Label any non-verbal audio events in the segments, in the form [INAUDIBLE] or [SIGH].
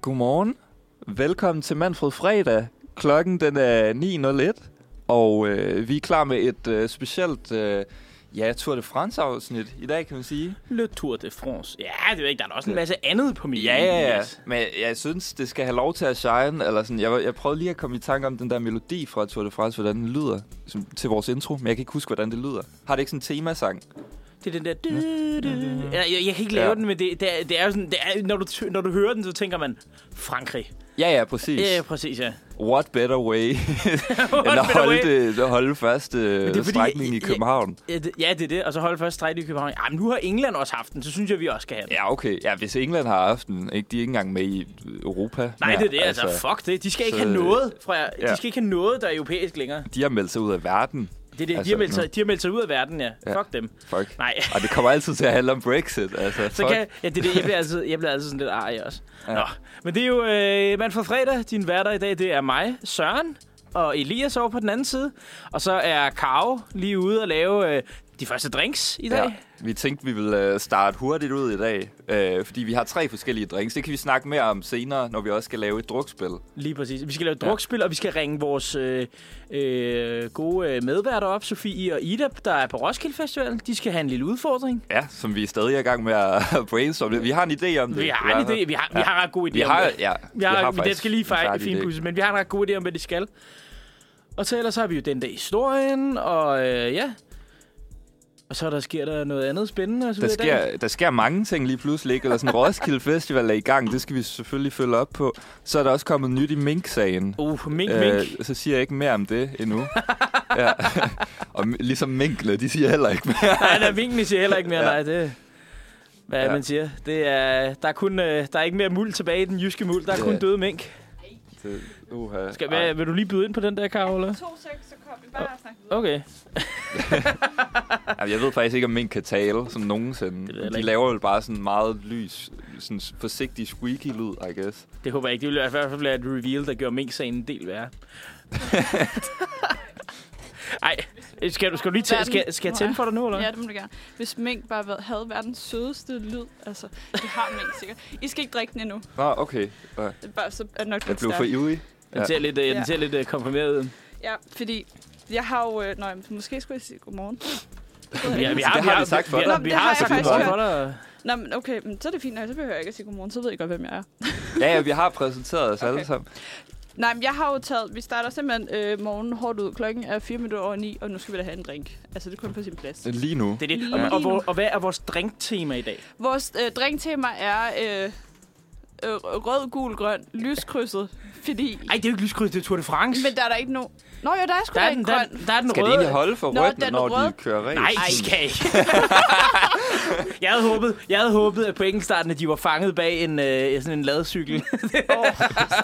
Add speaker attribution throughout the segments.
Speaker 1: Godmorgen. Velkommen til Manfred Fredag. Klokken den er 9.01, og øh, vi er klar med et øh, specielt øh, ja, Tour de France-afsnit i dag, kan man sige.
Speaker 2: Le Tour de France. Ja, det ved jeg ikke. Der er da også en masse andet på min
Speaker 1: Ja, ja, ja. Men jeg synes, det skal have lov til at shine. Eller sådan. Jeg, jeg prøvede lige at komme i tanke om den der melodi fra Tour de France, hvordan den lyder som, til vores intro, men jeg kan ikke huske, hvordan det lyder. Har det ikke sådan en temasang?
Speaker 2: Det er den der... Du, du. Jeg, jeg, jeg kan ikke lave
Speaker 1: Mm-hmm. Ja.
Speaker 2: den, men det, det, er, det er jo sådan... Det er, når, du, ty- når du hører den, så tænker man... Frankrig.
Speaker 1: Ja, ja, præcis.
Speaker 2: Ja, præcis,
Speaker 1: [LAUGHS]
Speaker 2: ja.
Speaker 1: What better way end at
Speaker 2: better way?
Speaker 1: holde, det, at holde første
Speaker 2: det er
Speaker 1: øh,
Speaker 2: fordi,
Speaker 1: strækning i
Speaker 2: jeg- jeg-
Speaker 1: København?
Speaker 2: Ja, det, ja, det er det. Og så holde først streg i København. Ja, men nu har England også haft den, så synes jeg, vi også skal have den.
Speaker 1: Ja, okay. Ja, hvis England har aften, ikke? De er ikke engang med i Europa.
Speaker 2: Nej,
Speaker 1: mere.
Speaker 2: det er det. Altså, fuck det. De skal ikke
Speaker 1: så- øh,
Speaker 2: have noget, fra,
Speaker 1: ja.
Speaker 2: de skal ikke have noget, der er europæisk længere.
Speaker 1: De har meldt sig ud af verden.
Speaker 2: Det er det. de,
Speaker 1: Altså,
Speaker 2: har meldt
Speaker 1: nu-
Speaker 2: sig, de har meldt sig ud af verden, ja.
Speaker 1: Ja.
Speaker 2: Fuck dem.
Speaker 1: Fuck.
Speaker 2: Nej.
Speaker 1: Og det kommer altid til at handle om Brexit, altså.
Speaker 2: Så
Speaker 1: fuck.
Speaker 2: kan, ja, det er det. Jeg bliver altid, jeg bliver altid sådan lidt arg også.
Speaker 1: Ja.
Speaker 2: Ja. Nå, men det er jo øh, mand fra fredag. Din værter i dag, det er mig, Søren og Elias over på den anden side. Og så er Karo lige ude og lave øh, de første drinks i dag.
Speaker 1: Ja. Vi tænkte, vi ville øh, starte hurtigt ud i dag, øh, fordi vi har tre forskellige drinks. Det kan vi snakke mere om senere, når vi også skal lave et drukspil.
Speaker 2: Lige præcis. Vi skal lave et drukspil, og vi skal ringe vores øh, øh, gode øh, medværter op, Sofie og Ida, der er på Roskilde Festival. De skal have en lille udfordring.
Speaker 1: Ja, som vi er stadig i gang med at [LAUGHS] brainstorme. Vi har en idé om det.
Speaker 2: Vi har
Speaker 1: i hvert
Speaker 2: en
Speaker 1: fald.
Speaker 2: idé. Vi har, ja. vi har ret god idé
Speaker 1: Vi
Speaker 2: om
Speaker 1: har,
Speaker 2: det.
Speaker 1: ja, vi har,
Speaker 2: Vi har, har det
Speaker 1: faktisk
Speaker 2: skal lige
Speaker 1: en færdig
Speaker 2: fejl
Speaker 1: idé.
Speaker 2: finpudset, men vi har en ret god idé om, hvad de skal. Og så ellers har vi jo den dag i historien, og øh, ja. Og så der sker der noget andet spændende og så
Speaker 1: Der
Speaker 2: videre i dag.
Speaker 1: sker, der sker mange ting lige pludselig, ikke? Eller sådan Roskilde Festival er i gang, det skal vi selvfølgelig følge op på. Så er der også kommet nyt i Mink-sagen.
Speaker 2: Uh, mink, mink. Øh,
Speaker 1: så siger jeg ikke mere om det endnu. ja. [LAUGHS] Og mi- ligesom minkene, de siger heller ikke mere.
Speaker 2: [LAUGHS] nej, der vinkene siger heller ikke mere,
Speaker 1: [LAUGHS] Ja.
Speaker 2: ja. nej, det... Hvad
Speaker 1: Ja.
Speaker 2: ja. man siger. Det er, der, er kun, øh, der er ikke mere muld tilbage i den jyske muld. Der er
Speaker 1: Ja.
Speaker 2: kun døde mink.
Speaker 1: Uh,
Speaker 2: Skal, hvad, vil du lige byde ind på den der, Karola?
Speaker 3: To sekunder, så kom vi bare og snakkede videre.
Speaker 2: Okay.
Speaker 1: jeg ved faktisk ikke, om mink kan tale som nogensinde.
Speaker 2: Det ved jeg
Speaker 1: De
Speaker 2: ikke.
Speaker 1: laver jo bare sådan meget lys, sådan forsigtig squeaky lyd, I guess.
Speaker 2: Det håber jeg ikke. Det ville i hvert fald blive et reveal, der gjorde mink-sagen en del værre. Ej, skal, du- skal du lige tæ- skal, skal jeg tænde for dig nu, eller hvad?
Speaker 3: Ja, det må du gerne. Hvis mink bare været- havde verdens sødeste lyd, altså, det har mink sikkert. I skal ikke drikke den endnu.
Speaker 1: Nå, okay. Øh,
Speaker 3: Det er bare, så er det nok
Speaker 1: Jeg
Speaker 3: lidt
Speaker 1: blev for
Speaker 3: stærkt.
Speaker 1: ivrig.
Speaker 2: Den
Speaker 1: Ja.
Speaker 2: ser lidt, øh, den
Speaker 3: Ja.
Speaker 2: ser lidt øh, komprimeret ud.
Speaker 3: Ja, fordi jeg har jo... Øh, nej, måske skulle jeg sige godmorgen. Det ved jeg ikke.
Speaker 1: vi har- vi sagt for
Speaker 2: vi,
Speaker 3: dig.
Speaker 2: har- Vi
Speaker 3: Det
Speaker 2: har,
Speaker 3: har jeg
Speaker 2: sagt
Speaker 3: faktisk
Speaker 2: noget
Speaker 3: hørt.
Speaker 2: for dig.
Speaker 3: Nå, men okay, men så er det fint nok. Så behøver jeg ikke at sige godmorgen. Så ved I godt, hvem jeg er.
Speaker 1: Ja, ja, vi har præsenteret os okay.
Speaker 3: Okay.
Speaker 1: alle sammen.
Speaker 3: Nej, men jeg har jo taget... Vi starter simpelthen øh, morgen hårdt ud. Klokken er 4 minutter over 9, og nu skal vi da have en drink. Altså, det er kun på sin plads.
Speaker 1: Lige nu.
Speaker 2: Det er det.
Speaker 3: Lige
Speaker 2: Og,
Speaker 3: nu.
Speaker 2: og, hvor- og, hvad er vores drinktema i dag?
Speaker 3: Vores øh, drinktema er... Øh, øh, rød, gul, grøn, lyskrydset, fordi...
Speaker 2: Ej, det er jo ikke lyskryds, det er Tour de France.
Speaker 3: Men der er der ikke nogen... Nå jo, der er sgu
Speaker 2: der,
Speaker 3: da
Speaker 2: er
Speaker 3: en
Speaker 2: den, der,
Speaker 3: grøn.
Speaker 2: der er den
Speaker 1: Skal de
Speaker 2: røde.
Speaker 1: egentlig holde for
Speaker 3: Nå,
Speaker 1: rødt,
Speaker 3: den
Speaker 1: når de
Speaker 3: røde.
Speaker 1: kører ræs?
Speaker 2: Nej, de skal ikke. [LAUGHS] jeg, havde håbet, jeg havde håbet, at på enkeltstarten, at de var fanget bag en, øh, sådan en ladcykel.
Speaker 3: Åh,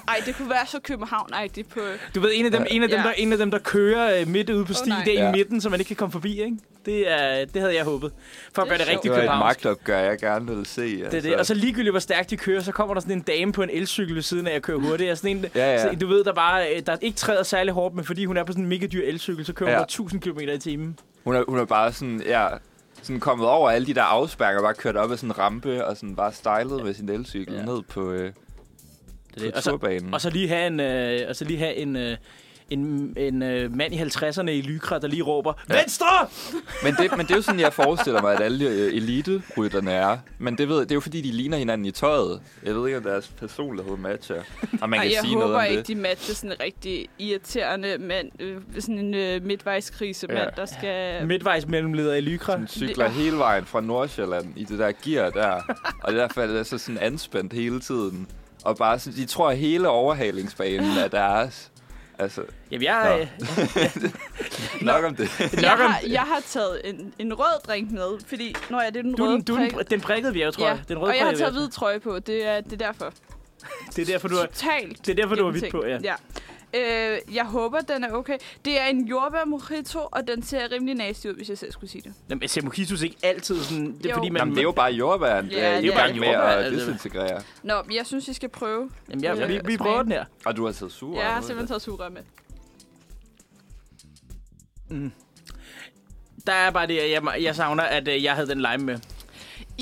Speaker 3: Ej, det kunne være så københavn-agtigt på...
Speaker 2: Du ved, en af dem, en af dem,
Speaker 3: Ja.
Speaker 2: der, en af dem der kører øh, midt ude på stien,
Speaker 3: nej.
Speaker 2: det er
Speaker 1: Ja.
Speaker 2: i midten, så man ikke kan komme forbi, ikke? Det, er, det havde jeg håbet. For at
Speaker 3: Det
Speaker 2: gøre
Speaker 3: er
Speaker 2: det
Speaker 3: sjovt.
Speaker 2: rigtig
Speaker 1: Det var et
Speaker 2: københavnsk.
Speaker 1: magtopgør, jeg gerne ville se. Altså.
Speaker 2: Det er det. Og så ligegyldigt, hvor stærkt de kører, så kommer der sådan en dame på en elcykel ved siden af, at køre hurtigt. Og sådan en,
Speaker 1: Ja, ja.
Speaker 2: sådan en, du ved, der bare øh, der ikke træder særlig hårdt, men fordi hun er på sådan en mega dyr elcykel, så kører
Speaker 1: Ja.
Speaker 2: hun bare 1000 km i timen.
Speaker 1: Hun er, hun er bare sådan, ja, sådan kommet over alle de der afspærker, bare kørt op ad sådan en rampe, og sådan bare stylet med sin elcykel ja.
Speaker 2: Ja.
Speaker 1: ned på, øh,
Speaker 2: det.
Speaker 1: på
Speaker 2: Og så-
Speaker 1: turbanen.
Speaker 2: Og så lige have en, øh, og så lige have en, øh, en, en øh, mand i 50'erne i Lykra, der lige råber,
Speaker 1: Ja.
Speaker 2: Venstre!
Speaker 1: Men, det, men det er jo sådan, jeg forestiller mig, at alle øh, eliterytterne er. Men det, ved, det er jo fordi, de ligner hinanden i tøjet. Jeg ved ikke, om deres personlighed matcher. Og man
Speaker 3: Ej,
Speaker 1: kan
Speaker 3: jeg
Speaker 1: sige
Speaker 3: håber
Speaker 1: noget om
Speaker 3: ikke,
Speaker 1: det.
Speaker 3: de matcher sådan en rigtig irriterende mand. Øh, sådan en øh, midtvejskrise mand,
Speaker 1: Ja.
Speaker 3: der skal...
Speaker 2: Midtvejs mellemleder i Lykra.
Speaker 1: Hun cykler
Speaker 3: Det-
Speaker 1: hele vejen fra Nordsjælland i det der gear der. Og i hvert fald er det så sådan anspændt hele tiden. Og bare sådan, de tror, at hele overhalingsbanen er deres. Altså,
Speaker 2: Jamen, jeg, øh,
Speaker 1: nok om det.
Speaker 3: Jeg har, jeg har taget en, en rød drink med, fordi... Nå ja, det er den
Speaker 2: du, er
Speaker 3: røde
Speaker 2: den, du er
Speaker 3: prik.
Speaker 2: den, den prikkede vi, jeg tror
Speaker 3: Ja,
Speaker 2: jeg. Den røde
Speaker 3: og jeg har
Speaker 2: prikkede
Speaker 3: taget
Speaker 2: vi.
Speaker 3: hvid trøje på. Det er, det er derfor.
Speaker 2: Det er derfor, du er...
Speaker 3: Totalt
Speaker 2: Det er derfor, du har hvidt på,
Speaker 3: gennemtænkt.
Speaker 2: ja.
Speaker 3: ja. Øh, jeg håber, den er okay. Det er en jordbær mojito, og den ser rimelig nasty ud, hvis jeg selv skulle sige det.
Speaker 2: Jamen, ser mojitos ikke altid sådan... Det er,
Speaker 3: Jo.
Speaker 2: fordi, man,
Speaker 1: Jamen, det er jo bare jordbæren.
Speaker 3: Ja, det er
Speaker 1: i
Speaker 3: jo bare
Speaker 1: gang
Speaker 2: en
Speaker 1: med
Speaker 2: jordbær,
Speaker 1: at
Speaker 2: altså.
Speaker 1: desintegrere.
Speaker 3: Nå, men jeg synes, I skal prøve.
Speaker 2: Jamen, jeg,
Speaker 3: Øh,
Speaker 2: vi, vi
Speaker 3: smag.
Speaker 2: prøver den her.
Speaker 1: Og du har taget sur.
Speaker 3: Jeg har simpelthen taget sugerør med.
Speaker 2: Der er bare det, at jeg, jeg savner, at øh, jeg havde den lime med.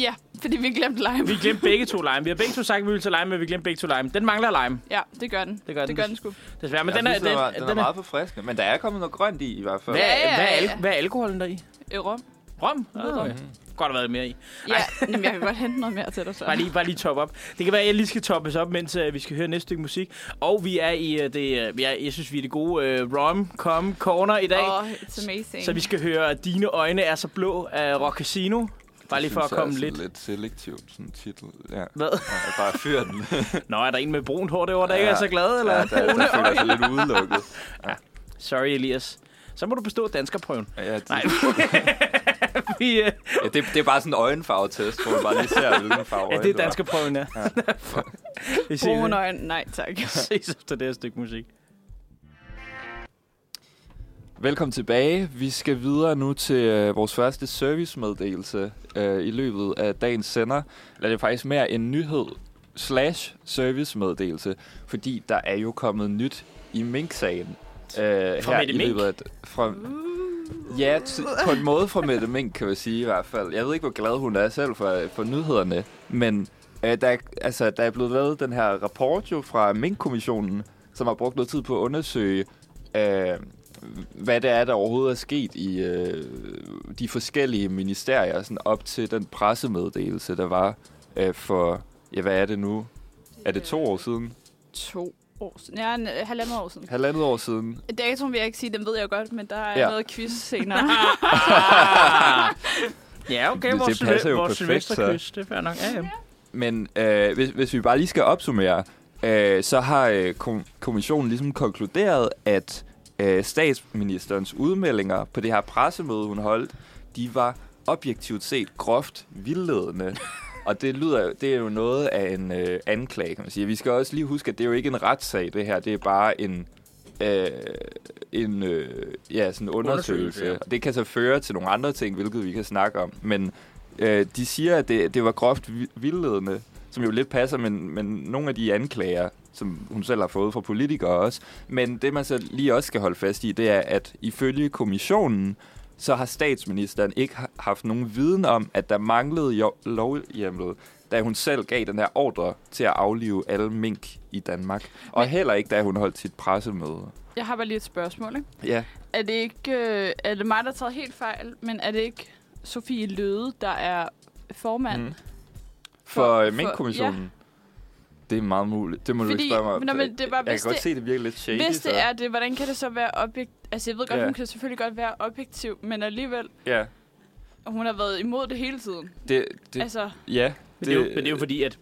Speaker 3: Ja, fordi vi glemte lime.
Speaker 2: Vi glemte begge to lime. Vi har begge to sagt, at vi ville til lime, men vi glemte begge to lime. Den mangler lime,
Speaker 3: Ja, det gør den.
Speaker 2: Det gør den.
Speaker 3: Det gør den sgu.
Speaker 2: desværre. Men
Speaker 1: jeg
Speaker 2: den,
Speaker 1: synes,
Speaker 2: er,
Speaker 1: den, var, den, er meget forfriskende, men der er kommet noget grønt i i hvert fald.
Speaker 2: Hvad,
Speaker 3: Ja, ja,
Speaker 2: hvad, er,
Speaker 3: ja.
Speaker 2: al- hvad er alkoholen der i?
Speaker 3: Øh, Rom.
Speaker 2: Rom? Nå, okay. Godt at være mere i.
Speaker 3: Ja, jamen, jeg kan godt hente noget mere til dig så.
Speaker 2: Bare lige, bare lige top op. Det kan være, at jeg lige skal toppes op, mens uh, vi skal høre næste stykke musik. Og vi er i uh, det, uh, vi er, jeg synes, vi er i det gode uh, rom-com corner i dag.
Speaker 3: Åh, oh, it's amazing.
Speaker 2: Så vi skal høre, at dine øjne er så blå af Rock Casino. Bare lige for at komme lidt.
Speaker 1: lidt selektivt, sådan titel. Ja.
Speaker 2: Hvad?
Speaker 1: Jeg bare fyr
Speaker 2: [LAUGHS]
Speaker 1: den.
Speaker 2: Nå, er der en med brunt hår derovre, der ja. ikke er
Speaker 1: Ja.
Speaker 2: så glad? Eller?
Speaker 1: ja, der, der føler jeg sig lidt udelukket.
Speaker 2: Sorry, Elias. Så må du bestå danskerprøven.
Speaker 1: Ja, det,
Speaker 2: Nej. [LAUGHS] vi, øh,
Speaker 1: ja, det, det, er bare sådan en øjenfarvetest, hvor man bare lige ser, hvilken farve
Speaker 2: ja,
Speaker 1: øjne
Speaker 2: det
Speaker 1: du
Speaker 2: er
Speaker 1: har.
Speaker 2: danskerprøven, ja. [LAUGHS] vi
Speaker 3: Brune
Speaker 2: ses,
Speaker 3: øjne. Nej, tak.
Speaker 2: [LAUGHS] ses efter det her stykke musik.
Speaker 1: Velkommen tilbage. Vi skal videre nu til øh, vores første servicemeddelelse øh, i løbet af dagens sender. Eller det er faktisk mere en nyhed slash servicemeddelelse, fordi der er jo kommet nyt i Mink-sagen. Øh, her
Speaker 2: Mette
Speaker 1: i
Speaker 2: Mink? Uh.
Speaker 1: løbet af d- Fra, ja, t- på en måde fra Mette Mink, kan vi sige i hvert fald. Jeg ved ikke, hvor glad hun er selv for, for nyhederne, men øh, der, er- altså, der er blevet lavet den her rapport jo fra Mink-kommissionen, som har brugt noget tid på at undersøge, øh, hvad det er, der overhovedet er sket i øh, de forskellige ministerier, sådan op til den pressemeddelelse, der var øh, for, ja, hvad er det nu? Er det to år siden?
Speaker 3: To år siden. Ja, en, øh, halvandet år siden.
Speaker 1: Halvandet år siden?
Speaker 3: Datoen vil jeg ikke sige, den ved jeg godt, men der er
Speaker 1: Ja.
Speaker 3: ja. noget quiz senere.
Speaker 2: ja, okay,
Speaker 1: Det-
Speaker 2: vores,
Speaker 1: det passer
Speaker 2: det
Speaker 1: jo
Speaker 2: vores
Speaker 1: perfekt,
Speaker 2: Sylvesterkys, det er fair nok. Ja, ja.
Speaker 1: Men øh, hvis, hvis vi bare lige skal opsummere, øh, så har øh, kom- kommissionen ligesom konkluderet, at øh, statsministerens udmeldinger på det her pressemøde, hun holdt, de var objektivt set groft [LAUGHS] vildledende. Og det lyder jo- det er jo noget af en øh, anklage, kan man sige. Vi skal også lige huske, at det er jo ikke en retssag, det her. Det er bare en, øh, en øh, ja, sådan undersøgelse.
Speaker 2: Undersøgelse,
Speaker 1: undersøgelse
Speaker 2: ja.
Speaker 1: ja. Det kan så føre til nogle andre ting, hvilket vi kan snakke om. Men øh, de siger, at det, det var groft vi- vildledende, som jo lidt passer, men, men nogle af de anklager, som hun selv har fået fra politikere også. Men det, man så lige også skal holde fast i, det er, at ifølge kommissionen, så har statsministeren ikke ha- haft nogen viden om, at der manglede jo- lovhjemmel, da hun selv gav den her ordre til at aflive alle mink i Danmark. Og heller ikke, da hun holdt sit pressemøde.
Speaker 3: jeg har bare lige et spørgsmål, ikke?
Speaker 1: Ja,
Speaker 3: Er det ikke... Øh, er det mig, der har taget helt fejl, men er det ikke Sofie Løde, der er formand?
Speaker 1: Mhm.
Speaker 3: Mm.
Speaker 1: for,
Speaker 2: øh,
Speaker 3: For-
Speaker 1: for minkkommissionen. Ja. Det er meget muligt. Det må du
Speaker 3: Fordi-
Speaker 1: ikke spørge mig om.
Speaker 3: Nå, men det var-
Speaker 1: jeg kan
Speaker 3: hvis
Speaker 1: godt
Speaker 3: det-
Speaker 1: se, det virker lidt shaky.
Speaker 3: Hvis
Speaker 1: så.
Speaker 3: det er det, hvordan kan det så være objekt... Altså, jeg ved godt,
Speaker 1: Ja.
Speaker 3: yeah. hun kan selvfølgelig godt være objektiv, men alligevel,
Speaker 1: Ja,
Speaker 3: hun har været imod det hele tiden.
Speaker 1: det, det,
Speaker 3: Det, altså,
Speaker 1: ja,
Speaker 2: Men det, er jo, men det er jo fordi, at...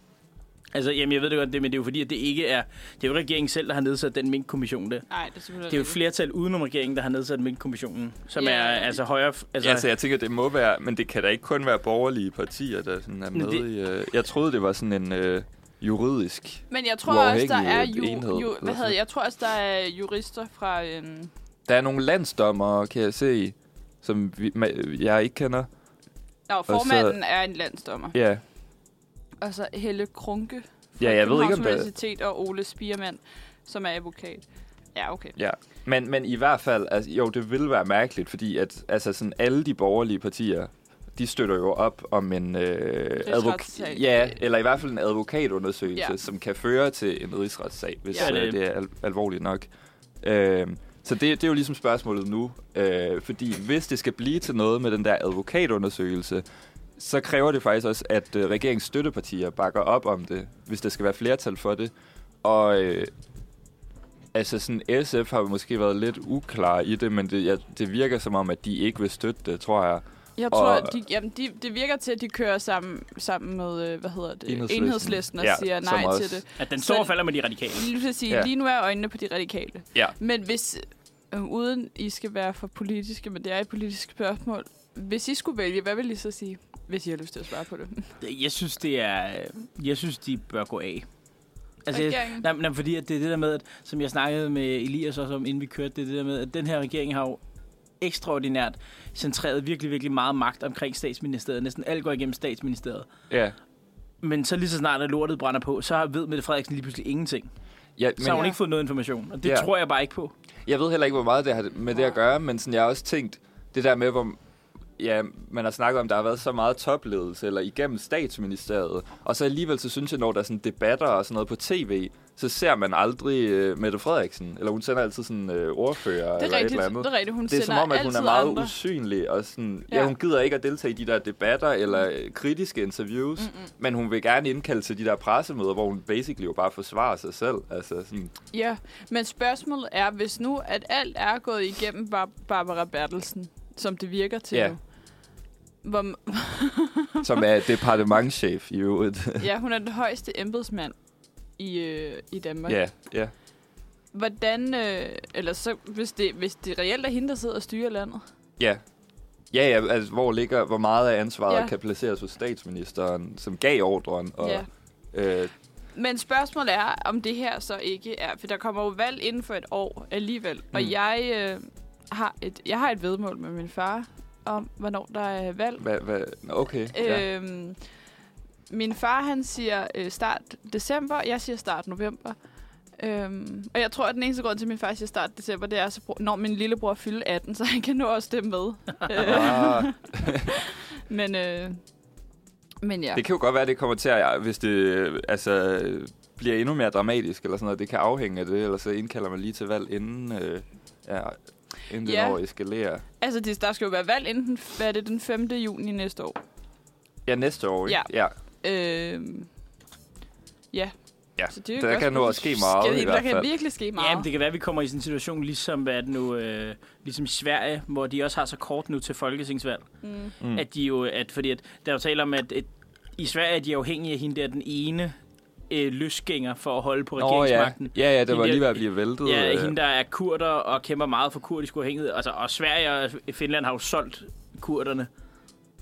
Speaker 2: Altså, jamen, jeg ved det godt, det, men det er jo fordi, at det ikke er... Det er jo regeringen selv, der har nedsat den minkkommission der.
Speaker 3: nej, det er simpelthen
Speaker 2: Det er jo et
Speaker 3: ikke.
Speaker 2: flertal udenom regeringen, der har nedsat minkkommissionen, som
Speaker 3: Ja.
Speaker 2: er altså højere... f- Altså,
Speaker 1: Altså, ja, så jeg tænker, det må være, men det kan da ikke kun være borgerlige partier, der sådan er
Speaker 2: Men
Speaker 1: med
Speaker 2: det-
Speaker 1: det... i... Øh, jeg troede, det var sådan en øh, juridisk...
Speaker 3: Men jeg tror også, der er
Speaker 1: Uafhængig
Speaker 3: jo,
Speaker 1: enhed,
Speaker 3: jo
Speaker 1: eller
Speaker 3: hvad hedder,
Speaker 1: sådan.
Speaker 3: jeg tror også, der er jurister fra... Øhm,
Speaker 1: Der er nogle landsdommer, kan jeg se, som vi, ma- jeg ikke kender.
Speaker 3: nå, formanden er en landsdommer.
Speaker 1: Ja,
Speaker 3: Og så Helle Krunke fra
Speaker 1: ja jeg ved ikke, om det
Speaker 3: Universitet og Ole Spiermann, som er advokat. Ja, okay.
Speaker 1: Ja, men, men i hvert fald, altså, jo, det vil være mærkeligt, fordi at, altså, sådan alle de borgerlige partier, de støtter jo op om en øh,
Speaker 3: Rigsretssag.
Speaker 1: ja, eller i hvert fald en advokatundersøgelse,
Speaker 3: Ja.
Speaker 1: ja. som kan føre til en rigsretssag, hvis
Speaker 2: Ja,
Speaker 1: ja,
Speaker 2: det-
Speaker 1: det, øh, det er al- alvorligt nok. Øh, så det, det er jo ligesom spørgsmålet nu, øh, fordi hvis det skal blive til noget med den der advokatundersøgelse, så kræver det faktisk også, at øh, regeringens støttepartier bakker op om det, hvis der skal være flertal for det. Og øh, altså sådan, SF har måske været lidt uklar i det, men det, ja, det virker som om, at de ikke vil støtte det, tror jeg.
Speaker 3: Jeg tror,
Speaker 1: Og-
Speaker 3: de, jamen, de, det virker til, at de kører sammen, sammen med, øh, hvad hedder det,
Speaker 1: Enhedslisten.
Speaker 3: enhedslisten og
Speaker 1: Ja,
Speaker 3: siger
Speaker 1: som
Speaker 3: nej
Speaker 1: også-
Speaker 3: til det.
Speaker 2: at den står og falder med de radikale.
Speaker 3: Lige, vil sige,
Speaker 1: Ja.
Speaker 3: lige nu er øjnene på de radikale.
Speaker 1: Ja.
Speaker 3: Men hvis, øh, uden I skal være for politiske, men det er et politisk spørgsmål, hvis I skulle vælge, hvad vil I så sige? Hvis I har lyst til at svare på det.
Speaker 2: Jeg synes, det er... øh, Jeg synes, de bør gå af. Altså, jeg,
Speaker 3: Regeringen.
Speaker 2: nej, nej, fordi at det er det der med, at, som jeg snakkede med Elias også om, inden vi kørte, det er det der med, at den her regering har jo ekstraordinært centreret virkelig, virkelig meget magt omkring statsministeriet. Næsten alt går igennem statsministeriet.
Speaker 1: Ja,
Speaker 2: Men så lige så snart, at lortet brænder på, så ved Mette Frederiksen lige pludselig ingenting.
Speaker 1: ja
Speaker 2: Så har hun
Speaker 1: men
Speaker 2: ikke fået noget information, og det
Speaker 1: Ja.
Speaker 2: tror jeg bare ikke på.
Speaker 1: jeg ved heller ikke, hvor meget det har med det at gøre, men sådan, jeg har også tænkt, det der med, hvor ja, man har snakket om, der har været så meget topledelse, eller igennem statsministeriet, og så alligevel, så synes jeg, når der er sådan debatter og sådan noget på tv, så ser man aldrig øh, Mette Frederiksen, eller hun sender altid sådan øh, ordfører
Speaker 3: Det
Speaker 1: eller
Speaker 3: er rigtigt,
Speaker 1: et eller andet.
Speaker 3: det er rigtigt. Hun
Speaker 1: Det er
Speaker 3: sender
Speaker 1: som om, at hun
Speaker 3: altid
Speaker 1: er meget
Speaker 3: andre.
Speaker 1: usynlig, og sådan, ja.
Speaker 3: Ja.
Speaker 1: ja, hun gider ikke at deltage i de der debatter eller øh, kritiske interviews, Mm-mm. men hun vil gerne indkalde til de der pressemøder, hvor hun basically jo bare forsvarer sig selv. Altså sådan,
Speaker 3: Ja, men spørgsmålet er, hvis nu, at alt er gået igennem Bar- Barbara Bertelsen, som det virker til
Speaker 1: Ja.
Speaker 3: nu. Hvor,
Speaker 1: som er departementchef i øvrigt.
Speaker 3: ja, hun er den højeste embedsmand i, øh, i Danmark.
Speaker 1: ja, ja.
Speaker 3: Hvordan, øh, eller så, hvis det, hvis det reelt er hende, der sidder og styrer landet.
Speaker 1: Ja. Ja, ja, altså hvor ligger, hvor meget af ansvaret
Speaker 3: Ja.
Speaker 1: ja. kan placeres hos statsministeren, som gav ordren, og
Speaker 3: Ja.
Speaker 1: ja. øh,
Speaker 3: Men spørgsmålet er, om det her så ikke er, for der kommer jo valg inden for et år alligevel, mm. og
Speaker 1: Mm.
Speaker 3: jeg, øh, har et, jeg har et vedmål med min far om, hvornår der er valg.
Speaker 1: hvad, hvad, nå, okay, øh, ja.
Speaker 3: Øhm, min far, han siger øh, start december, jeg siger start november. Øhm, og jeg tror, at den eneste grund til, at min far siger start december, det er, så bro- når min lillebror fylder 18, [LAUGHS] så han kan nå at
Speaker 1: [LAUGHS]
Speaker 3: stemme med. øh, [LAUGHS]
Speaker 1: Ah,
Speaker 3: men, øh, men ja.
Speaker 1: det kan jo godt være, det kommer til at, hvis det øh, altså, øh, bliver endnu mere dramatisk, eller sådan noget, det kan afhænge af det, eller så indkalder man lige til valg, inden, øh, ja, inden det
Speaker 3: Ja.
Speaker 1: når at eskalere.
Speaker 3: Altså, det- der skal jo være valg inden, hvad er det, den 5. juni næste år.
Speaker 1: Ja, næste år, ikke? Ja. ja.
Speaker 3: Øhm, ja.
Speaker 1: Ja,
Speaker 3: så det er jo
Speaker 1: der
Speaker 3: godt
Speaker 1: kan nå at ske meget i
Speaker 3: der
Speaker 1: hvert
Speaker 3: kan
Speaker 1: fald.
Speaker 3: virkelig ske meget.
Speaker 2: Ja, men det kan være, at vi kommer i sådan en situation, ligesom, hvad er det nu, øh, ligesom i Sverige, hvor de også har så kort nu til folketingsvalg.
Speaker 3: mm.
Speaker 1: Mm.
Speaker 2: Mm. At de jo, at, fordi at, der er jo tale om, at, at i Sverige er de afhængige af hende der, den ene øh, løsgænger for at holde på
Speaker 1: ja.
Speaker 2: regeringsmagten.
Speaker 1: ja, ja, det var
Speaker 2: Hende
Speaker 1: lige ved
Speaker 2: der-
Speaker 1: at blive væltet.
Speaker 2: Ja,
Speaker 1: øh,
Speaker 2: hende der er kurder og kæmper meget for kurdisk uafhængighed. Altså, og Sverige og Finland har jo solgt kurderne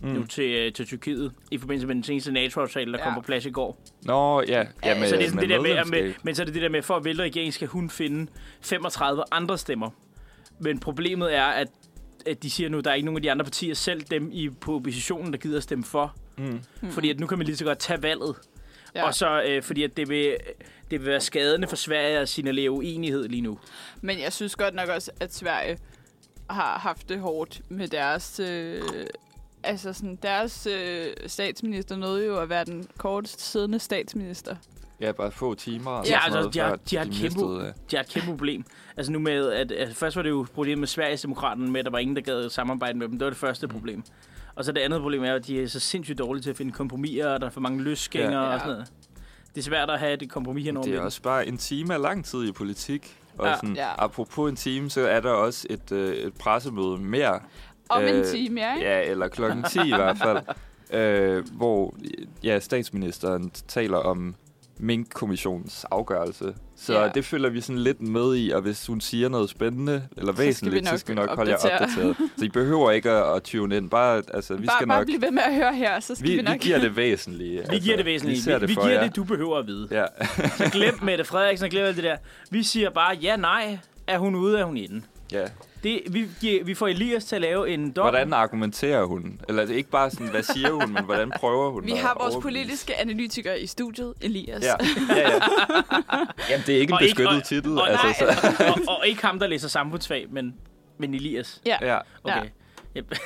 Speaker 2: mm. nu til, øh, til Tyrkiet i forbindelse med den seneste NATO-aftale, der
Speaker 3: Ja.
Speaker 2: ja. kom på plads i går.
Speaker 1: Nå, ja. ja med,
Speaker 2: så det er sådan
Speaker 1: med
Speaker 2: det der med, at med,
Speaker 1: medlemskab.
Speaker 2: men så er det det der med, for at vælte regeringen, skal hun finde 35 andre stemmer. Men problemet er, at, at de siger nu, at der er ikke nogen af de andre partier, selv dem i, på oppositionen, der gider at stemme for.
Speaker 1: Mm.
Speaker 2: Mm. Fordi at nu kan man lige så godt tage valget.
Speaker 3: Ja.
Speaker 2: Ja. Og så, øh, fordi at det vil, det vil være skadende for Sverige at signalere uenighed lige nu.
Speaker 3: Men jeg synes godt nok også, at Sverige har haft det hårdt med deres... Øh, altså sådan, deres øh, statsminister nåede jo at være den kortest siddende statsminister.
Speaker 1: Ja, bare få timer. og
Speaker 2: Ja,
Speaker 1: sådan
Speaker 2: altså,
Speaker 1: noget,
Speaker 2: de har-
Speaker 1: før
Speaker 2: de har et kæmpe-
Speaker 1: mistede, øh,
Speaker 2: Det er et kæmpe problem. Altså nu med, at altså først var det jo problemet med Sverigedemokraterne med, at der var ingen, der gad samarbejde med dem. Det var det første
Speaker 1: Mm.
Speaker 2: problem. Og så det andet problem er, at de er så sindssygt dårlige til at finde kompromiser, og der er for mange løsgængere
Speaker 3: Ja.
Speaker 2: ja. og sådan noget. Det er svært at have det kompromis her
Speaker 1: Det er også bare en time af lang tid i politik. Og
Speaker 2: Ja.
Speaker 1: ja, sådan,
Speaker 3: Ja.
Speaker 1: ja. apropos en time, så er der også et, øh, et pressemøde mere.
Speaker 3: Om øh, en
Speaker 1: Øh,
Speaker 3: time, ja, ikke?
Speaker 1: Ja, eller klokken 10 i hvert
Speaker 3: [LAUGHS]
Speaker 1: fald. Øh, hvor ja, statsministeren taler om Mink-kommissionens afgørelse. Så
Speaker 3: Ja.
Speaker 1: ja. det følger vi sådan lidt med i, og hvis hun siger noget spændende eller
Speaker 3: vi
Speaker 1: væsentligt,
Speaker 3: nok
Speaker 1: så skal vi nok, holde jer
Speaker 3: opdatere.
Speaker 1: opdateret. Så I behøver ikke at, at tune ind. Bare, altså, vi
Speaker 3: bare,
Speaker 1: skal
Speaker 3: bare
Speaker 1: nok...
Speaker 3: blive ved med at høre her, så skal vi,
Speaker 1: Vi, vi
Speaker 3: nok...
Speaker 1: giver
Speaker 3: [LAUGHS]
Speaker 1: det væsentlige. altså.
Speaker 2: Vi giver det væsentligt. Vi, vi, vi
Speaker 1: for
Speaker 2: giver
Speaker 1: jer.
Speaker 2: det, du behøver at
Speaker 1: [LAUGHS]
Speaker 2: vide.
Speaker 1: Ja.
Speaker 2: Så glem Mette Frederiksen og glem alt det der. Vi siger bare, ja, nej. Er hun ude, er hun inde.
Speaker 1: ja.
Speaker 2: Det, vi, giver, vi får Elias til at lave en dom.
Speaker 1: Hvordan argumenterer hun? Eller det er ikke bare sådan, hvad siger hun, men hvordan prøver hun
Speaker 3: Vi
Speaker 1: at
Speaker 3: har vores
Speaker 1: overbevise?
Speaker 3: politiske analytiker i studiet, Elias. [LAUGHS]
Speaker 1: Ja, ja, ja. Jamen, det er ikke en
Speaker 2: Og ikke-
Speaker 1: beskyttet
Speaker 2: og-
Speaker 1: titel.
Speaker 2: og,
Speaker 1: altså,
Speaker 2: nej, og, og ikke ham, der læser samfundsfag, men, men Elias.
Speaker 3: ja.
Speaker 1: ja.
Speaker 2: Okay.
Speaker 1: ja, ja.
Speaker 3: Men det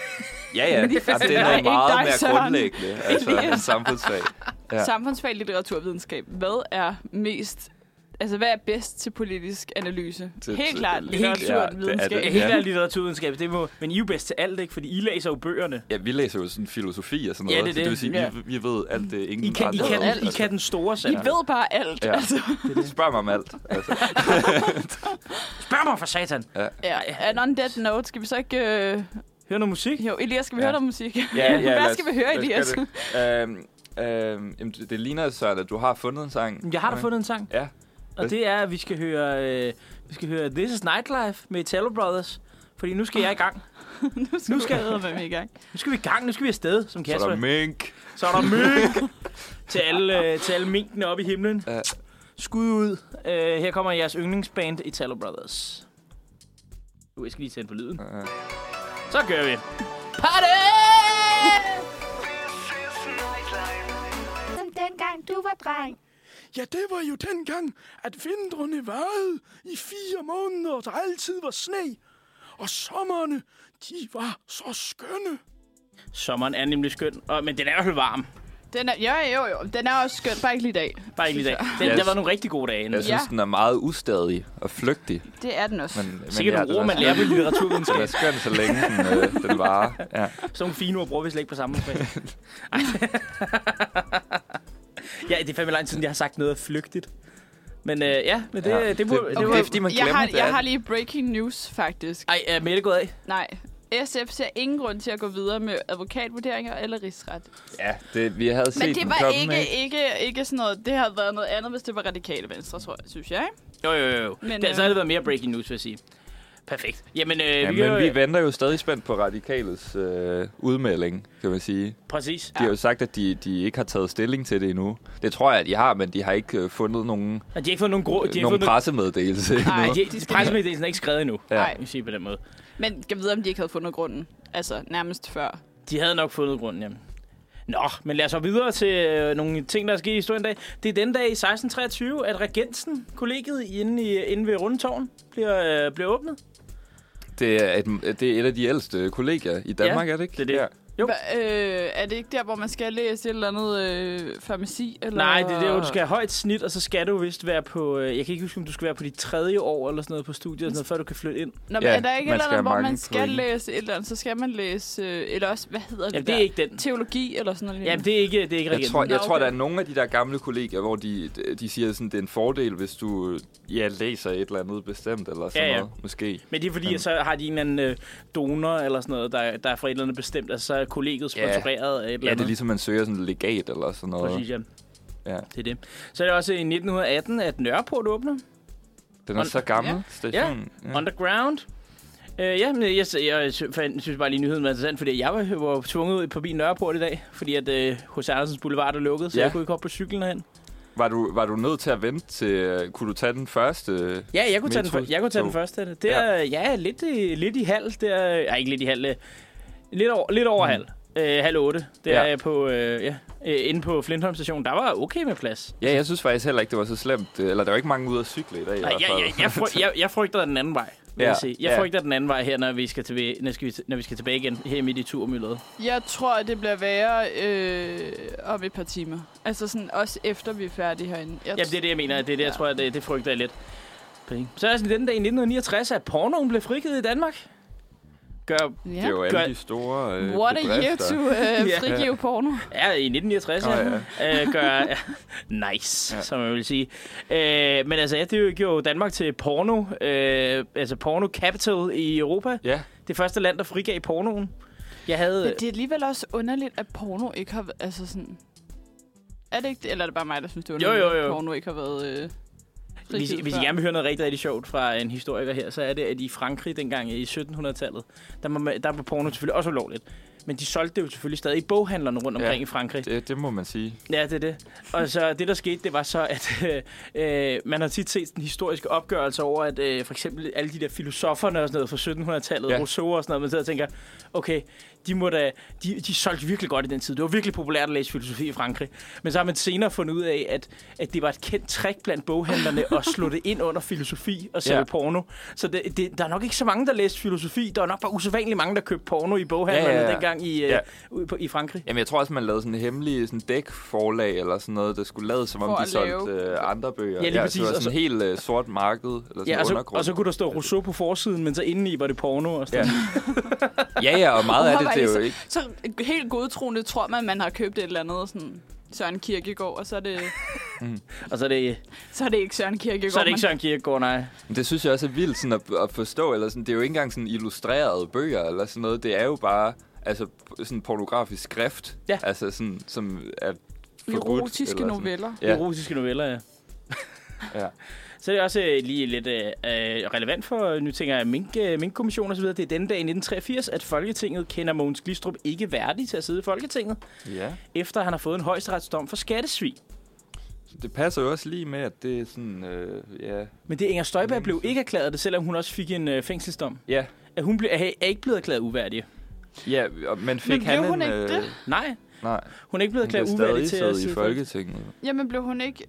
Speaker 3: er
Speaker 1: Jamen, det er
Speaker 3: ikke
Speaker 1: noget meget
Speaker 3: dig,
Speaker 1: mere
Speaker 3: Søren. [LAUGHS]
Speaker 1: grundlæggende altså,
Speaker 3: Elias.
Speaker 1: end samfundsfag.
Speaker 3: ja.
Speaker 1: Ja.
Speaker 3: Samfundsfag, litteraturvidenskab. Hvad er mest... Altså, hvad er bedst til politisk analyse?
Speaker 1: Det-
Speaker 3: Helt
Speaker 1: det-
Speaker 3: klart
Speaker 1: det-
Speaker 3: litteraturvidenskab.
Speaker 1: ja, det er det.
Speaker 2: Helt ærligt litteraturvidenskab, det må... Men I er jo bedst til alt, ikke? Fordi I læser jo bøgerne.
Speaker 1: Ja, vi læser jo sådan filosofi og sådan
Speaker 2: Ja,
Speaker 1: noget.
Speaker 2: det er
Speaker 1: så det vil
Speaker 2: det.
Speaker 1: sige,
Speaker 2: Ja.
Speaker 1: vi, vi ved alt Mm, det, ingen
Speaker 2: I kan, I
Speaker 1: andre
Speaker 2: kan,
Speaker 1: ved. altså
Speaker 2: I kan den store
Speaker 3: I
Speaker 2: sag.
Speaker 3: ved bare alt.
Speaker 1: Ja.
Speaker 3: Altså.
Speaker 1: Altså, spørg mig om alt.
Speaker 3: [LAUGHS]
Speaker 1: Altså,
Speaker 2: Spørg mig for satan.
Speaker 3: Ja, and on that note, skal vi så ikke... Øh,
Speaker 2: Hør noget musik.
Speaker 3: jo, Elias, skal vi ja.
Speaker 1: Ja.
Speaker 3: høre noget musik?
Speaker 1: ja,
Speaker 3: [LAUGHS]
Speaker 1: ja, lad
Speaker 3: Hvad
Speaker 1: os-
Speaker 3: skal vi høre,
Speaker 1: lad os
Speaker 3: Elias?
Speaker 1: gøre det. Øhm, øhm, jamen, det det ligner, Søren, at du har fundet en sang.
Speaker 2: Jeg har da fundet en sang.
Speaker 1: Ja.
Speaker 2: Og det er, at vi skal høre, øh, vi skal høre This is Nightlife med Italo Brothers. Fordi nu skal jeg i gang.
Speaker 3: [LAUGHS] nu skal,
Speaker 2: Nu skal-
Speaker 3: vi med mig i gang.
Speaker 2: Nu skal vi i gang. Nu skal vi afsted, som
Speaker 1: Så er der
Speaker 2: Kasper.
Speaker 1: mink.
Speaker 2: Så er der
Speaker 1: [LAUGHS]
Speaker 2: mink til alle, øh, til alle minkene oppe i himlen.
Speaker 1: Ja.
Speaker 2: Skud ud. Øh, her kommer jeres yndlingsband, Italo Brothers. Uh, jeg skal lige tænde på lyden.
Speaker 1: Ja.
Speaker 2: Så gør vi.
Speaker 3: Party!
Speaker 4: som dengang du var dreng.
Speaker 5: Ja, det var jo dengang, at vintrene varede i fire måneder, og der altid var sne. Og sommerne, de var så skønne.
Speaker 2: Sommeren er nemlig skøn, og, men den er i hvert fald varm.
Speaker 3: Den er, jo, jo, jo. Den er også skøn, bare ikke lige i dag.
Speaker 2: Bare ikke lige i dag. Den,
Speaker 1: Ja,
Speaker 2: der
Speaker 1: jeg
Speaker 2: var
Speaker 1: sy-
Speaker 2: nogle rigtig gode dage inden.
Speaker 1: Jeg synes,
Speaker 3: Ja.
Speaker 1: den er meget ustadig og flygtig.
Speaker 3: Det er den også.
Speaker 1: Men,
Speaker 3: Men,
Speaker 1: men
Speaker 2: Sikkert nogle ord, man lærer på
Speaker 1: Den er
Speaker 2: litteraturvidenskab.
Speaker 1: skøn, så længe den, øh, den varer. Ja.
Speaker 2: Sådan nogle fine ord bruger vi slet ikke på samme fag. Ej. ja, det er fandme lang tid, siden, jeg har sagt noget flygtigt. Men øh, ja, men det,
Speaker 1: Ja,
Speaker 2: ja, det, må,
Speaker 1: det-
Speaker 2: det,
Speaker 1: okay.
Speaker 2: det,
Speaker 1: er
Speaker 2: må...
Speaker 1: fordi, man
Speaker 3: jeg,
Speaker 1: glemmer,
Speaker 3: har,
Speaker 1: det er
Speaker 3: jeg
Speaker 1: det.
Speaker 3: har lige breaking news, faktisk.
Speaker 2: Ej, er Mette gået af?
Speaker 3: Nej. SF ser ingen grund til at gå videre med advokatvurderinger eller rigsret.
Speaker 1: ja, det, vi havde set
Speaker 3: Men det
Speaker 1: den
Speaker 3: var
Speaker 1: komme,
Speaker 3: ikke, ikke, ikke sådan noget... Det havde været noget andet, hvis det var radikale venstre, tror jeg, synes jeg. ikke?
Speaker 2: Jo, jo, jo. Men,
Speaker 3: Men,
Speaker 2: det, så
Speaker 3: øh,
Speaker 2: havde det været mere breaking news, vil jeg sige. Perfekt. Jamen, øh,
Speaker 1: Ja,
Speaker 2: vi, men
Speaker 1: men vi venter jo stadig spændt på Radikales øh, udmelding, kan man sige.
Speaker 2: Præcis.
Speaker 1: De har jo sagt, at de, de ikke har taget stilling til det endnu. Det tror jeg, at de har, men de har ikke øh, fundet nogen, øh,
Speaker 2: Og de har ikke fået nogen grå... De har
Speaker 1: nogen
Speaker 2: ikke fået
Speaker 1: pressemeddelelse endnu.
Speaker 3: Nej,
Speaker 2: nogen... De, de, pressemeddelelsen er ikke skrevet endnu.
Speaker 1: Ja.
Speaker 2: Vi
Speaker 3: Nej,
Speaker 2: kan sige på den måde.
Speaker 3: men jeg ved, om de ikke havde fundet grunden. Altså, nærmest før.
Speaker 2: De havde nok fundet grunden, jamen. Nå, men lad os så videre til øh, nogle ting, der er sket i historien i dag. Det er den dag i 1623, at Regensen, kollegiet inde, i, inde ved Rundetårn, bliver, øh, bliver åbnet.
Speaker 1: [LAUGHS] Det er, et, det er et af de ældste kolleger i Danmark,
Speaker 2: Ja,
Speaker 1: er det ikke?
Speaker 2: det er det.
Speaker 1: Ja.
Speaker 2: Jo.
Speaker 3: Hva, øh, er det ikke der, hvor man skal læse et eller andet øh, farmaci? Eller?
Speaker 2: Nej, det er der, hvor du skal have højt snit, og så skal du vist være på... Øh, jeg kan ikke huske, om du skal være på dit tredje år eller sådan noget på studiet, eller sådan noget, før du kan flytte ind.
Speaker 3: Nå, men
Speaker 1: Ja,
Speaker 3: er der ikke
Speaker 1: man
Speaker 3: et eller
Speaker 1: skal have
Speaker 3: andet, hvor
Speaker 1: mange
Speaker 3: man skal
Speaker 1: point.
Speaker 3: læse et eller andet, så skal man læse... Øh, eller også, hvad hedder
Speaker 2: Jamen,
Speaker 3: det
Speaker 2: det er ikke den.
Speaker 3: Teologi eller sådan noget.
Speaker 2: Jamen, det er ikke, det er ikke
Speaker 1: Jeg
Speaker 2: Regensen.
Speaker 1: tror, jeg
Speaker 3: Nå,
Speaker 1: tror,
Speaker 3: okay.
Speaker 1: der er nogle af de der gamle kolleger, hvor de, de siger, sådan, det er en fordel, hvis du ja, læser et eller andet bestemt, eller sådan
Speaker 2: Ja, ja.
Speaker 1: noget, måske.
Speaker 2: Men det er fordi, at så har de en eller anden øh, donor eller sådan noget, der, der er fra et eller andet bestemt, altså så er kollegiet
Speaker 1: Ja.
Speaker 2: sponsoreret af et eller
Speaker 1: Ja, det er
Speaker 2: andet.
Speaker 1: ligesom, man søger sådan et legat, eller sådan noget.
Speaker 2: Præcis, ja.
Speaker 1: Ja.
Speaker 2: Det er det. Så er det også i 1918, at Nørreport åbner.
Speaker 1: Den er
Speaker 2: Og-
Speaker 1: så gammel, ja. stationen.
Speaker 2: Ja. Underground. Øh, ja, men jeg, jeg, jeg fandt, synes bare lige, nyheden var interessant, fordi jeg var, var tvunget ud på bilen Nørreport i dag, fordi at øh, hos Andersens Boulevard er lukket, så
Speaker 1: Ja.
Speaker 2: ja. jeg kunne ikke hoppe på cyklen herhen.
Speaker 1: Var, du, var du nødt til at vente til... øh, Kunne du tage den første?
Speaker 2: Ja, jeg kunne tage, den,
Speaker 1: Metro-
Speaker 2: fø- jeg kunne tage den
Speaker 1: tog.
Speaker 2: første af det. Det er, ja, ja lidt, i, lidt i halv. Det er, nej, ikke lidt i halv. øh, Lidt over, lidt over mm. halv. Øh, halv otte. Det
Speaker 1: Ja.
Speaker 2: ja. er på, øh, ja, øh, inde på Flintholm station. Der var okay med plads.
Speaker 1: Ja, jeg synes faktisk heller ikke, det var så slemt. Øh, Eller der var ikke mange ude at cykle i dag. i
Speaker 2: Nej,
Speaker 1: hvert
Speaker 2: jeg,
Speaker 1: fald.
Speaker 2: jeg, jeg, fryg, jeg, jeg frygter den anden vej. vil
Speaker 1: Ja,
Speaker 2: Jeg, sige. jeg
Speaker 1: ja.
Speaker 2: frygter den anden vej her, når vi skal tilbage, når vi skal, når vi skal tilbage igen her midt i turmyldret.
Speaker 3: Jeg tror, det bliver værre øh, om et par timer. Altså sådan, også efter vi er færdige herinde. Jeg
Speaker 2: Jamen, det er det, jeg mener. Det er det, jeg
Speaker 3: Ja.
Speaker 2: tror, det, det frygter jeg lidt. Så er det sådan den dag i 1969, at pornoen blev frigivet i Danmark. Gør,
Speaker 3: Ja.
Speaker 1: Det er jo alle
Speaker 2: Gør-
Speaker 1: de store øh,
Speaker 3: What a year
Speaker 1: bedrifter.
Speaker 3: to
Speaker 1: [LAUGHS]
Speaker 3: øh,
Speaker 2: Ja.
Speaker 3: frigive porno.
Speaker 2: Ja, i 1969,
Speaker 1: Åh,
Speaker 2: oh, ja. Øh, gør, [LAUGHS] nice,
Speaker 1: Ja.
Speaker 2: ja. som man vil sige. Øh, men altså, ja, det gjorde jo Danmark til porno, øh, altså porno capital i Europa.
Speaker 1: Ja,
Speaker 2: Det første land, der frigav pornoen. Jeg
Speaker 3: Men
Speaker 2: havde...
Speaker 3: det er alligevel også underligt, at porno ikke har været... Altså sådan... Er det ikke det? Eller er det bare mig, der synes, det er
Speaker 2: Jo,
Speaker 3: underligt,
Speaker 2: jo, jo.
Speaker 3: at porno ikke har været... Øh,
Speaker 2: Hvis,
Speaker 3: frigivet
Speaker 2: hvis I
Speaker 3: før?
Speaker 2: gerne vil høre noget rigtig, rigtig sjovt fra en historiker her, så er det, at i Frankrig dengang i 1700-tallet, der, må, man- der var porno selvfølgelig også ulovligt. Men de solgte det jo selvfølgelig stadig i boghandlerne rundt
Speaker 1: Ja.
Speaker 2: omkring i Frankrig.
Speaker 1: det, det må man sige.
Speaker 2: Ja, det er det. Og så det, der skete, det var så, at [LAUGHS] øh, øh, man har tit set den historiske opgørelse over, at øh, for eksempel alle de der filosoferne og sådan noget fra 1700-tallet,
Speaker 1: Ja.
Speaker 2: ja. Rousseau og sådan noget, man sidder og tænker, okay, de, må da, de, de solgte virkelig godt i den tid. Det var virkelig populært at læse filosofi i Frankrig. Men så har man senere fundet ud af, at, at det var et kendt trick
Speaker 1: [LAUGHS]
Speaker 2: blandt boghandlerne at slå det ind under filosofi og sælge
Speaker 1: Ja.
Speaker 2: ja. porno. Så det, det, der er nok ikke så mange, der læste filosofi. Der var nok bare usædvanligt mange, der købte porno i boghandlerne
Speaker 1: Ja,
Speaker 2: ja,
Speaker 1: ja,
Speaker 2: ja,
Speaker 1: ja.
Speaker 2: dengang i, øh,
Speaker 1: Ja.
Speaker 2: ja. ude på, i Frankrig.
Speaker 1: Jamen, jeg tror også, man lavede sådan en hemmelig sådan dækforlag eller sådan noget, der skulle lade, som
Speaker 3: For
Speaker 1: om de
Speaker 3: at
Speaker 1: solgte
Speaker 3: lave-
Speaker 1: øh, andre bøger. så
Speaker 2: Ja, lige
Speaker 1: det var
Speaker 2: præcis, og
Speaker 1: sådan
Speaker 2: så-
Speaker 1: en helt øh, sort marked, eller sådan
Speaker 2: Ja, og så,
Speaker 1: undergrund.
Speaker 2: og så kunne der stå Rousseau på forsiden, men så indeni var det porno og sådan
Speaker 1: Ja.
Speaker 2: noget.
Speaker 1: Ja, ja, og meget af
Speaker 3: Hvorfor
Speaker 1: det,
Speaker 3: var
Speaker 1: det er
Speaker 3: I
Speaker 1: jo ikke...
Speaker 3: Så helt godtroende tror man, man har købt et eller andet sådan... Søren Kierkegaard, og så er det,
Speaker 2: Og så er Altså, det,
Speaker 3: så er det ikke Søren Kierkegaard.
Speaker 2: så er det ikke
Speaker 3: man-
Speaker 2: Søren Kierkegaard, nej.
Speaker 1: Men det synes jeg også er vildt sådan at, at forstå, eller sådan, det er jo ikke engang sådan illustrerede bøger eller sådan noget, det er jo bare altså, sådan pornografisk skrift,
Speaker 2: Ja.
Speaker 1: altså sådan, som er forbudt.
Speaker 3: Erotiske
Speaker 1: eller sådan.
Speaker 3: noveller.
Speaker 1: Ja.
Speaker 2: Ja. Erotiske noveller, ja.
Speaker 1: Ja.
Speaker 2: Så er det også øh, lige lidt øh, øh, relevant for, øh, nu tænker jeg, mink, øh, minkkommission og så videre. Det er den dag i 1983, at Folketinget kender Mogens Glistrup ikke værdig til at sidde i Folketinget,
Speaker 1: ja.
Speaker 2: efter han har fået en højesteretsdom for skattesvig.
Speaker 1: Det passer jo også lige med, at det er sådan, øh, ja,
Speaker 2: Men det Inger Støjberg blev ikke erklæret det, selvom hun også fik en øh, fængselsdom.
Speaker 1: ja,
Speaker 2: At hun blev, er, er ikke blevet erklæret uværdig.
Speaker 1: ja, og- men fik
Speaker 3: blev
Speaker 1: han
Speaker 3: hun
Speaker 1: en... øh,
Speaker 3: ikke det?
Speaker 2: Nej,
Speaker 1: nej,
Speaker 2: hun er ikke blevet
Speaker 1: hun blev
Speaker 2: erklæret uværdig
Speaker 1: stadig
Speaker 2: til at
Speaker 1: siddet
Speaker 2: sidde
Speaker 1: i Folketinget.
Speaker 3: Jamen blev hun ikke...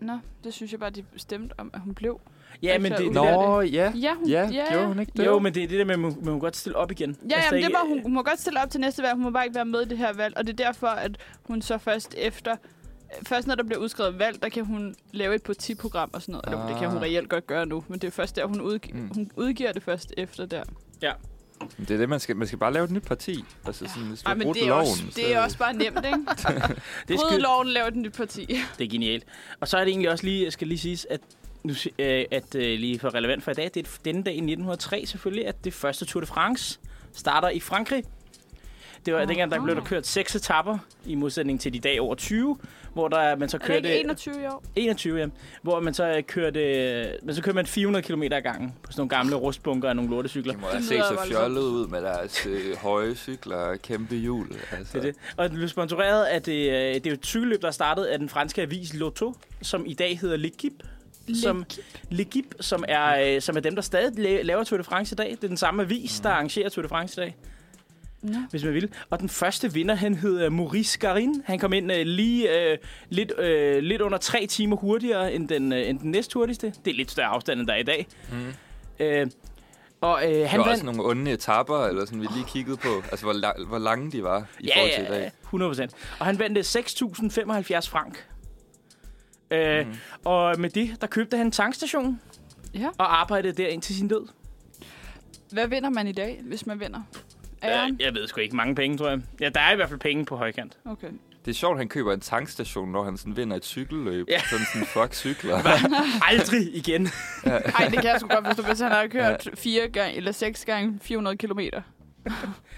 Speaker 3: Nå, det synes jeg bare, de stemte om, at hun blev.
Speaker 2: Ja, men det,
Speaker 3: Nå,
Speaker 2: det,
Speaker 3: Nå,
Speaker 1: Nå, ja.
Speaker 3: Ja, hun,
Speaker 1: Ja,
Speaker 3: ja,
Speaker 1: gjorde
Speaker 3: ja.
Speaker 1: hun ikke det?
Speaker 2: der, jo, men altså, det er det der med, at man må- man må godt stille op igen.
Speaker 3: Ja,
Speaker 2: der
Speaker 3: jamen,
Speaker 2: er
Speaker 3: det var,
Speaker 2: ikke-
Speaker 3: hun, hun må godt stille op til næste valg, hun må bare ikke være med i det her valg, og det er derfor, at hun så først efter, først når der bliver udskrevet valg, der kan hun lave et partiprogram og sådan noget, eller det kan hun
Speaker 1: Ah.
Speaker 3: reelt godt gøre nu, men det er først der, hun, udg-
Speaker 1: Mm.
Speaker 3: mm. hun udgiver det først efter der.
Speaker 1: Det er det, man skal, man skal bare lave et nyt parti. Altså, sådan, hvis du
Speaker 3: Nej,
Speaker 1: har
Speaker 3: men
Speaker 1: brudt
Speaker 3: det er,
Speaker 1: loven,
Speaker 3: også, det er
Speaker 1: så-
Speaker 3: også bare nemt, ikke?
Speaker 2: Det er,
Speaker 3: Bryd
Speaker 2: skide,
Speaker 3: loven, lav et nyt parti.
Speaker 2: det er genialt. Og så er det egentlig også lige, jeg skal lige sige, at nu, si- øh, at øh, lige for relevant for i dag, det er denne dag i 1903 selvfølgelig, at det første Tour de France starter i Frankrig. Det var dengang, der blev der kørt seks etapper, i modsætning til de dag over 20, hvor der, man så
Speaker 3: Er det
Speaker 2: kørte...
Speaker 3: ikke 21 i år?
Speaker 2: 21, ja. Hvor man så øh, kørte, øh, men så kørte man 400 km ad gangen på sådan nogle gamle rustbunker og nogle lortecykler.
Speaker 1: De må da
Speaker 3: Det
Speaker 1: se
Speaker 3: lyder
Speaker 1: så
Speaker 3: voldsomt.
Speaker 1: fjollet ud med deres øh, høje cykler og kæmpe hjul. Altså.
Speaker 2: Det er det. Og den blev sponsoreret af det, øh, det er jo et cykelløb, der startede af den franske avis Lotto, som i dag hedder L'Equipe. Som, L'Equipe, som er, øh, som er dem, der stadig la- laver Tour de France i dag. Det er den samme avis, der arrangerer Tour de France i dag.
Speaker 3: Nå.
Speaker 2: Hvis man vil. Og den første vinder, han hed øh, Maurice Garin. Han kom ind øh, lige øh, lidt, øh, lidt under tre timer hurtigere end den, øh, end den næste hurtigste. Det er lidt større afstand, end der er i dag. Mm. Øh, og øh,
Speaker 1: Han
Speaker 2: han
Speaker 1: var
Speaker 2: vandt...
Speaker 1: også nogle onde etapper, eller sådan, vi lige kiggede på, altså hvor, la- hvor lange de var i forhold til i dag.
Speaker 2: 100 procent. Og han vandt øh, 6.075 frank. Øh, mm. Og med det, der købte han en tankstation
Speaker 3: Ja.
Speaker 2: og arbejdede der indtil sin død.
Speaker 3: Hvad vinder man i dag, hvis man vinder? Æren?
Speaker 2: Øh, Jeg ved sgu ikke mange penge, tror jeg. Ja, der er i hvert fald penge på højkant.
Speaker 3: Okay.
Speaker 1: Det er sjovt, at han køber en tankstation, når han sådan vinder et cykelløb.
Speaker 2: Ja.
Speaker 1: Ja. Sådan sådan, fuck
Speaker 2: [LAUGHS]
Speaker 1: cykler.
Speaker 2: Aldrig igen.
Speaker 3: Ej, det kan jeg sgu godt forstå, hvis han har kørt 4 gange eller 6 gange 400 kilometer.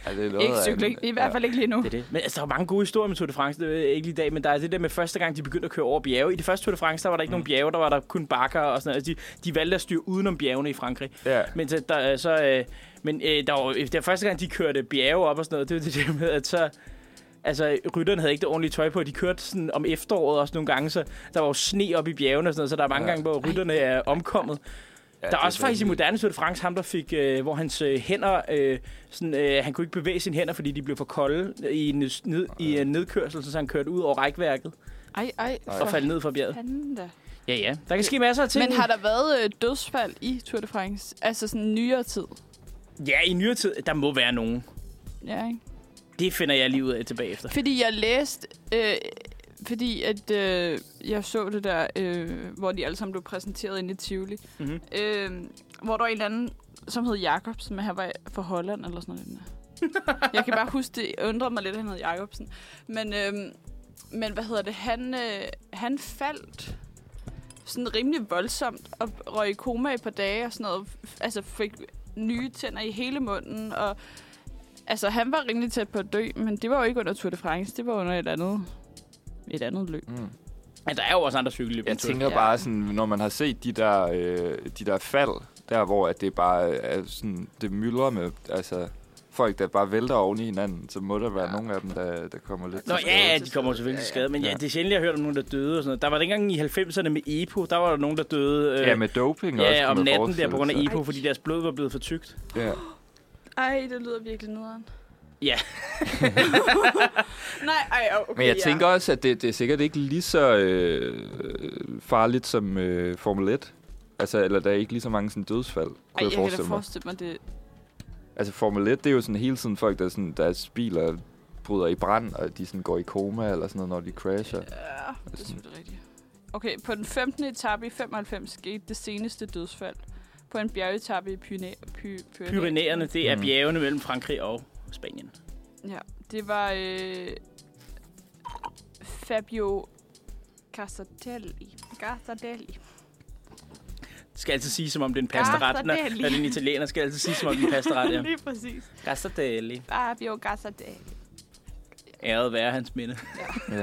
Speaker 1: Ja, det er noget
Speaker 3: Ikke
Speaker 1: af en-
Speaker 3: cykling, i hvert
Speaker 1: ja.
Speaker 3: fald ikke lige nu.
Speaker 2: Det er det. Men altså, der er jo mange gode historier med Tour de France, det ved jeg ikke lige i dag, men der er det der med første gang, de begyndte at køre over bjerge. I det første Tour de France, der var der ikke mm. nogen bjerge, der var der kun bakker og sådan noget. Altså, de, de valgte at styre udenom bjergene i Frankrig.
Speaker 1: Ja.
Speaker 2: Men så, der, øh, så øh, men øh, der var, der første gang, de kørte bjerge op og sådan noget, det var det der med, at så... Altså, rytterne havde ikke det ordentlige tøj på. De kørte sådan om efteråret også nogle gange, så der var jo sne op i bjergene og sådan noget, så der er mange
Speaker 1: Ja.
Speaker 2: gange, hvor rytterne er omkommet.
Speaker 1: Ja,
Speaker 2: Der
Speaker 1: det
Speaker 2: er også faktisk i moderne Tour de France ham, der fik, øh, hvor hans øh, hænder, øh, sådan, øh, han kunne ikke bevæge sine hænder, fordi de blev for kolde i en, ned, i en nedkørsel, så han kørte ud over rækværket
Speaker 3: Ej, ej,
Speaker 1: Ej.
Speaker 2: og
Speaker 3: for
Speaker 2: faldt ned fra bjerget.
Speaker 3: fanden da.
Speaker 2: Ja, ja. Der kan ske masser af ting.
Speaker 3: Men har der været øh, dødsfald i Tour de France? Altså sådan nyere tid?
Speaker 2: Ja, i nyere tid, der må være nogen.
Speaker 3: Ja, ikke?
Speaker 2: Det finder jeg lige ud af tilbage efter.
Speaker 3: Fordi jeg læste... Øh, fordi at øh, jeg så det der, øh, hvor de alle sammen blev præsenteret inde i Tivoli.
Speaker 2: Mhm.
Speaker 3: Mm-hmm. Øh, hvor der var en eller anden, som hed Jacobsen, men han var fra Holland eller sådan noget. jeg kan bare huske det. Jeg undrede mig lidt, at han hed Jacobsen. Men, øh, men hvad hedder det? Han, øh, han faldt sådan rimelig voldsomt og røg i koma i et par dage og sådan noget. F- Altså fik nye tænder i hele munden og Altså, han var rimelig tæt på at dø, men det var jo ikke under Tour de France. Det var under et andet, et andet løb.
Speaker 1: Mm.
Speaker 2: Men der er jo også andre cykelløb.
Speaker 1: Jeg
Speaker 2: end Tour de
Speaker 1: tænker
Speaker 3: Ja.
Speaker 1: bare sådan, når man har set de der, øh, de der fald, der hvor at det bare er sådan, det myldrer med, altså folk, der bare vælter oven i hinanden, så må der være ja. nogle af dem, der, der kommer lidt
Speaker 2: Nå
Speaker 1: til skade.
Speaker 2: ja, ja, de kommer jo selvfølgelig til skade, men ja,
Speaker 1: Ja.
Speaker 2: det er sjældent, jeg har hørt om nogen, der døde og sådan noget. Der var dengang i 90'erne med EPO, der var der nogen, der døde øh,
Speaker 1: Ja, med doping også.
Speaker 2: ja,
Speaker 1: kunne
Speaker 2: om
Speaker 1: man
Speaker 2: natten der
Speaker 1: forestille
Speaker 2: på grund af
Speaker 1: sig.
Speaker 2: EPO, fordi deres blod var blevet for tykt.
Speaker 1: Ja.
Speaker 3: Ej, det lyder virkelig nederen.
Speaker 2: Ja.
Speaker 3: [LAUGHS] Nej, ej, okay.
Speaker 1: Men jeg tænker også, at det, det er sikkert ikke lige så øh, farligt som øh, Formel 1. Altså, eller der er ikke lige så mange sådan, dødsfald, kunne
Speaker 3: Ej,
Speaker 1: jeg
Speaker 3: jeg, kan da
Speaker 1: forestille mig.
Speaker 3: forestille mig det.
Speaker 1: Altså, Formel 1, det er jo sådan hele tiden folk, der sådan, deres biler bryder i brand, og de sådan går i koma eller sådan noget, når de crasher.
Speaker 3: Ja, det er selvfølgelig rigtigt. Okay, på den 15. etape i 95 skete det seneste dødsfald på en bjergetappe i Pyrenæ- Py- Pyrenæ-
Speaker 2: Pyrenæerne, det er
Speaker 1: Mm.
Speaker 2: bjergene mellem Frankrig og Spanien.
Speaker 3: Ja, det var øh, Fabio Castadelli. Castadelli.
Speaker 2: Det skal altid sige, som om det er en pastaret. Når,
Speaker 3: Gastardelli.
Speaker 2: når det er en italiener, skal altid sige, som om det er en pastaret. Ja.
Speaker 3: [LAUGHS] Lige præcis.
Speaker 2: Gastardelli.
Speaker 3: Fabio Castadelli.
Speaker 2: Æret være hans minde.
Speaker 1: Ja.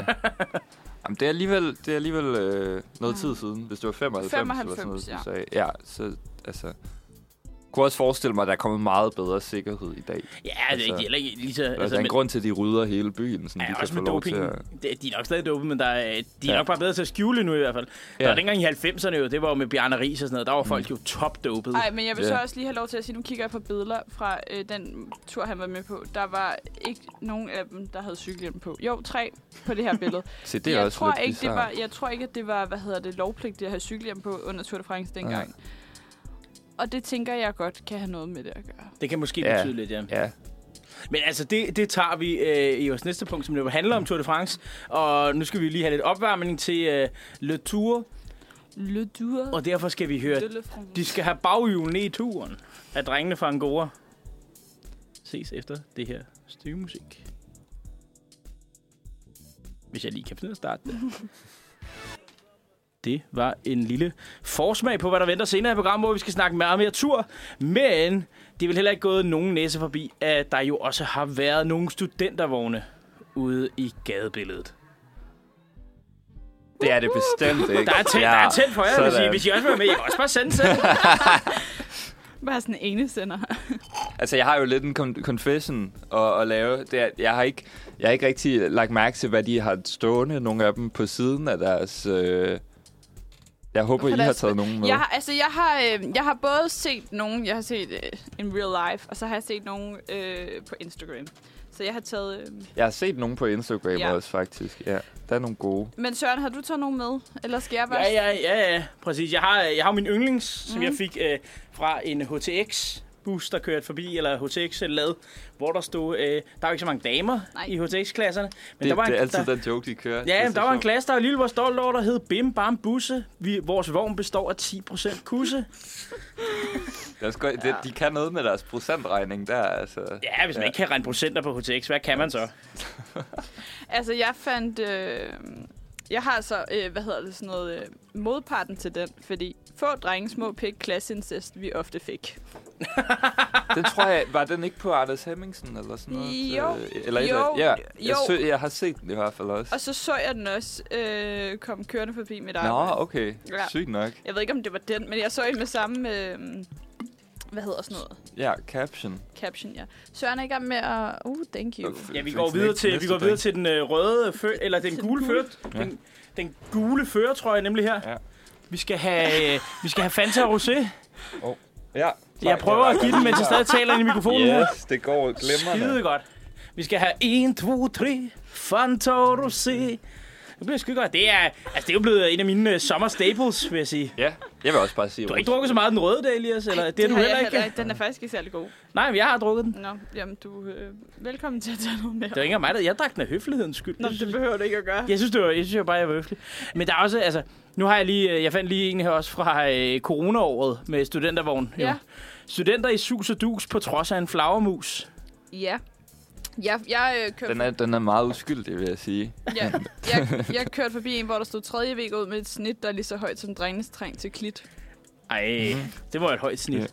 Speaker 1: Jamen, det er alligevel, det er alligevel øh, noget tid siden, hvis det var 95, eller sådan noget,
Speaker 3: 95,
Speaker 1: du sagde. Ja, så altså... kunne også forestille mig, at der er kommet meget bedre sikkerhed i dag.
Speaker 2: Ja, altså, det er
Speaker 1: Altså,
Speaker 2: heller ikke lige så...
Speaker 1: Altså, der er en
Speaker 2: men-
Speaker 1: grund til, at de rydder hele byen, sådan ja, de
Speaker 2: Ja,
Speaker 1: kan
Speaker 2: også
Speaker 1: få
Speaker 2: med
Speaker 1: lov til
Speaker 2: dopingen.
Speaker 1: at...
Speaker 2: Det- De er nok stadig dopet, men der er, de er
Speaker 1: Ja.
Speaker 2: nok bare bedre til at skjule nu i hvert fald. Ja. Der
Speaker 1: Ja. Mm.
Speaker 2: var dengang i 90'erne jo, det var jo med Bjarne Ries og sådan noget, der var folk jo topdopede.
Speaker 3: Nej, men jeg vil så
Speaker 1: Ja.
Speaker 3: også lige have lov til at sige, nu kigger jeg på billeder fra øh, den tur, han var med på. Der var ikke nogen af dem, der havde cykelhjelm på. Jo, tre på det her
Speaker 1: [LAUGHS]
Speaker 3: billede.
Speaker 1: Se, det er
Speaker 3: jeg
Speaker 1: også
Speaker 3: tror
Speaker 1: lidt
Speaker 3: ikke, det
Speaker 1: bizarrt.
Speaker 3: var, Jeg tror ikke, at det var, hvad hedder det, lovpligtigt at have cykelhjelm på under Tour de France dengang. Og det tænker jeg godt kan have noget med det at gøre.
Speaker 2: Det kan måske
Speaker 1: Ja.
Speaker 2: betyde lidt, ja.
Speaker 1: Ja,
Speaker 2: Men altså, det, det tager vi øh, i vores næste punkt, som jo handler om Tour de France. Og nu skal vi lige have lidt opvarmning til øh, Le Tour,
Speaker 3: Le Dur.
Speaker 2: og derfor skal vi høre,
Speaker 3: Le Le France.
Speaker 2: de skal have baghjulene i turen af drengene fra Angora. Ses efter det her stykke musik. Hvis jeg lige kan finde ud af at starte det. Det var en lille forsmag på, hvad der venter senere i programmet, hvor vi skal snakke meget mere tur. Men det er vel heller ikke gået nogen næse forbi, at der jo også har været nogle studentervogne ude i gadebilledet.
Speaker 1: det er det bestemt, ikke?
Speaker 2: Der er tændt,
Speaker 1: ja.
Speaker 2: ja, der er tændt for jer, hvis I,
Speaker 1: sådan.
Speaker 2: hvis I også vil være med. Jeg kan også bare sende selv.
Speaker 3: Bare sådan en ene sender.
Speaker 1: Altså, jeg har jo lidt en con- confession at, at lave. Det er, jeg, har ikke, jeg har ikke rigtig lagt mærke til, hvad de har stående, nogle af dem, på siden af deres... Øh... Jeg håber,
Speaker 3: På
Speaker 1: I har
Speaker 3: deres-
Speaker 1: taget nogen med.
Speaker 3: Jeg har, altså, jeg har, øh, jeg har både set nogen, jeg har set øh, in real life, og så har jeg set nogen øh, på Instagram. Så jeg har taget... Øh...
Speaker 1: Jeg har set nogen på Instagram
Speaker 3: Ja.
Speaker 1: ja. også, faktisk. Ja, der er nogle gode.
Speaker 3: Men Søren, har du taget nogen med? Eller skal jeg bare...
Speaker 2: Ja, ja, ja, ja, præcis. Jeg har, jeg har min yndlings, mm. som jeg fik øh, fra en HTX bus, der kørte forbi, eller HTX lad, hvor der stod, øh, der var ikke så mange damer
Speaker 3: Nej.
Speaker 2: Nej. i HTX-klasserne. Men
Speaker 1: Det,
Speaker 2: der var en,
Speaker 1: det er altid
Speaker 2: der,
Speaker 1: den joke, de kører. Det er
Speaker 2: Ja, men
Speaker 1: så
Speaker 2: der var en
Speaker 1: sjovt.
Speaker 2: klasse, der alligevel var stolt over, der hed Bim Bam Busse. Vi, vores vogn består af 10% kusse.
Speaker 1: Det er også godt, det, de kan noget med deres procentregning der, altså.
Speaker 2: Ja, hvis man ja.
Speaker 1: Ja.
Speaker 2: ikke kan regne procenter på HTX, hvad kan man så?
Speaker 3: Altså, jeg fandt... Øh, jeg har så, øh, hvad hedder det, sådan noget øh, modparten til den, fordi få drenge, små pik, klasseincest, vi ofte fik.
Speaker 1: Den tror jeg, var den ikke på Anders Hemmingsen eller sådan noget?
Speaker 3: Jo.
Speaker 1: Øh, Eller et
Speaker 3: Jo.
Speaker 1: eller andet. Ja,
Speaker 3: Jo.
Speaker 1: jeg, sø, jeg har set den i hvert fald også.
Speaker 3: Og så så jeg den også øh, komme kørende forbi mit arbejde.
Speaker 1: Nå, okay.
Speaker 3: Ja.
Speaker 1: Sygt nok.
Speaker 3: Jeg ved ikke, om det var den, men jeg så en med samme... Øh, hvad hedder sådan noget?
Speaker 1: Ja, caption.
Speaker 3: Caption, ja. Søren er i gang med at... Uh, thank you.
Speaker 2: Ja, vi
Speaker 1: Fik
Speaker 2: går
Speaker 1: sådan
Speaker 2: videre
Speaker 1: ikke
Speaker 2: til, vi
Speaker 1: næste
Speaker 2: går videre
Speaker 1: point.
Speaker 2: til den øh, røde, fø, eller den
Speaker 3: Til den
Speaker 2: gule
Speaker 3: gule.
Speaker 2: før, den, den gule føretrøje nemlig her.
Speaker 1: Ja.
Speaker 2: Vi skal have, øh, vi skal have Fanta og Rosé.
Speaker 1: Ja.
Speaker 2: Jeg prøver at give den, mens jeg stadig [LAUGHS] taler ind i mikrofonen her.
Speaker 1: Yes, det går
Speaker 2: Skide
Speaker 1: glimrende.
Speaker 2: godt. Vi skal have 1, 2, 3, Fanta og Rosé. Det bliver skide godt. Det er, altså, det er jo blevet en af mine uh, sommer staples, vil jeg sige.
Speaker 1: Ja, jeg vil også bare sige...
Speaker 2: Du har ikke drukket så meget af den røde dag, Elias, eller det, det
Speaker 3: har
Speaker 2: er du
Speaker 3: jeg
Speaker 2: heller ikke.
Speaker 3: Den er faktisk ikke særlig god.
Speaker 2: Nej, men jeg har drukket den. Det
Speaker 3: Nå, jamen du... Øh, velkommen til at tage noget mere.
Speaker 2: var ikke engang mig, der... Jeg drak den af høflighedens skyld.
Speaker 3: Nå,
Speaker 2: Jeg
Speaker 3: det
Speaker 2: synes-
Speaker 3: behøver du ikke at gøre.
Speaker 2: Jeg synes, det var, jeg synes jeg bare, jeg var høflig. Men der er også, altså, nu har jeg lige, øh, jeg fandt lige en her også fra øh, coronaåret med studentervogn. jo.
Speaker 3: Ja.
Speaker 2: Studenter i sus og dus på trods af en flagermus.
Speaker 3: Ja. Jeg, jeg, øh, kørte
Speaker 1: Den er, den er meget uskyldig, vil jeg sige.
Speaker 3: Ja, jeg, jeg kørte forbi en, hvor der stod tredje væg ud med et snit, der er lige så højt som drengenes træng til klit.
Speaker 2: Ej, det var et højt snit.
Speaker 1: Ja.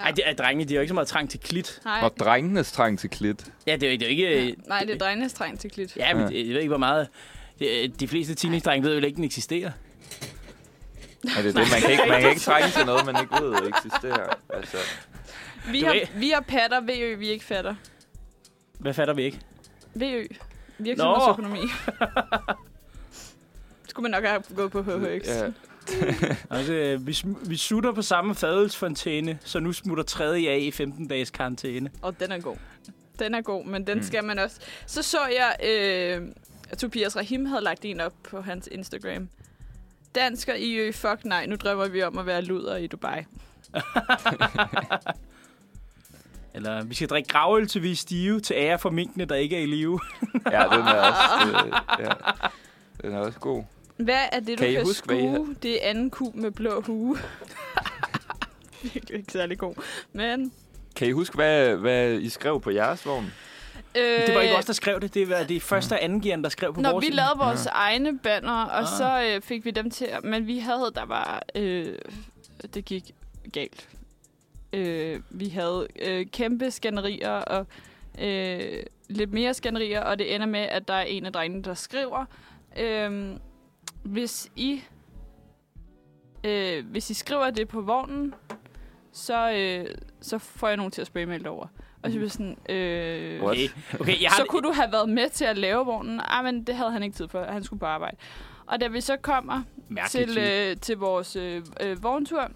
Speaker 2: Ej, det er drenge, de har jo ikke så meget trang til klit.
Speaker 3: Nej,
Speaker 1: Og drengenes trang til klit.
Speaker 2: Ja, det er jo ikke... Det er jo ikke øh,
Speaker 3: nej det er drengenes træng til klit.
Speaker 2: Ja, men jeg ved ikke, hvor meget... det- De fleste teenage-drenge ved jo ikke, at den eksisterer.
Speaker 1: Er det det? Man kan ikke, man kan ikke trænge til noget, man ikke ved eksisterer. Altså,
Speaker 3: Vi
Speaker 2: Du
Speaker 3: har,
Speaker 2: ved-
Speaker 3: vi har patter, VØ, vi ikke fatter.
Speaker 2: Hvad fatter vi ikke?
Speaker 3: VØ, virksomhedsøkonomi. [LAUGHS] Skulle man nok have gået på HHX.
Speaker 1: ja.
Speaker 2: Altså, øh, vi, sm- vi sutter på samme fadelsfontæne, så nu smutter tredje af i 15-dages karantæne.
Speaker 3: Og den er god. Den er god, men
Speaker 1: Mm.
Speaker 3: den skal man også. Så så jeg, øh, at Tobias Rahim havde lagt en op på hans Instagram. Dansker i ø, fuck nej, nu drømmer vi om at være luder i Dubai.
Speaker 2: Eller vi skal drikke gravøl, til vi er stive, til ære for minkene, der ikke er i live.
Speaker 1: ja, den er også... Øh, ja. Den er også god.
Speaker 3: Hvad er det, du
Speaker 1: Kan I
Speaker 3: kan,
Speaker 1: huske, hvad I
Speaker 3: skue? Det er anden ku med blå hue. [LAUGHS] Virkelig ikke særlig god. Men,
Speaker 1: Kan I huske, hvad, hvad I skrev på jeres vogn?
Speaker 3: øh,
Speaker 2: Det var ikke os, der skrev det. Det var det første og anden gear, der skrev på
Speaker 3: Når
Speaker 2: vores
Speaker 3: vi
Speaker 2: side.
Speaker 3: lavede vores ja. egne banner, og
Speaker 2: Ah.
Speaker 3: så øh, fik vi dem til... at- Men vi havde, der var... Øh, det gik galt. Øh, vi havde øh, kæmpe skænderier og øh, lidt mere skænderier, og det ender med, at der er en af drengene, der skriver... Øh, hvis I... Øh, hvis I skriver det på vognen, så, øh, så får jeg nogen til at spraymale over. Og så bliver jeg sådan, øh,
Speaker 1: What?
Speaker 2: Okay, okay jeg har...
Speaker 3: så kunne du have været med til at lave vognen. Ah, men det havde han ikke tid for. Han skulle på arbejde. Og da vi så kommer
Speaker 2: Mærkeligt
Speaker 3: til,
Speaker 2: til, øh...
Speaker 3: øh, til vores øh, øh, vogntur,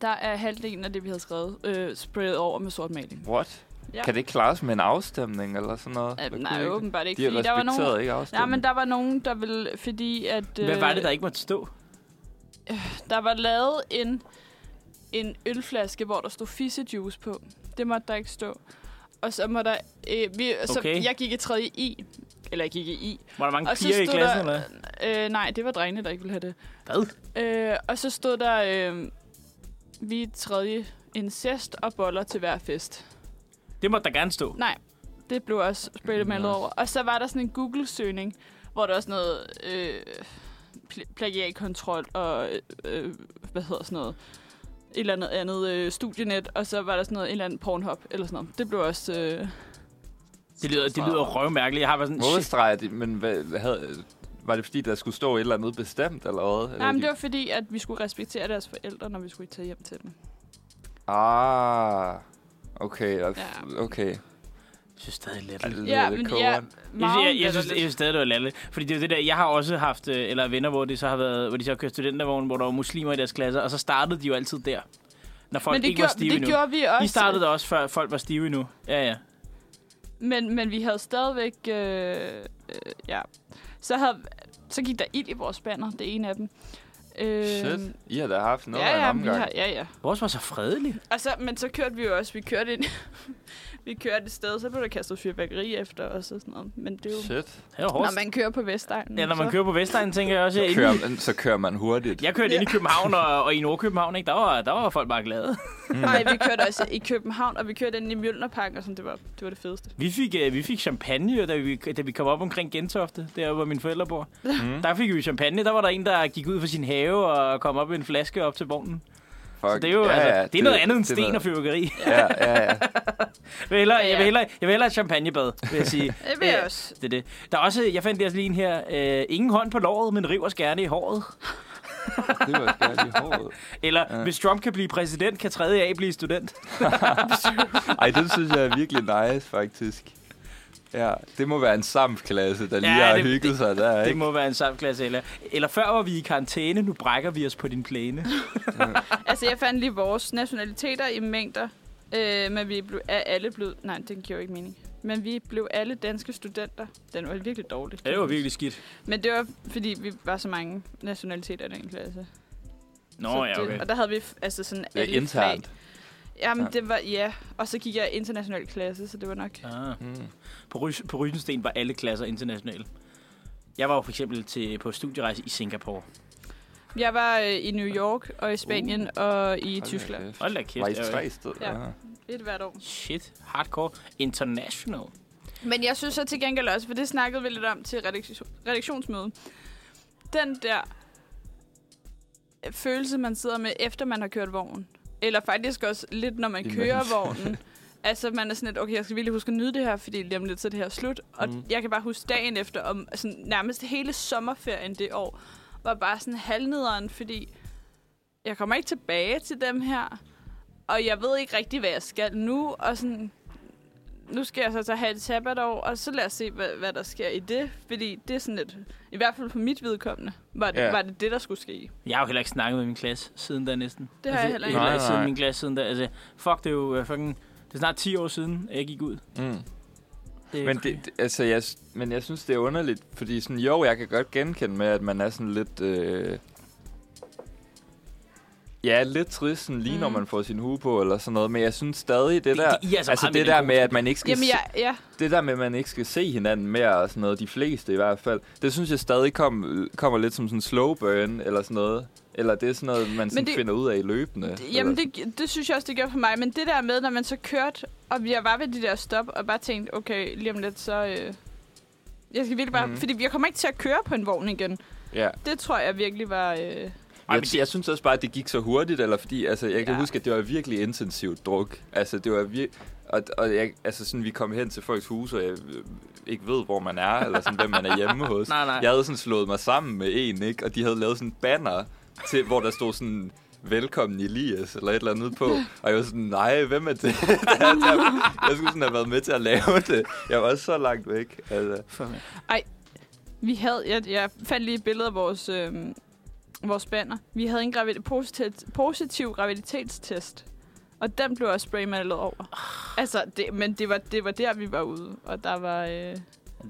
Speaker 3: der er halvdelen af det, vi havde skrevet, øh, sprayet over med sort maling.
Speaker 1: What?
Speaker 3: Ja.
Speaker 1: Kan det ikke klares med en afstemning eller sådan noget?
Speaker 3: Øh,
Speaker 1: Det
Speaker 3: nej,
Speaker 1: kunne ikke.
Speaker 3: åbenbart ikke.
Speaker 1: De har
Speaker 3: fordi der var
Speaker 1: respekteret
Speaker 3: nogen,
Speaker 1: ikke afstemning.
Speaker 3: nej, men der var nogen, der ville... Fordi at... øh,
Speaker 2: Hvad var det, der ikke måtte stå?
Speaker 3: Der var lavet en, en ølflaske, hvor der stod fissejuice på. Det måtte der ikke stå. Og så må der... Øh, vi, så
Speaker 2: Okay.
Speaker 3: jeg gik i 3. i. Eller jeg gik i i.
Speaker 2: Var der mange
Speaker 3: Og så
Speaker 2: piger i
Speaker 3: stod
Speaker 2: klassen,
Speaker 3: der-
Speaker 2: eller
Speaker 3: Øh, nej, det var drengene, der ikke ville have det.
Speaker 2: hvad?
Speaker 3: Øh, og så stod der, øh, vi er tredje incest og boller til hver fest.
Speaker 2: Det måtte der gerne stå.
Speaker 3: Nej, det blev også sprayet med
Speaker 2: Mm,
Speaker 1: Nå.
Speaker 3: over. Og så var der sådan en Google-søgning, hvor der var sådan noget øh, pl- plagiatkontrol og, øh, hvad hedder sådan noget, et eller andet andet øh, studienet, og så var der sådan noget, en eller anden pornhop, eller sådan noget. Det blev også... Øh,
Speaker 2: Det lyder, det lyder røvmærkeligt. Jeg har været sådan, shit,
Speaker 1: Målstreger de, men hvad, hvad havde, var det fordi, der skulle stå et eller andet bestemt, eller hvad? Eller
Speaker 3: nej, men
Speaker 1: de-
Speaker 3: det var fordi, at vi skulle respektere deres forældre, når vi skulle tage hjem til dem.
Speaker 1: Ah, okay, og-
Speaker 3: Ja.
Speaker 1: okay.
Speaker 2: jeg synes stadig lidt.
Speaker 1: Ej, det lyder
Speaker 3: Ja,
Speaker 1: lidt
Speaker 3: men ja,
Speaker 1: kogeren.
Speaker 2: Jeg, jeg, jeg,
Speaker 3: lidt-
Speaker 2: synes, jeg synes stadig, det var latterligt. Fordi det er jo det der, jeg har også haft, øh, eller venner, hvor de så har været, hvor de så har kørt studentervogn, hvor der var muslimer i deres klasser, og så startede de jo altid der. Når folk
Speaker 3: men det,
Speaker 2: ikke var
Speaker 3: gjorde,
Speaker 2: stive
Speaker 3: det
Speaker 2: endnu.
Speaker 3: gjorde vi også.
Speaker 2: De startede der også, før folk var stive endnu. Ja, ja.
Speaker 3: Men, men vi havde stadigvæk... Øh, øh, ja. Så, havde, så gik der ild i vores banner, det ene af dem. Øh,
Speaker 1: Shit, I har da haft noget af
Speaker 3: ja,
Speaker 1: en
Speaker 3: ja, vi
Speaker 1: omgang.
Speaker 3: har, ja, ja.
Speaker 2: Vores var så fredelig.
Speaker 3: Og så, men så kørte vi jo også, vi kørte ind, [LAUGHS] vi kørte et sted, så blev der kastet fyrværkeri efter os og sådan noget. Men det er jo,
Speaker 1: Shit.
Speaker 2: Det var hårdt.
Speaker 3: når man kører på Vestegnen.
Speaker 2: Ja, når man
Speaker 3: så-
Speaker 2: kører på Vestegnen, tænker
Speaker 3: Altså,
Speaker 2: jeg også, at inde i-
Speaker 1: Kører, så kører man hurtigt.
Speaker 2: jeg kørte ind i
Speaker 3: Ja.
Speaker 2: København og, og i Nordkøbenhavn, ikke? Der var, der var folk bare glade.
Speaker 3: Nej, vi kørte også i København, og vi kørte ind i Mjølnerparken, og sådan, det var det, var det fedeste.
Speaker 2: Vi fik, øh, vi fik champagne, da vi, da vi kom op omkring Gentofte, der hvor mine forældre bor. Mm. Der fik vi champagne. Der var der en, der gik ud fra sin have og kom op med en flaske op til vognen.
Speaker 1: Fuck.
Speaker 2: Så det er jo ja, altså, det, er noget andet end
Speaker 1: det er
Speaker 2: sten
Speaker 1: noget-
Speaker 2: og fyrværkeri.
Speaker 1: Ja, ja, ja.
Speaker 2: Jeg vil hellere,
Speaker 3: Ja,
Speaker 2: jeg
Speaker 3: ja.
Speaker 2: vil hellere, jeg vil hellere et champagnebad, vil jeg sige.
Speaker 3: [LAUGHS] Det vil jeg
Speaker 2: Øh,
Speaker 3: også.
Speaker 2: Det er det. Der er også, jeg fandt deres lige en her, øh, ingen hånd på låret, men river gerne i håret.
Speaker 1: Det var skært i håret.
Speaker 2: Eller,
Speaker 1: Ja.
Speaker 2: hvis Trump kan blive præsident, kan 3. A blive student.
Speaker 1: Ej, den synes jeg er virkelig nice, faktisk. Ja, det må være en samklasse, der lige
Speaker 2: Ja,
Speaker 1: har
Speaker 2: det-
Speaker 1: hygget
Speaker 2: det-
Speaker 1: sig der,
Speaker 2: Det
Speaker 1: ikke?
Speaker 2: må være en samklasse. Eller, eller før var vi i karantæne, nu brækker vi os på din plæne.
Speaker 3: Altså, jeg fandt lige vores nationaliteter i mængder, øh, men vi blev, er alle blevet... Nej, den giver jo ikke mening. Men vi blev alle danske studenter. Den var virkelig dårlig.
Speaker 2: Ja, det var virkelig skidt.
Speaker 3: Men det var, fordi vi var så mange nationaliteter i den klasse.
Speaker 2: Nå
Speaker 3: så
Speaker 2: ja,
Speaker 3: det-
Speaker 2: okay.
Speaker 3: Og der havde vi f- altså sådan
Speaker 1: Det
Speaker 3: alle
Speaker 1: er internt.
Speaker 3: Flag. Jamen,
Speaker 1: Ja.
Speaker 3: ja. det var... Ja, og så gik jeg i international klasse, så det var nok...
Speaker 2: Ah.
Speaker 1: Mm.
Speaker 2: På, Rys- på Rysensten var alle klasser internationale. Jeg var jo for eksempel til, på studierejse i Singapore.
Speaker 3: Jeg var øh, i New York, og i Spanien, uh, og i
Speaker 1: Mm. Hold da
Speaker 3: Tyskland.
Speaker 1: kæft.
Speaker 2: Hold da kæft.
Speaker 1: Var I
Speaker 2: jeg-
Speaker 1: tre steder?
Speaker 3: Ja.
Speaker 1: Ja.
Speaker 3: Et hvert år.
Speaker 2: Shit, hardcore, international.
Speaker 3: Men jeg synes så til gengæld også, for det snakkede vi lidt om til redaktion, redaktionsmødet. Den der øh, følelse, man sidder med, efter man har kørt vognen. Eller faktisk også lidt, når man
Speaker 1: Imens.
Speaker 3: kører vognen. Altså, man er sådan lidt, okay, jeg skal virkelig huske at nyde det her, fordi lige om lidt, så er det her slut. Og
Speaker 1: Mm.
Speaker 3: mm. jeg kan bare huske dagen efter, om altså, nærmest hele sommerferien det år, var bare sådan halvnederen, fordi jeg kommer ikke tilbage til dem her, og jeg ved ikke rigtig, hvad jeg skal nu, og sådan, nu skal jeg så, så have et sabbatår, og så lad os se, hvad, hvad der sker i det, fordi det er sådan lidt, i hvert fald for mit vedkommende, var det
Speaker 1: Ja.
Speaker 3: ja. var det, det, der skulle ske.
Speaker 2: Jeg har jo heller ikke snakket med min klasse siden da næsten.
Speaker 3: Det har jeg heller ikke.
Speaker 2: Heller ikke
Speaker 1: Nej,
Speaker 2: siden
Speaker 1: nej.
Speaker 2: min klasse siden da. Altså, fuck, det er jo uh, fucking... Det er snart 10 år siden, at jeg gik ud.
Speaker 1: Mm.
Speaker 2: Det er
Speaker 1: Men,
Speaker 2: crazy.
Speaker 1: det, det- altså, jeg, s- men jeg synes, det er underligt, fordi sådan, jo, jeg kan godt genkende med, at man er sådan lidt... Øh, ja, lidt trist, sådan, lige mm. når
Speaker 3: Mm.
Speaker 1: man får sin hue på, eller sådan noget, men jeg synes stadig, det
Speaker 2: Det-
Speaker 1: der...
Speaker 2: det- I er så
Speaker 1: altså,
Speaker 2: meget
Speaker 1: det
Speaker 2: mere
Speaker 1: der med, at man ikke skal...
Speaker 3: Jamen,
Speaker 1: se-
Speaker 3: jeg, ja,
Speaker 1: det der med, at man ikke skal se hinanden mere og sådan noget, de fleste i hvert fald, det synes jeg stadig kom, kommer lidt som sådan en slow burn eller sådan noget. Eller det er sådan noget, man sådan det,
Speaker 3: det-
Speaker 1: finder ud af i løbende. eller
Speaker 3: Jamen, det, det synes jeg også, det gjorde for mig. Men det der med, når man så kørte, og jeg var ved de der stop, og bare tænkte, okay, lige om lidt, så... Øh, jeg skal virkelig bare...
Speaker 1: Mhm.
Speaker 3: Mm. Fordi jeg kommer ikke til at køre på en vogn igen.
Speaker 1: Ja.
Speaker 3: Det tror jeg virkelig var... Øh,
Speaker 2: Ej,
Speaker 1: Jeg,
Speaker 2: men det-
Speaker 1: jeg synes også bare, at det gik så hurtigt, eller fordi, altså, jeg kan ja.
Speaker 3: Ja.
Speaker 1: huske, at det var virkelig intensivt druk. Altså, det var virkelig... Og, og jeg, altså sådan, vi kom hen til folks hus, og jeg øh, ikke ved, hvor man er, eller sådan, hvem man er
Speaker 2: [LAUGHS]
Speaker 1: hjemme hos.
Speaker 2: Nej, nej.
Speaker 1: Jeg havde sådan slået mig sammen med en, ikke? Og de havde lavet sådan en banner, til, hvor der stod sådan velkommen Elias, eller et eller andet på. Og jeg var sådan, nej, hvem er det? [LAUGHS] jeg, jeg skulle sådan have været med til at lave det. Jeg var også så langt væk. Altså.
Speaker 3: Vi havde, jeg, jeg fandt lige et billede af vores, øhm, vores banner. Vi havde en gravid, positiv, positiv graviditetstest. Og den blev også spraymalet over. Altså, det, men det var, det var der, vi var ude. Og der var... Øh,
Speaker 2: Ja, Det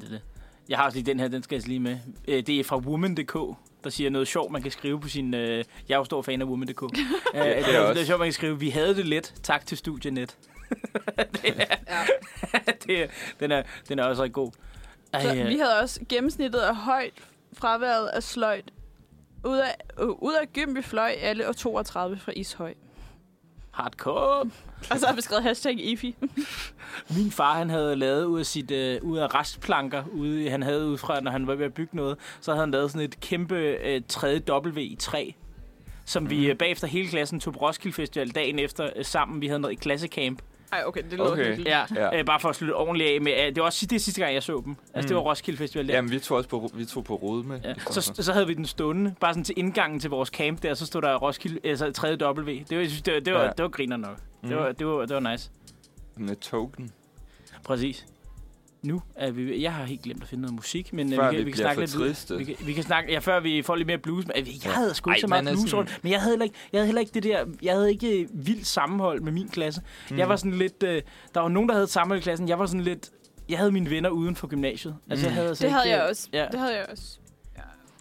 Speaker 2: er det. Jeg har også lige den her, den skal jeg lige med. Øh, Det er fra woman.dk, der siger noget sjovt, man kan skrive på sin... Øh, jeg er jo stor fan af
Speaker 1: [LAUGHS]
Speaker 2: woman.dk. Øh,
Speaker 1: er
Speaker 2: det,
Speaker 1: jeg
Speaker 2: er
Speaker 1: også.
Speaker 2: noget sjovt, man kan skrive, vi havde det let, tak til Studienet. [LAUGHS] det er, [LAUGHS] det er, den, er, den er også rigtig god. Ej,
Speaker 3: så
Speaker 2: øh,
Speaker 3: vi havde også gennemsnittet af højt, fraværet af sløjt. Ud af, øh, ud af gym, vi fløj alle og 32 fra Ishøj.
Speaker 2: hardcore.
Speaker 3: Og så har vi skrevet hashtag IFI.
Speaker 2: Min far, han havde lavet ud af, sit, øh, ud af restplanker, ude, i- han havde ud fra, når han var ved at bygge noget, så havde han lavet sådan et kæmpe øh, tredje W i træ, som
Speaker 1: Mhm.
Speaker 2: vi øh, bagefter hele klassen tog på Roskilde Festival dagen efter øh, sammen. Vi havde noget i klassecamp.
Speaker 3: Ej, okay, det lød
Speaker 1: lød Okay.
Speaker 3: okay.
Speaker 1: hyggeligt.
Speaker 2: Ja,
Speaker 1: Ja.
Speaker 2: ja. Øh, bare for at slutte ordentligt af med, øh, det var også det er sidste gang, jeg så dem. Altså, mm. det var
Speaker 1: Mm.
Speaker 2: Roskilde Festival der.
Speaker 1: Jamen, vi tog også på, vi tog på rode med.
Speaker 2: Ja. Så, så havde vi den stående, bare sådan til indgangen til vores camp der, så stod der Roskilde, altså 3. W. Det var, jeg synes, det var, det var,
Speaker 1: Ja.
Speaker 2: ja. det var griner nok.
Speaker 1: Mm.
Speaker 2: Mm. Det, var, det, var, det var nice.
Speaker 1: Med token.
Speaker 2: Præcis. Nu er vi... Jeg har helt glemt at finde noget musik, men øh,
Speaker 1: Før
Speaker 2: vi,
Speaker 1: vi
Speaker 2: kan, vi kan
Speaker 1: bliver
Speaker 2: snakke
Speaker 1: for
Speaker 2: lidt videre.
Speaker 1: triste.
Speaker 2: Vi kan, vi kan snakke... Ja, før vi får lidt mere blues. Men, øh, jeg havde sgu
Speaker 1: Ej,
Speaker 2: ikke så meget
Speaker 1: man er
Speaker 2: blues
Speaker 1: sådan-
Speaker 2: rundt, men jeg havde, heller ikke, jeg havde heller ikke det der... Jeg havde ikke øh, vildt sammenhold med min klasse. Mm.
Speaker 1: Mhm.
Speaker 2: Jeg var sådan lidt... Øh, der var nogen, der havde et sammenhold i klassen. Jeg var sådan lidt... Jeg havde mine venner uden for gymnasiet. Altså, jeg
Speaker 1: Mm.
Speaker 2: havde altså
Speaker 3: Det havde
Speaker 2: ikke, øh,
Speaker 3: jeg også.
Speaker 2: Ja.
Speaker 3: Det havde jeg også.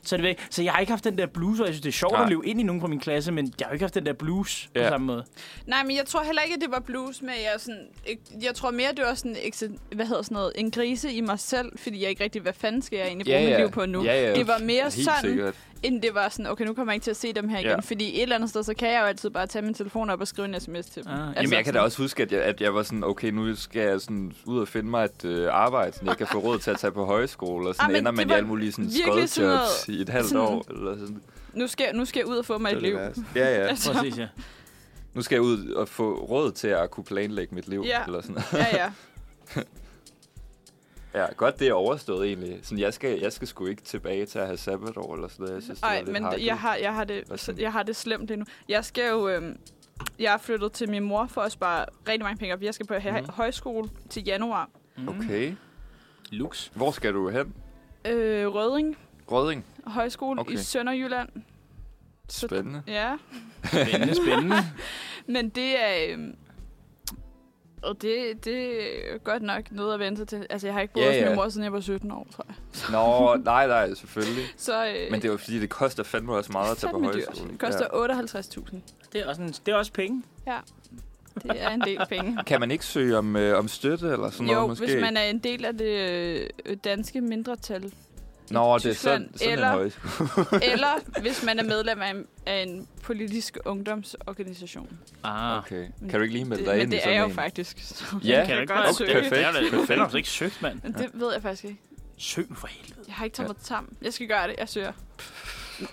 Speaker 2: Så, er det væk. så jeg har ikke haft den der blues, og jeg synes, det er sjovt
Speaker 1: Nej.
Speaker 2: at leve ind i nogen fra min klasse, men jeg har jo ikke haft den der blues
Speaker 1: Ja.
Speaker 2: på samme måde.
Speaker 3: Nej, men jeg tror heller ikke, at det var blues, men jeg, er sådan, ek- jeg tror mere, det var sådan, ekse- hvad hedder sådan noget, en grise i mig selv, fordi jeg ikke rigtig, hvad fanden skal jeg egentlig bruge ja, ja. mit liv på nu? Ja.
Speaker 1: Ja, ja.
Speaker 3: Det var mere
Speaker 1: Helt
Speaker 3: sådan,
Speaker 1: Sikkert.
Speaker 3: Inden det var sådan, okay, nu kommer jeg ikke til at se dem her igen,
Speaker 1: Ja.
Speaker 3: ja. fordi et eller andet sted, så kan jeg jo altid bare tage min telefon op og skrive en sms til dem.
Speaker 2: Ah,
Speaker 3: Altså,
Speaker 1: Jamen, jeg kan da også huske, at jeg, at jeg var sådan, okay, nu skal jeg sådan ud og finde mig et øh, arbejde, så jeg kan få råd til at tage på højskole, og
Speaker 3: Ah,
Speaker 1: sådan
Speaker 3: men
Speaker 1: ah, ender
Speaker 3: det
Speaker 1: man i
Speaker 3: var
Speaker 1: alle mulige sådan
Speaker 3: virkelig sådan noget-
Speaker 1: skodjobs i et halvt
Speaker 3: sådan-
Speaker 1: år. Eller sådan.
Speaker 3: Nu skal, jeg- nu skal jeg ud og få mig
Speaker 1: Det
Speaker 3: et
Speaker 1: var
Speaker 3: liv.
Speaker 1: det værste. Ja, ja.
Speaker 3: Altså,
Speaker 2: Præcis, ja.
Speaker 3: [LAUGHS]
Speaker 1: Nu skal jeg ud og få råd til at kunne planlægge mit liv.
Speaker 3: Ja.
Speaker 1: Eller sådan. noget.
Speaker 3: ja,
Speaker 1: [LAUGHS]
Speaker 3: ja.
Speaker 1: Ja, godt det er overstået egentlig. Sådan, jeg, skal, jeg skal sgu ikke tilbage til at have sabbatår eller sådan noget. Jeg synes, det
Speaker 3: Ej,
Speaker 1: var lidt
Speaker 3: men
Speaker 1: hakket.
Speaker 3: jeg har, jeg, har
Speaker 1: Hvad
Speaker 3: det,
Speaker 1: sådan?
Speaker 3: jeg har det slemt endnu. Jeg skal jo... Øhm, jeg er flyttet til min mor for at spare rigtig mange penge op. Jeg skal på mm.
Speaker 1: Mhm.
Speaker 3: højskole til januar.
Speaker 2: Mm.
Speaker 1: Okay.
Speaker 2: Lux.
Speaker 1: Hvor skal du hen?
Speaker 3: Øh, Røding
Speaker 1: Rødding.
Speaker 3: Højskole okay.
Speaker 1: Okay.
Speaker 3: i Sønderjylland. Så-
Speaker 1: Spændende.
Speaker 3: Ja,
Speaker 2: Spændende, spændende.
Speaker 3: [LAUGHS] men det er... Øhm, og det, det er godt nok noget at vente sig til. Altså, jeg har ikke boet
Speaker 1: Ja,
Speaker 3: hos
Speaker 1: ja.
Speaker 3: min mor, siden jeg var 17 år, tror jeg.
Speaker 1: Nå, nej, nej, selvfølgelig.
Speaker 3: Så, øh,
Speaker 1: Men det er jo fordi, det koster fandme også meget at tage på
Speaker 3: fandme dyrt.
Speaker 1: højskole.
Speaker 3: Det koster 58.000.
Speaker 2: Det er også, en, det er også penge.
Speaker 3: Det er en del
Speaker 1: [LAUGHS]
Speaker 3: penge.
Speaker 1: Kan man ikke søge om, øh, om støtte eller sådan
Speaker 3: jo,
Speaker 1: noget måske?
Speaker 3: hvis man er en del af det øh, danske mindretal.
Speaker 1: Nå, det er
Speaker 3: Tyskland,
Speaker 1: sådan, sådan
Speaker 3: eller-
Speaker 1: en højskole.
Speaker 3: Eller hvis man er medlem af en, af en politisk ungdomsorganisation.
Speaker 2: Ah.
Speaker 1: Okay. Kan du ikke lige melde dig
Speaker 3: men
Speaker 1: ind i
Speaker 3: det
Speaker 1: sådan
Speaker 3: er jeg jo
Speaker 1: en?
Speaker 3: faktisk. Så
Speaker 1: Ja,
Speaker 3: jeg
Speaker 2: Kan
Speaker 3: kan
Speaker 2: du ikke
Speaker 3: godt
Speaker 2: bare-
Speaker 1: Okay,
Speaker 3: søge.
Speaker 1: perfekt.
Speaker 2: Det er da- Hvad fanden har du ikke søgt, mand?
Speaker 3: Men [LAUGHS] det ved jeg faktisk ikke.
Speaker 2: Søg nu for helvede.
Speaker 3: Jeg har ikke taget
Speaker 1: Ja.
Speaker 3: mig sammen. Jeg skal gøre det. Jeg søger.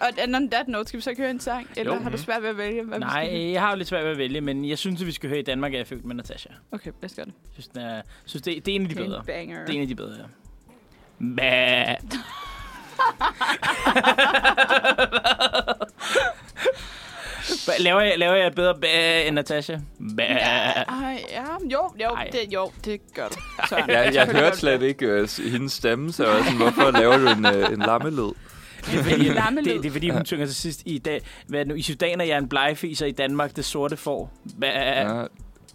Speaker 3: Og and on that note, skal vi så ikke høre en sang? Eller
Speaker 2: Jo. Mm-hmm.
Speaker 3: har du svært ved at vælge? Hvad vi skal-
Speaker 2: Nej, jeg har jo lidt svært ved at vælge, men jeg synes, at vi skal høre i Danmark, er jeg født med Natasha. Jeg
Speaker 3: Okay, lad os gøre det.
Speaker 2: synes, den er, synes det, det er en af de
Speaker 3: Det er en
Speaker 2: bedre.
Speaker 3: banger.
Speaker 2: Det er en af de bedre, ja. Bæh. Hva- laver, jeg, laver jeg et bedre bæh end Natasha? Bæh.
Speaker 3: Ej, ja, jo, jo,
Speaker 2: Ej.
Speaker 3: det, jo, det gør du. Så,
Speaker 1: Jeg,
Speaker 3: [LAUGHS]
Speaker 1: jeg hørte slet ikke øh, s- hendes stemme, så jeg var sådan, hvorfor laver du en, øh, en lammelyd?
Speaker 2: Det er fordi,
Speaker 3: Lammelyd.
Speaker 2: det, det er fordi hun synger til sidst i dag. Hvad er det nu? I Sudan er jeg en blegfis, og i Danmark det sorte får. Bæh.
Speaker 1: Ja.
Speaker 2: Altså,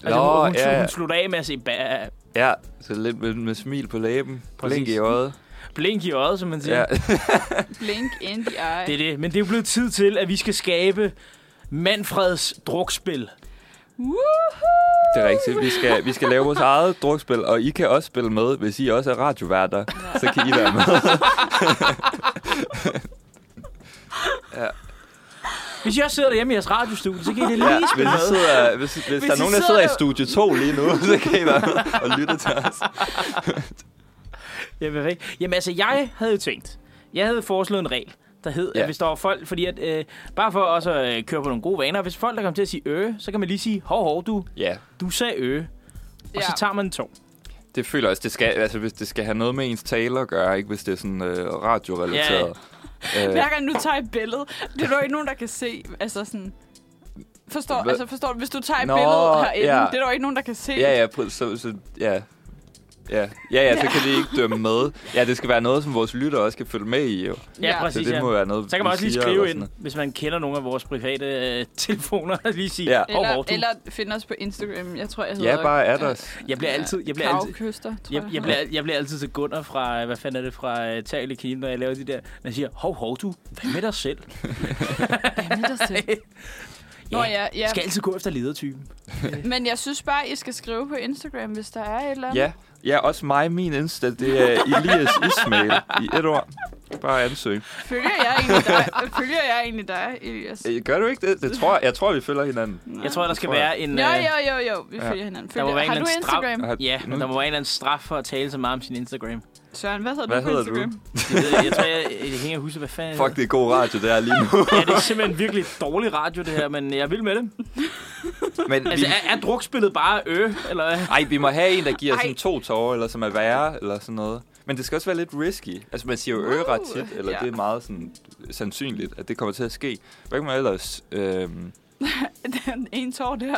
Speaker 1: Nå,
Speaker 2: hun, hun,
Speaker 1: ja,
Speaker 2: hun slutter af med at sige bæh.
Speaker 1: ja. Så lidt med, med smil på læben,
Speaker 2: Præcis.
Speaker 1: blink i øjet.
Speaker 2: Blink i øjet, som man siger.
Speaker 1: Ja. [LAUGHS]
Speaker 3: Blink in the eye.
Speaker 2: Det er det. Men det er jo blevet tid til, at vi skal skabe Manfreds drukspil.
Speaker 3: Woohoo!
Speaker 1: Det er rigtigt. Vi skal, vi skal lave vores eget drukspil, og I kan også spille med, hvis I også er radioværter. Så kan I være med.
Speaker 2: Hvis jeg sidder derhjemme i jeres radiostudie, så kan I det lige ja,
Speaker 1: hvis,
Speaker 2: spille
Speaker 1: I
Speaker 2: med.
Speaker 1: sidder, hvis, hvis, hvis der
Speaker 2: I
Speaker 1: er nogen, der
Speaker 2: sidder
Speaker 1: sidder i
Speaker 2: der-
Speaker 1: studie 2 lige nu, [LAUGHS] så kan I være med og lytte til os.
Speaker 2: Ja, perfekt. Jamen altså, jeg havde jo tænkt, jeg havde foreslået en regel, der hed, ja.
Speaker 1: Ja.
Speaker 2: at hvis der var folk, fordi at, øh, bare for også at øh, køre på nogle gode vaner, hvis folk der kommer til at sige øh, så kan man lige sige, hov, hov, du,
Speaker 1: Ja,
Speaker 2: du sagde øh, og så tager man to.
Speaker 1: det føler jeg også, det skal, altså, hvis det skal have noget med ens tale at gøre, ikke hvis det er sådan øh, radiorelateret. Øh, Ja,
Speaker 3: Hver gang du tager et billede, det er der jo ikke nogen, der kan se. Altså sådan, Forstår,
Speaker 1: Hva-
Speaker 3: altså forstår du, hvis du tager et
Speaker 1: Nå,
Speaker 3: billede herinde,
Speaker 1: ja.
Speaker 3: det er der jo ikke nogen, der kan se.
Speaker 1: Ja, ja, præ- så, så, ja. Ja. ja, ja, så kan de ikke dømme med. Ja, det skal være noget, som vores lytter også kan følge med i, jo.
Speaker 2: Ja,
Speaker 3: Ja.
Speaker 1: Så
Speaker 2: præcis.
Speaker 1: det
Speaker 2: Ja.
Speaker 1: må være noget,
Speaker 2: Så
Speaker 1: vi
Speaker 2: kan man også lige
Speaker 1: siger
Speaker 2: skrive
Speaker 1: eller
Speaker 2: ind, hvis man kender nogle af vores private øh, telefoner, lige sige,
Speaker 1: Ja.
Speaker 2: ja. oh,
Speaker 3: Eller,
Speaker 2: du,
Speaker 3: eller find os på Instagram. Jeg tror, jeg
Speaker 1: sådan
Speaker 3: hedder...
Speaker 1: noget. Ja, bare er der.
Speaker 2: jeg bliver altid, jeg bliver altid,
Speaker 3: Kavkyster, tror
Speaker 2: jeg,
Speaker 3: jeg.
Speaker 2: jeg, bliver, jeg bliver altid så gunder fra, øh, hvad fanden er det, fra uh, Tag eller Kine, når jeg laver de der, når jeg siger, hov, hov, du, hvad med dig selv?
Speaker 3: [LAUGHS] Nå, ja, ja.
Speaker 2: Skal altid gå efter ledertypen.
Speaker 3: Men jeg synes bare, I skal skrive på Instagram, hvis der er et eller andet.
Speaker 1: Ja, ja, også mig, min Insta, det er
Speaker 2: [LAUGHS]
Speaker 1: Elias Ismail i et ord. Bare ansøg.
Speaker 3: Følger jeg egentlig dig? Følger jeg egentlig dig, Elias?
Speaker 1: Øh, Gør du ikke det? det tror jeg, jeg tror, vi følger hinanden.
Speaker 2: Jeg tror, der skal
Speaker 1: tror jeg.
Speaker 2: være en...
Speaker 3: Jo,
Speaker 2: øh,
Speaker 3: jo, jo, jo. Vi
Speaker 1: Ja.
Speaker 3: følger hinanden.
Speaker 2: Der må
Speaker 3: Følger.
Speaker 2: være en
Speaker 3: Har du
Speaker 2: eller anden straf-
Speaker 3: Instagram?
Speaker 1: Har- Hm?
Speaker 2: Ja, men der må være en eller anden straf for at tale så meget om sin Instagram.
Speaker 3: Søren, hvad hedder
Speaker 1: Hvad
Speaker 3: du på
Speaker 1: hedder du?
Speaker 3: Instagram?
Speaker 2: Jeg, ved, jeg tror, jeg, jeg kan ikke engang huske, hvad fanden...
Speaker 1: Fuck, det er god radio, det er lige
Speaker 2: [LAUGHS]
Speaker 1: nu.
Speaker 2: Ja, det er simpelthen virkelig dårlig radio, det her, men jeg vil med det.
Speaker 1: Men vi,
Speaker 2: Altså, er, er drukspillet bare ø, eller hvad?
Speaker 1: ej, vi må have en, der giver sådan
Speaker 3: Ej.
Speaker 1: to tårer, eller som er værre, eller sådan noget. Men det skal også være lidt risky. Altså, man siger jo øre ret tit, eller
Speaker 3: Ja.
Speaker 1: det er meget sådan, sandsynligt, at det kommer til at ske. Hvad kan man ellers... Øhm,
Speaker 3: [LAUGHS] Den ene tår der.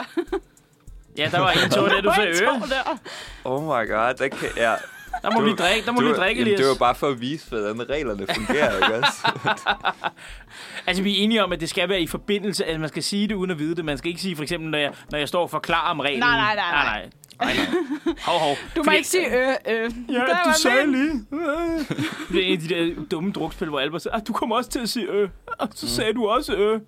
Speaker 2: Ja, der var en tog,
Speaker 3: [LAUGHS]
Speaker 2: der du sagde ø.
Speaker 3: tår der.
Speaker 1: oh my god, der kan... Ja,
Speaker 2: Der må
Speaker 1: Du-
Speaker 2: du, lige drikke, der må
Speaker 1: du-
Speaker 2: du, lige drikke,
Speaker 1: jamen,
Speaker 2: Elias.
Speaker 1: det var bare for at vise, hvordan reglerne fungerer, ikke
Speaker 2: [LAUGHS]
Speaker 1: også?
Speaker 2: Altså, vi er enige om, at det skal være i forbindelse, at man skal sige det uden at vide det. Man skal ikke sige, for eksempel, når jeg, når jeg står og forklarer om reglen.
Speaker 3: Nej, nej, nej, nej.
Speaker 2: nej. nej, nej. Hov, hov.
Speaker 3: Du må
Speaker 2: Fordi-
Speaker 3: ikke sige øh, øh.
Speaker 2: Ja,
Speaker 3: Der var
Speaker 2: du sagde
Speaker 3: min.
Speaker 2: lige. Øh. Det er en af de der dumme drukspil, hvor Albert sagde, "Ah, du kommer også til at sige ø. Og
Speaker 1: Mm.
Speaker 2: så sagde du også "Øh." ø.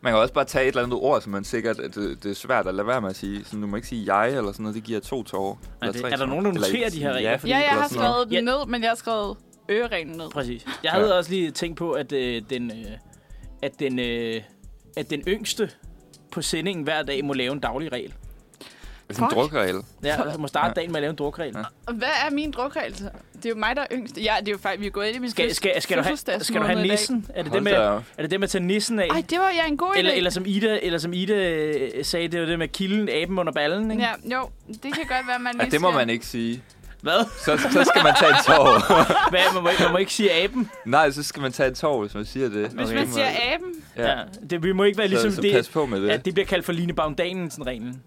Speaker 1: Man kan også bare tage et eller andet ord, som man sikkert, at det, det er svært at lade være med at sige. Sådan, du må ikke sige jeg eller sådan noget, det giver to tårer. Eller
Speaker 2: det-
Speaker 1: tre
Speaker 2: er der
Speaker 1: tårer.
Speaker 2: nogen, der
Speaker 1: Eller
Speaker 2: noterer
Speaker 1: et-
Speaker 2: de her regler?
Speaker 1: Ja, fordi
Speaker 3: Ja,
Speaker 1: det
Speaker 3: jeg
Speaker 1: er
Speaker 3: har
Speaker 1: sådan noget-
Speaker 3: skrevet den
Speaker 2: Ja.
Speaker 3: ned, men jeg har skrevet øreglen ned.
Speaker 2: Præcis. Jeg havde
Speaker 1: Ja.
Speaker 2: ja. også lige tænkt på, at, øh, den, øh, at, den, øh, at den yngste på sendingen hver dag må lave en daglig regel.
Speaker 1: Det er sådan en
Speaker 3: Fuck.
Speaker 1: drukregel.
Speaker 2: Ja, altså må starte
Speaker 1: Ja.
Speaker 2: ja. dagen med at lave en drukregel.
Speaker 1: Ja.
Speaker 2: Ja.
Speaker 3: Og Hvad er min drukregel? så? Det er jo mig, der er yngst. Ja, det er jo faktisk, vi er gået ind i min
Speaker 2: Skal, skal, skal, du have, skal du have nissen? Er det, det med,
Speaker 1: da op.
Speaker 2: er det det med at tage nissen af?
Speaker 3: Nej, det var jeg ja, en god idé.
Speaker 2: Eller, eller, som Ida, eller som Ida øh, sagde, det var det med kilden, aben under ballen, ikke?
Speaker 3: Ja, jo, det kan godt være, man
Speaker 1: [LAUGHS]
Speaker 3: lige
Speaker 1: Ja, det må
Speaker 3: skal-
Speaker 1: man ikke sige.
Speaker 2: Hvad?
Speaker 1: Så, så skal man tage en tår. [LAUGHS]
Speaker 2: Hvad? Man, må, ikke- man må ikke sige aben.
Speaker 1: Nej, så skal man tage en tår, hvis man siger det.
Speaker 3: Hvis
Speaker 2: Okay.
Speaker 3: man siger aben,
Speaker 1: Ja.
Speaker 2: Ja. Det, vi må ikke være ligesom
Speaker 1: så, så
Speaker 2: det,
Speaker 1: pas på med det.
Speaker 2: at det bliver kaldt for Line Baumdanensen-reglen.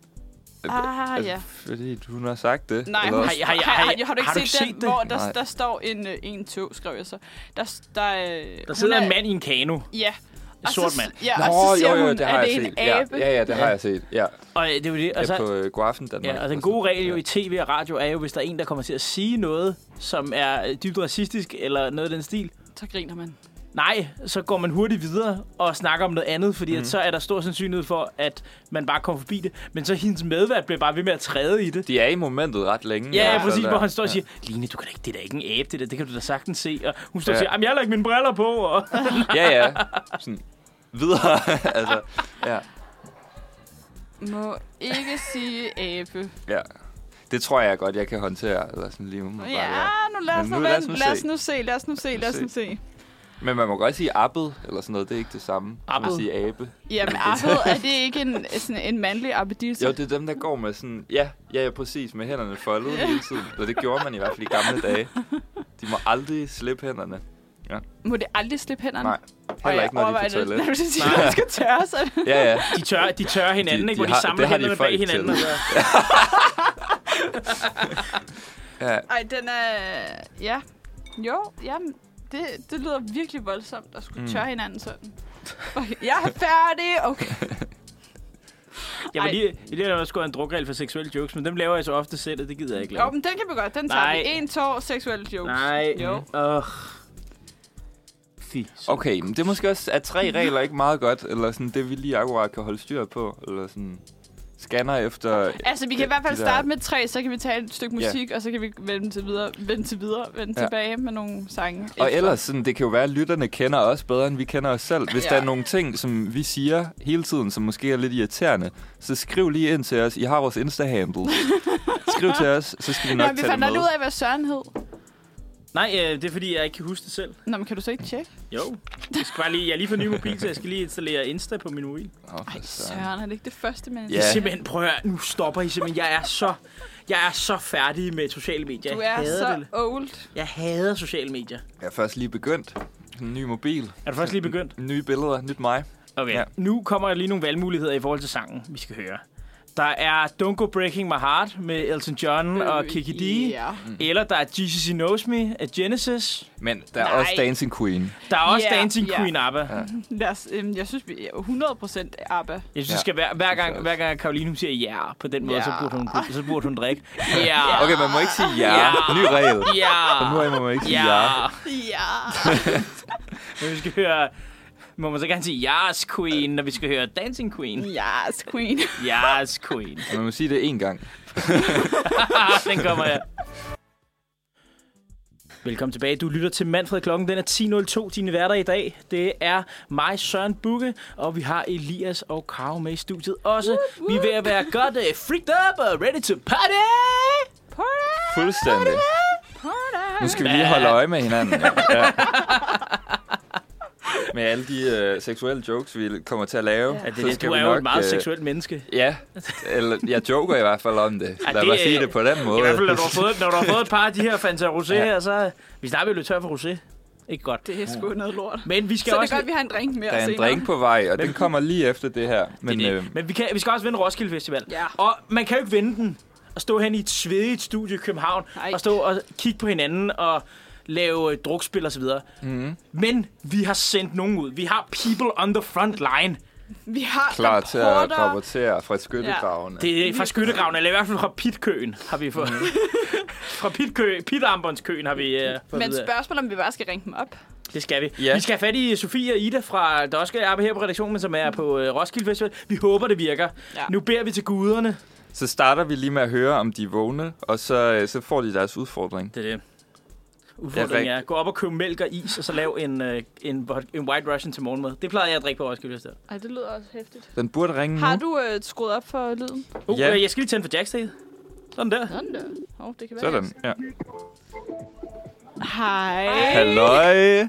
Speaker 3: ah
Speaker 1: Altså,
Speaker 3: ja.
Speaker 1: Fordi du hun har sagt det.
Speaker 3: Nej,
Speaker 1: eller
Speaker 3: har,
Speaker 1: også-
Speaker 2: også-
Speaker 3: har, har, har, har du ikke
Speaker 2: har du
Speaker 3: set,
Speaker 2: ikke
Speaker 3: den,
Speaker 2: set det?
Speaker 3: hvor der,
Speaker 1: Nej.
Speaker 3: der står en, øh, en tog, skrev jeg så. Der, s- der, øh,
Speaker 2: Der sidder en mand i en kano.
Speaker 3: Ja.
Speaker 2: En sort mand.
Speaker 3: Ja, Nå, og så siger jo, jo, hun,
Speaker 1: det
Speaker 3: det
Speaker 1: har
Speaker 3: er
Speaker 1: jeg
Speaker 3: det en
Speaker 1: set.
Speaker 3: abe?
Speaker 1: Ja, ja, ja det har
Speaker 2: Ja.
Speaker 1: jeg set. Ja,
Speaker 2: Og øh, det er jo det. Og
Speaker 1: altså,
Speaker 2: så,
Speaker 1: på øh, Godaften Danmark.
Speaker 2: Ja, og den
Speaker 1: sådan-
Speaker 2: gode regel jo
Speaker 1: Ja.
Speaker 2: i tv og radio er jo, hvis der er en, der kommer til at sige noget, som er øh, dybt racistisk eller noget af den stil,
Speaker 3: Så griner man.
Speaker 2: nej, så går man hurtigt videre og snakker om noget andet, fordi mm. at så er der stor sandsynlighed for, at man bare kommer forbi det. Men så hendes medvært bliver bare ved med at træde i det.
Speaker 1: De er i momentet ret længe. i
Speaker 2: Ja,
Speaker 1: hvert
Speaker 2: ja,
Speaker 1: fald
Speaker 2: præcis,
Speaker 1: der.
Speaker 2: hvor han står og siger, Line, du kan da ikke, det er da ikke en abe, det der, det kan du da sagtens se. Og hun står
Speaker 1: Ja.
Speaker 2: og siger, jamen jeg har ikke mine briller på. [LAUGHS] Og...
Speaker 1: Ja, ja. Sådan, videre. [LAUGHS] altså, ja,
Speaker 3: Må
Speaker 1: [LAUGHS]
Speaker 3: ikke sige abe.
Speaker 1: ja. Det tror jeg godt, jeg kan håndtere. Eller sådan lige umiddelbart,
Speaker 3: Ja, nu lad os
Speaker 1: Men
Speaker 3: nu,
Speaker 1: nu lad os nu
Speaker 3: vente. lad os
Speaker 1: se.
Speaker 3: nu se, lad os nu se, lad os nu se.
Speaker 1: Men man må godt sige appet, eller sådan noget. Det er ikke det samme. Appet. Man
Speaker 2: Appet.
Speaker 1: sige abe. [LAUGHS]
Speaker 3: Jamen, abed, er det ikke en, sådan en mandlig appetisse?
Speaker 1: Jo, det er dem, der går med sådan... Ja, ja, ja præcis. Med hænderne foldet hele tiden. Og det gjorde man i hvert fald i gamle dage. De må aldrig slippe hænderne.
Speaker 3: Må det aldrig slippe hænderne?
Speaker 1: Nej, heller ikke, når de er på
Speaker 3: toilet. [LAUGHS]
Speaker 1: toilet.
Speaker 3: Når du siger, at man skal tørre sig.
Speaker 1: Ja, ja.
Speaker 2: De tør, de tør hinanden,
Speaker 1: De-
Speaker 2: de,
Speaker 1: de
Speaker 2: ikke? Hvor de,
Speaker 1: har-
Speaker 2: de
Speaker 1: det
Speaker 2: samler
Speaker 1: har de
Speaker 2: hænderne
Speaker 1: folk
Speaker 2: bag
Speaker 1: til.
Speaker 2: hinanden. og så-
Speaker 1: ja.
Speaker 3: Ej, den er... Ja. Jo, jamen, det, det lyder virkelig voldsomt at skulle
Speaker 1: Mm.
Speaker 3: mm. tørre hinanden sådan. [LAUGHS] Okay, jeg er færdig! Okay.
Speaker 2: Jeg vil
Speaker 3: Ej.
Speaker 2: lige, jeg lige også have en drukregel for seksuelle jokes, men dem laver jeg så ofte selv, og det gider jeg ikke lave.
Speaker 3: Jo, men den kan vi godt. Den tager
Speaker 2: Nej.
Speaker 3: vi. En tår, seksuelle jokes.
Speaker 2: Nej.
Speaker 3: Jo.
Speaker 2: Uh. Fy.
Speaker 1: Okay, men det er måske også, at tre regler ikke meget godt, eller sådan det, vi lige akkurat kan holde styr på, eller sådan scanner efter...
Speaker 3: Altså, vi kan i hvert fald
Speaker 1: de der-
Speaker 3: starte med tre, så kan vi tage et stykke musik, og så kan vi vende til videre, vende til videre, vende
Speaker 1: Ja.
Speaker 3: ja. tilbage med nogle sange.
Speaker 1: Og
Speaker 3: efter.
Speaker 1: ellers, sådan, det kan jo være, at lytterne kender os bedre, end vi kender os selv. Hvis ja.
Speaker 3: Ja.
Speaker 1: der er nogle ting, som vi siger hele tiden, som måske er lidt irriterende, så skriv lige ind til os. I har vores
Speaker 3: [LAUGHS]
Speaker 1: Insta-handle. skriv til os, så skal vi nok
Speaker 3: Nå, vi
Speaker 1: tage det
Speaker 3: fandt
Speaker 1: med.
Speaker 3: aldrig ud af, hvad Søren hed.
Speaker 2: Nej, øh, det er fordi, jeg ikke kan huske det selv.
Speaker 3: Nå, men kan du så ikke tjekke?
Speaker 2: Jo. Jeg, skal bare lige, jeg er lige for ny mobil, så jeg skal lige installere Insta på min mobil.
Speaker 1: Åh, for
Speaker 3: Ej,
Speaker 1: søren.
Speaker 3: Søren, er det ikke det første, man...
Speaker 1: Ja.
Speaker 2: Ja. Simpelthen, prøv at høre, nu stopper I simpelthen. Jeg er så, jeg er så færdig med sociale medier.
Speaker 3: Du
Speaker 2: jeg
Speaker 3: er
Speaker 2: hader
Speaker 3: så
Speaker 2: det.
Speaker 3: old.
Speaker 2: Jeg hader sociale medier.
Speaker 1: Jeg er først lige begyndt. En ny mobil,
Speaker 2: Er du faktisk lige begyndt?
Speaker 1: nye billeder, nyt mig.
Speaker 2: Okay,
Speaker 1: Ja.
Speaker 2: ja. nu kommer der lige nogle valgmuligheder i forhold til sangen, vi skal høre. Der er Don't Go Breaking My Heart med Elton
Speaker 1: Mm,
Speaker 2: John øh, og Kiki D.
Speaker 3: Ja.
Speaker 2: Mm. Eller der er Jesus He Knows Me af Genesis.
Speaker 1: Men der er
Speaker 3: Nej.
Speaker 1: også Dancing Queen.
Speaker 2: Der er også
Speaker 3: Ja,
Speaker 2: Dancing
Speaker 3: ja.
Speaker 2: Queen ABBA.
Speaker 1: Ja.
Speaker 3: Lad os, øhm, jeg synes, vi er 100% ABBA.
Speaker 2: Jeg synes,
Speaker 1: Ja.
Speaker 2: ja. skal hver, hver, gang,
Speaker 1: også.
Speaker 2: hver gang Karoline hun siger ja på den måde,
Speaker 3: Ja.
Speaker 2: så, burde hun, så burde hun
Speaker 3: [LAUGHS]
Speaker 2: drikke. Ja.
Speaker 1: Okay, man må ikke sige ja.
Speaker 2: Ja.
Speaker 1: Ny regel. Fra nu
Speaker 2: Ja.
Speaker 1: af må man ikke sige ja.
Speaker 2: Ja.
Speaker 3: Ja.
Speaker 2: Men vi skal høre... Må man så gerne sige Yes Queen, når vi skal høre Dancing Queen?
Speaker 3: Yes, queen.
Speaker 2: Yes Queen.
Speaker 1: Man må sige det én gang.
Speaker 2: Ah, den kommer her. Velkommen tilbage. Du lytter til Manfred. Klokken den er 10.02. Dine værter i dag, det er mig, Søren Bugge, og vi har Elias og Karo med i studiet også. Vi er ved at være godt uh, freaked up og ready to party!
Speaker 3: Party!
Speaker 1: Fuldstændig. Nu
Speaker 3: Party!
Speaker 1: skal vi lige holde øje med hinanden. Ja. Ja. Med alle de øh, seksuelle jokes, vi kommer til at lave.
Speaker 3: Ja,
Speaker 2: Ja, det,
Speaker 1: så
Speaker 2: er det,
Speaker 1: skal
Speaker 2: du
Speaker 1: vi
Speaker 2: er jo
Speaker 1: nok,
Speaker 2: et meget
Speaker 1: øh,
Speaker 2: seksuelt menneske.
Speaker 1: Ja, eller jeg joker i hvert fald om det.
Speaker 2: Ja,
Speaker 1: Lad
Speaker 2: det
Speaker 1: mig
Speaker 2: er-
Speaker 1: sige det på den måde.
Speaker 2: I hvert fald, når du har fået, når du har fået et par af de her Fanta Rosé
Speaker 1: Ja.
Speaker 2: ja. her, så... Vi snart bliver løbet tør for Rosé. Ikke godt.
Speaker 3: Det er sgu noget lort.
Speaker 2: Men vi skal
Speaker 3: Så det
Speaker 2: også...
Speaker 3: er godt, vi har en drink mere
Speaker 1: Der er en
Speaker 3: senere.
Speaker 1: drink på vej, og
Speaker 2: Men-
Speaker 1: den kommer lige efter det her. Men,
Speaker 2: Men, det er
Speaker 1: øh,
Speaker 2: det. Men vi, kan, vi skal også vinde Roskilde Festival.
Speaker 3: Ja.
Speaker 2: Og man kan jo ikke vinde den og stå hen i et svedigt studie i København
Speaker 3: Nej.
Speaker 2: og stå og kigge på hinanden og lave øh, drukspil og så videre.
Speaker 1: Mhm.
Speaker 2: Men vi har sendt nogen ud. Vi har people on the front line.
Speaker 3: Vi har
Speaker 1: klar til at
Speaker 3: rapporter.
Speaker 1: rapportere fra skyttegravene.
Speaker 2: Det er fra skyttegravene, eller i hvert fald fra pitkøen, har vi fået.
Speaker 1: Mhm.
Speaker 2: [LAUGHS] fra pitkø, pitarmbåndskøen har vi øh, fået
Speaker 3: Men
Speaker 2: videre.
Speaker 3: spørgsmålet om vi bare skal ringe dem op.
Speaker 2: Det skal vi.
Speaker 1: Ja.
Speaker 2: Vi skal have fat i Sofie og Ida fra, der også skal arbejde her på redaktionen, men som er på øh, Roskilde Festival. Vi håber, det virker.
Speaker 3: Ja.
Speaker 2: Nu beder vi til guderne.
Speaker 1: Så starter vi lige med at høre, om de er vågne, og så, øh, så får de deres udfordring.
Speaker 2: Det er det.
Speaker 1: Det er
Speaker 2: Udfordringen
Speaker 1: rigtigt.
Speaker 2: er, gå op og købe mælk og is, og så lav en, øh, en, vo- en White Russian til morgenmad. Det plejede jeg at drikke på Roskilde Festival.
Speaker 3: Ej, det lyder også hæftigt.
Speaker 1: Den burde ringe
Speaker 3: Har
Speaker 1: nu.
Speaker 3: du øh, skruet op for lyden?
Speaker 2: Uh,
Speaker 1: Ja.
Speaker 2: ja. Jeg skal lige tænde for Jackstead. Sådan der.
Speaker 3: Sådan der. Oh, det kan være.
Speaker 1: Sådan, ja.
Speaker 3: Hej.
Speaker 1: Halløj! Hej,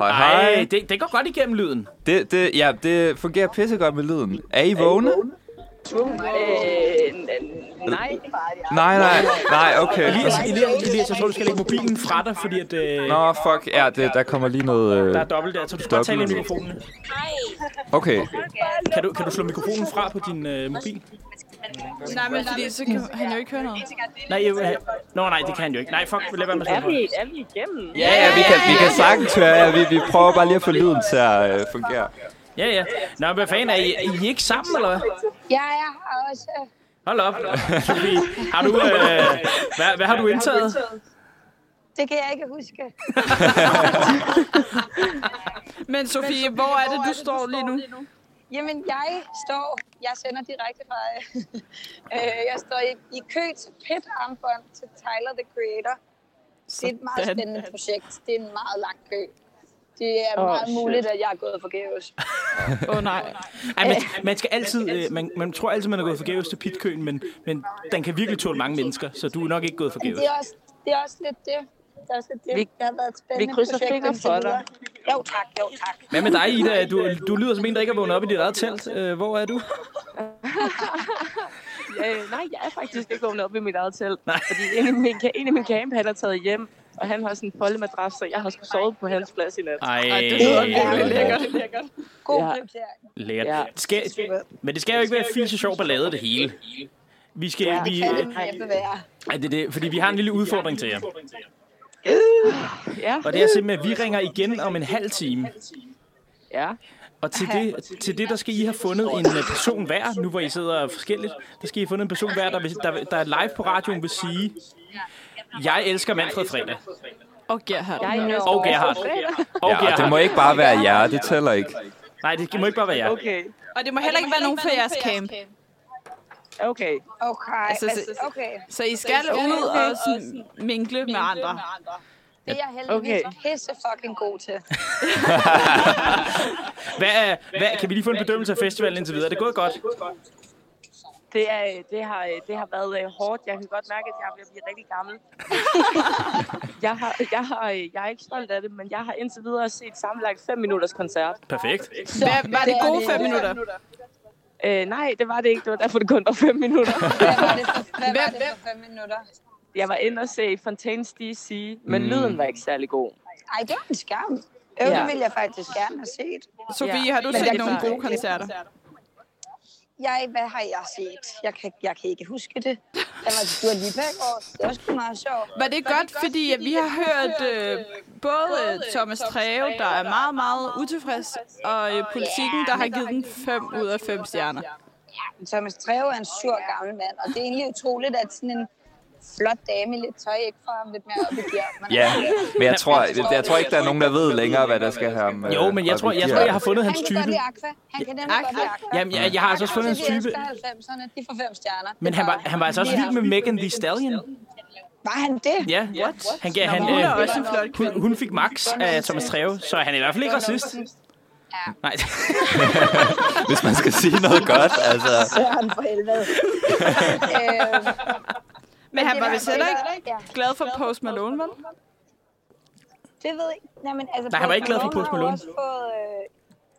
Speaker 1: hej.
Speaker 2: Ej, det, det går godt igennem lyden.
Speaker 1: Det, det, ja, det fungerer pissegodt med lyden. Er I vågne? Øh,
Speaker 6: Nej.
Speaker 1: Nej, nej, nej, okay.
Speaker 2: Elias, Elias, Elias jeg tror, du skal lægge mobilen fra dig, fordi at, øh,
Speaker 1: Nå, fuck, ja, det, der kommer lige noget...
Speaker 2: der
Speaker 1: Øh.
Speaker 2: er dobbelt der. Så du skal bare tale ind i
Speaker 1: Dobbelt.
Speaker 2: mikrofonen.
Speaker 1: Okay,
Speaker 2: Kan du, kan du slå mikrofonen fra på din øh, mobil?
Speaker 3: Nej, men fordi så kan han jo ikke høre noget.
Speaker 2: Nej, jeg, øh, nå, nej, det kan han jo ikke. Nej, fuck, lad være med at
Speaker 6: Er
Speaker 2: slå
Speaker 6: vi,
Speaker 2: den
Speaker 6: er vi igennem?
Speaker 1: ja, ja, vi kan, vi kan sagtens høre, ja, vi, vi prøver bare lige at få lyden til at øh, fungere.
Speaker 2: fra. Ja, ja. Nå, men hvad fanden, er I, er I ikke sammen, eller hvad?
Speaker 4: Ja, jeg har også... øh.
Speaker 2: Hold op, Sofie. Har du, øh, hvad, hvad har du indtaget?
Speaker 4: Det kan jeg ikke huske.
Speaker 3: Men Sofie, hvor er det, du står lige nu?
Speaker 4: Jamen, jeg står... Jeg sender direkte fra... [LAUGHS] øh, jeg står i, i kø til pet armbånd til Tyler, the Creator. Det er et meget
Speaker 3: Sådan.
Speaker 4: spændende projekt. Det er en meget lang kø. Det er
Speaker 6: Åh,
Speaker 4: meget
Speaker 6: shit.
Speaker 4: muligt, at jeg er gået forgæves.
Speaker 3: Åh, oh, nej.
Speaker 2: Ej, man, man skal altid, øh, man, man tror altid, man er gået forgæves til pitkøen, men, men den kan virkelig tåle mange mennesker, så du er nok ikke gået forgæves.
Speaker 4: Det er også, det er også lidt det. Det, er også lidt det.
Speaker 6: Vi-
Speaker 4: det har været et spændende
Speaker 6: vi krydser
Speaker 4: projekt
Speaker 6: fingre
Speaker 4: indtil
Speaker 6: for dig.
Speaker 4: videre. Jo tak, jo tak.
Speaker 2: Hvad med dig, Ida? Du, du lyder som en, der ikke er vågnet op i dit eget telt. Øh, hvor er du?
Speaker 6: Øh, nej, jeg er faktisk ikke vågnet op i mit eget telt.
Speaker 2: Nej.
Speaker 6: Fordi en af min, ca- en af min camp, han er taget hjem, og han har sådan en foldemadras, så jeg har sgu sovet på hans plads i nat.
Speaker 2: Ej,
Speaker 3: Ej, det lyder virkelig lækkert.
Speaker 4: God
Speaker 6: Ja.
Speaker 4: prioritering.
Speaker 2: lækkert. Det Skal, men det skal jo ikke være fise sjov ballade, det hele. Vi skal,
Speaker 6: Ja,
Speaker 2: vi,
Speaker 4: Kan det
Speaker 2: øh,
Speaker 4: næppe være.
Speaker 2: ej, det, er det, fordi vi har en lille udfordring til jer.
Speaker 6: Ja,
Speaker 2: Og det er simpelthen, at vi ringer igen om en halv time.
Speaker 6: ja.
Speaker 2: Og til det, til det, der skal I have fundet en øh, person hver, nu hvor I sidder forskelligt, der skal I have fundet en person hver, der, vil, der, der er live på radioen, vil sige, jeg elsker Manfred Fredag.
Speaker 3: Og Gerhard.
Speaker 6: Jeg er næsten
Speaker 2: Og Gerhard. Og
Speaker 1: Ja, og det må
Speaker 2: Gerhard.
Speaker 1: ikke bare være jer, det tæller ikke.
Speaker 2: Nej, det må ikke bare være jer.
Speaker 6: Okay,
Speaker 3: Og det må heller ikke være nogen fra jeres camp.
Speaker 6: okay.
Speaker 4: Okay,
Speaker 3: Altså,
Speaker 4: altså,
Speaker 3: se-
Speaker 4: okay.
Speaker 3: Så I skal ud og sådan mingle med andre.
Speaker 4: Det er jeg heldigvis
Speaker 6: Okay.
Speaker 4: pisse fucking god til.
Speaker 2: Hvad, er- hvad, kan vi lige få en bedømmelse af festivalen indtil videre? Er Det er gået godt.
Speaker 6: Det, er, øh, det, har, øh, det har været øh, hårdt. Jeg kan godt mærke, at jeg er ved at blive rigtig gammel. [LAUGHS] jeg, har, jeg, har, øh, jeg er ikke stolt af det, men jeg har indtil videre set sammenlagt 5 minutters koncert.
Speaker 2: Perfekt.
Speaker 3: Hvad, var det gode fem minutter?
Speaker 6: Øh, nej, det var det ikke. Det var derfor, det kun var 5 minutter.
Speaker 4: Hvad var det for, hvad var det for fem minutter?
Speaker 6: Jeg var inde og se Fontaine's DC, men
Speaker 1: Mm.
Speaker 6: mm. lyden var ikke særlig god.
Speaker 4: Ej, det var en skam. Øh,
Speaker 6: Ja.
Speaker 4: det ville jeg faktisk gerne have set.
Speaker 3: Sofie, har du
Speaker 6: Men
Speaker 3: set
Speaker 6: det er
Speaker 3: nogle
Speaker 6: klart.
Speaker 3: gode koncerter?
Speaker 4: Jeg, hvad har jeg set? Jeg kan, jeg kan ikke huske det. Jeg var til Dua Lipa i går. Det var sgu meget sjovt.
Speaker 3: Var det godt, fordi at vi har hørt øh, både Thomas Treve, der er meget, meget utilfreds, og øh, politikken, der har givet den 5 ud af 5 stjerner.
Speaker 4: Men Thomas Treve er en sur gammel mand, og det er egentlig utroligt, at sådan en flot dame i lidt tøj ikke får ham lidt mere op i bjerg.
Speaker 1: Ja, men jeg tror, jeg, jeg tror ikke, der er nogen, der ved længere, hvad der skal have ham. øh,
Speaker 2: Jo, men jeg
Speaker 1: op i
Speaker 2: tror, jeg,
Speaker 1: gear.
Speaker 2: tror, jeg har fundet hans
Speaker 4: Han kan
Speaker 2: type.
Speaker 4: godt lide Aqua. Han kan nemlig godt lide Aqua.
Speaker 2: Jamen, jeg, jeg har altså også fundet hans type.
Speaker 4: Han elsker 90'erne, de får fem stjerner.
Speaker 2: Men
Speaker 4: Det
Speaker 2: han var,
Speaker 4: gør
Speaker 2: han var altså også vild med Megan Thee Stallion.
Speaker 4: Var han det?
Speaker 2: Ja, what? Han, gav, han,
Speaker 3: Hun er
Speaker 2: øh,
Speaker 3: også en flot kvinde.
Speaker 2: hun, hun fik max af Thomas Treve, så han er i hvert fald ikke racist. Nej, [LAUGHS]
Speaker 1: Hvis man skal sige noget godt, altså.
Speaker 4: Søren for helvede. øh,
Speaker 3: Men han var vist heller ikke
Speaker 4: Ja,
Speaker 3: glad for Post Malone, vel?
Speaker 4: det ved jeg ikke. Nej, men altså,
Speaker 2: Nej, han var ikke glad for Post
Speaker 4: har jo
Speaker 2: Malone.
Speaker 4: også fået, øh,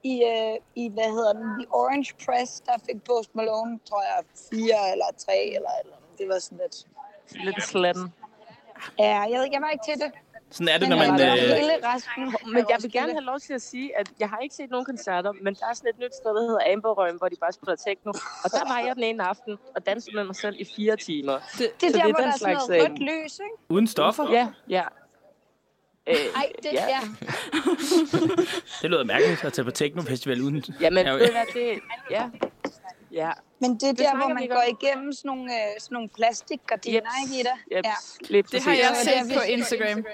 Speaker 4: i, øh, i, hvad hedder den, The Orange Press, der fik Post Malone, tror jeg, fire eller tre eller et eller andet. Det var sådan lidt...
Speaker 6: Lidt slatten.
Speaker 4: Ja, jeg ved ikke, jeg var ikke til det.
Speaker 2: sådan er det,
Speaker 4: Men
Speaker 2: når man...
Speaker 4: altså,
Speaker 2: Øh,
Speaker 4: hele resten
Speaker 6: Men jeg vil gerne have lov til at sige, at jeg har ikke set nogen koncerter, men der er sådan et nyt sted, der hedder Amberøm, hvor de bare spiller techno. Og der var jeg den ene aften og dansede med mig selv i fire timer.
Speaker 4: Det er
Speaker 6: Så
Speaker 4: der,
Speaker 6: det er
Speaker 4: hvor
Speaker 6: den
Speaker 4: der er sådan
Speaker 6: slags,
Speaker 4: noget
Speaker 6: øh,
Speaker 4: rødt lys, ikke?
Speaker 2: uden stoffer?
Speaker 6: Ja, ja. Øh,
Speaker 4: Ej, det,
Speaker 6: ja.
Speaker 4: ja.
Speaker 2: Det lyder mærkeligt at tage på Techno-festival uden...
Speaker 6: Jamen,
Speaker 2: Ja,
Speaker 6: ved du hvad, det... Ja. Ja,
Speaker 4: Men det er
Speaker 6: Det
Speaker 4: der,
Speaker 6: snakker
Speaker 4: hvor
Speaker 6: vi
Speaker 4: man
Speaker 6: ikke
Speaker 4: går
Speaker 6: om.
Speaker 4: igennem sådan nogle, øh, sådan nogle plastikgardiner,
Speaker 6: Jeps.
Speaker 4: ikke, Ida?
Speaker 6: yep,
Speaker 4: Ja.
Speaker 6: lige
Speaker 3: Det har jeg
Speaker 6: præcis.
Speaker 3: set på Instagram.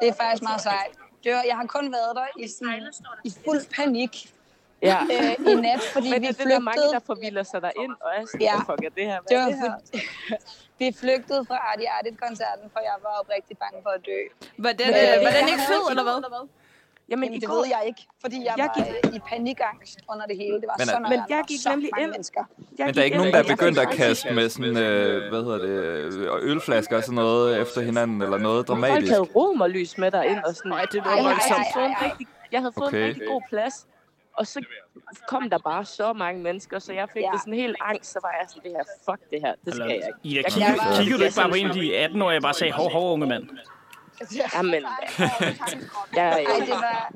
Speaker 4: Det er faktisk meget sejt. Det var, jeg har kun været der i, sådan, i fuld panik
Speaker 6: Ja.
Speaker 4: øh, i nat, [LAUGHS] fordi
Speaker 6: Men
Speaker 4: vi
Speaker 6: det er det, der er mange,
Speaker 4: flygtede.
Speaker 6: der forvilder sig derind, og er sådan,
Speaker 4: Ja.
Speaker 6: ja. fuck er det her? Hvad
Speaker 4: Det
Speaker 6: er
Speaker 4: var
Speaker 6: det her?
Speaker 4: for, [LAUGHS] vi flygtede fra Artie Artit-koncerten, for jeg var oprigtig bange for at dø.
Speaker 3: Var den, øh, var den ikke fed, eller hvad?
Speaker 6: Jamen,
Speaker 4: Jamen,
Speaker 6: i
Speaker 4: det
Speaker 6: går,
Speaker 4: ved jeg ikke, fordi jeg,
Speaker 6: Jeg
Speaker 4: var
Speaker 6: gik-
Speaker 4: øh, i panikangst under det hele. Det var
Speaker 1: Men,
Speaker 4: sådan,
Speaker 1: øh,
Speaker 6: men
Speaker 4: der
Speaker 6: jeg
Speaker 4: var
Speaker 6: gik
Speaker 4: så
Speaker 6: nemlig
Speaker 4: mange
Speaker 6: ind-
Speaker 4: mennesker.
Speaker 6: jeg
Speaker 1: Men der er
Speaker 6: gik
Speaker 1: ikke nogen,
Speaker 6: ind-
Speaker 1: der er
Speaker 6: jeg fik
Speaker 1: begyndt at
Speaker 6: faktisk-
Speaker 1: kaste med sådan, øh, hvad hedder det, øh, ølflasker og sådan noget efter hinanden, eller noget
Speaker 6: Folk
Speaker 1: dramatisk.
Speaker 6: havde romerlys med derind, og sådan,
Speaker 2: Nej, det
Speaker 6: Ej,
Speaker 4: Ej,
Speaker 6: jeg,
Speaker 4: ej,
Speaker 6: havde
Speaker 4: ej,
Speaker 6: fået en
Speaker 4: ej, ej.
Speaker 6: rigtig, jeg havde fået
Speaker 1: Okay.
Speaker 6: en rigtig god plads, og så kom der bare så mange mennesker, så jeg fik
Speaker 4: Ja.
Speaker 6: det sådan helt angst, så var jeg sådan, det her, fuck det her, det skal jeg ikke.
Speaker 2: Ida,
Speaker 6: Jeg
Speaker 2: kigger,
Speaker 6: kan bare-
Speaker 2: kiggede du ikke bare på en af de 18-årige, jeg bare sagde, hov, hov, unge mand?
Speaker 6: Jamen, altså. jeg,
Speaker 4: Ej, det var,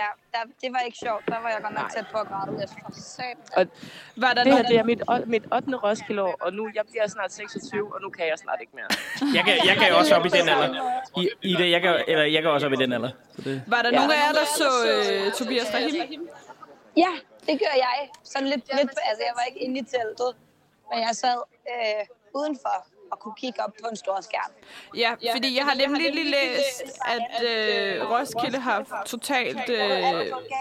Speaker 4: ja, der, det var ikke sjovt. Der var jeg godt nok tæt på at græde lidt for satan.
Speaker 3: Var der
Speaker 6: det her
Speaker 3: nogen,
Speaker 6: det er mit, ot- mit 8. Roskilde-år, og nu jeg bliver snart 26, og nu kan jeg snart ikke mere.
Speaker 2: Jeg kan, jeg kan jo også op i den alder. I, Ida, jeg kan, eller jeg kan også op i den alder.
Speaker 3: var der nogen af jer, der så øh, Tobias Rahim?
Speaker 4: Ja, det gør jeg. Sådan lidt, lidt altså jeg var ikke inde i teltet, men jeg sad øh, udenfor og kunne kigge op på en stor skærm.
Speaker 3: Ja, fordi jeg har nemlig lige læst, at øh, Roskilde har totalt øh,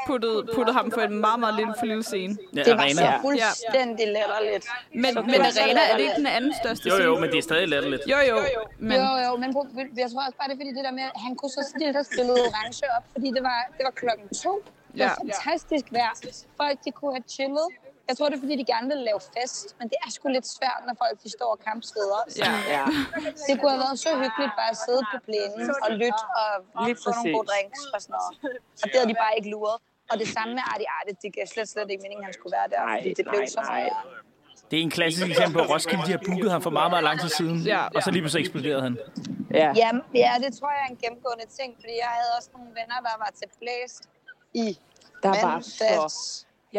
Speaker 3: puttet, puttet ham på en meget, meget lille for lille scene.
Speaker 2: Ja,
Speaker 4: Det var så
Speaker 2: arena.
Speaker 4: fuldstændig letterligt.
Speaker 3: Men, men Arena, er det ikke den anden største
Speaker 2: Jo, jo,
Speaker 3: scene?
Speaker 2: men det er stadig latterligt.
Speaker 3: Jo, jo, men
Speaker 4: Jo, jo, men prøv- jeg tror også bare, det er fordi det der med, at han kunne så stille og spille orange op, fordi det var, det var klokken to. Det var
Speaker 3: Ja.
Speaker 4: fantastisk vejr. Folk, de kunne have chillet. Jeg tror, det er, fordi de gerne ville lave fest, men det er sgu lidt svært, når folk de står og kampsteder.
Speaker 3: ja.
Speaker 6: Ja,
Speaker 4: Det kunne have været så hyggeligt bare at sidde på plænen og lytte og
Speaker 6: Lige
Speaker 4: få nogle gode
Speaker 6: præcis.
Speaker 4: drinks og sådan noget. Og det havde de bare ikke luret. Og det samme med Arti Arti, det gav slet, slet ikke mening, at han skulle være der,
Speaker 6: Nej,
Speaker 4: fordi det blev
Speaker 6: nej,
Speaker 4: så meget.
Speaker 2: Det er en klassisk eksempel på Roskilde, de har booket ham for meget, meget lang tid siden.
Speaker 3: Ja.
Speaker 2: Og så lige pludselig eksploderede han.
Speaker 6: ja.
Speaker 4: Ja, ja, det tror jeg er en gennemgående ting, fordi jeg havde også nogle venner, der var til blæst i
Speaker 6: Der var så...
Speaker 4: mandags.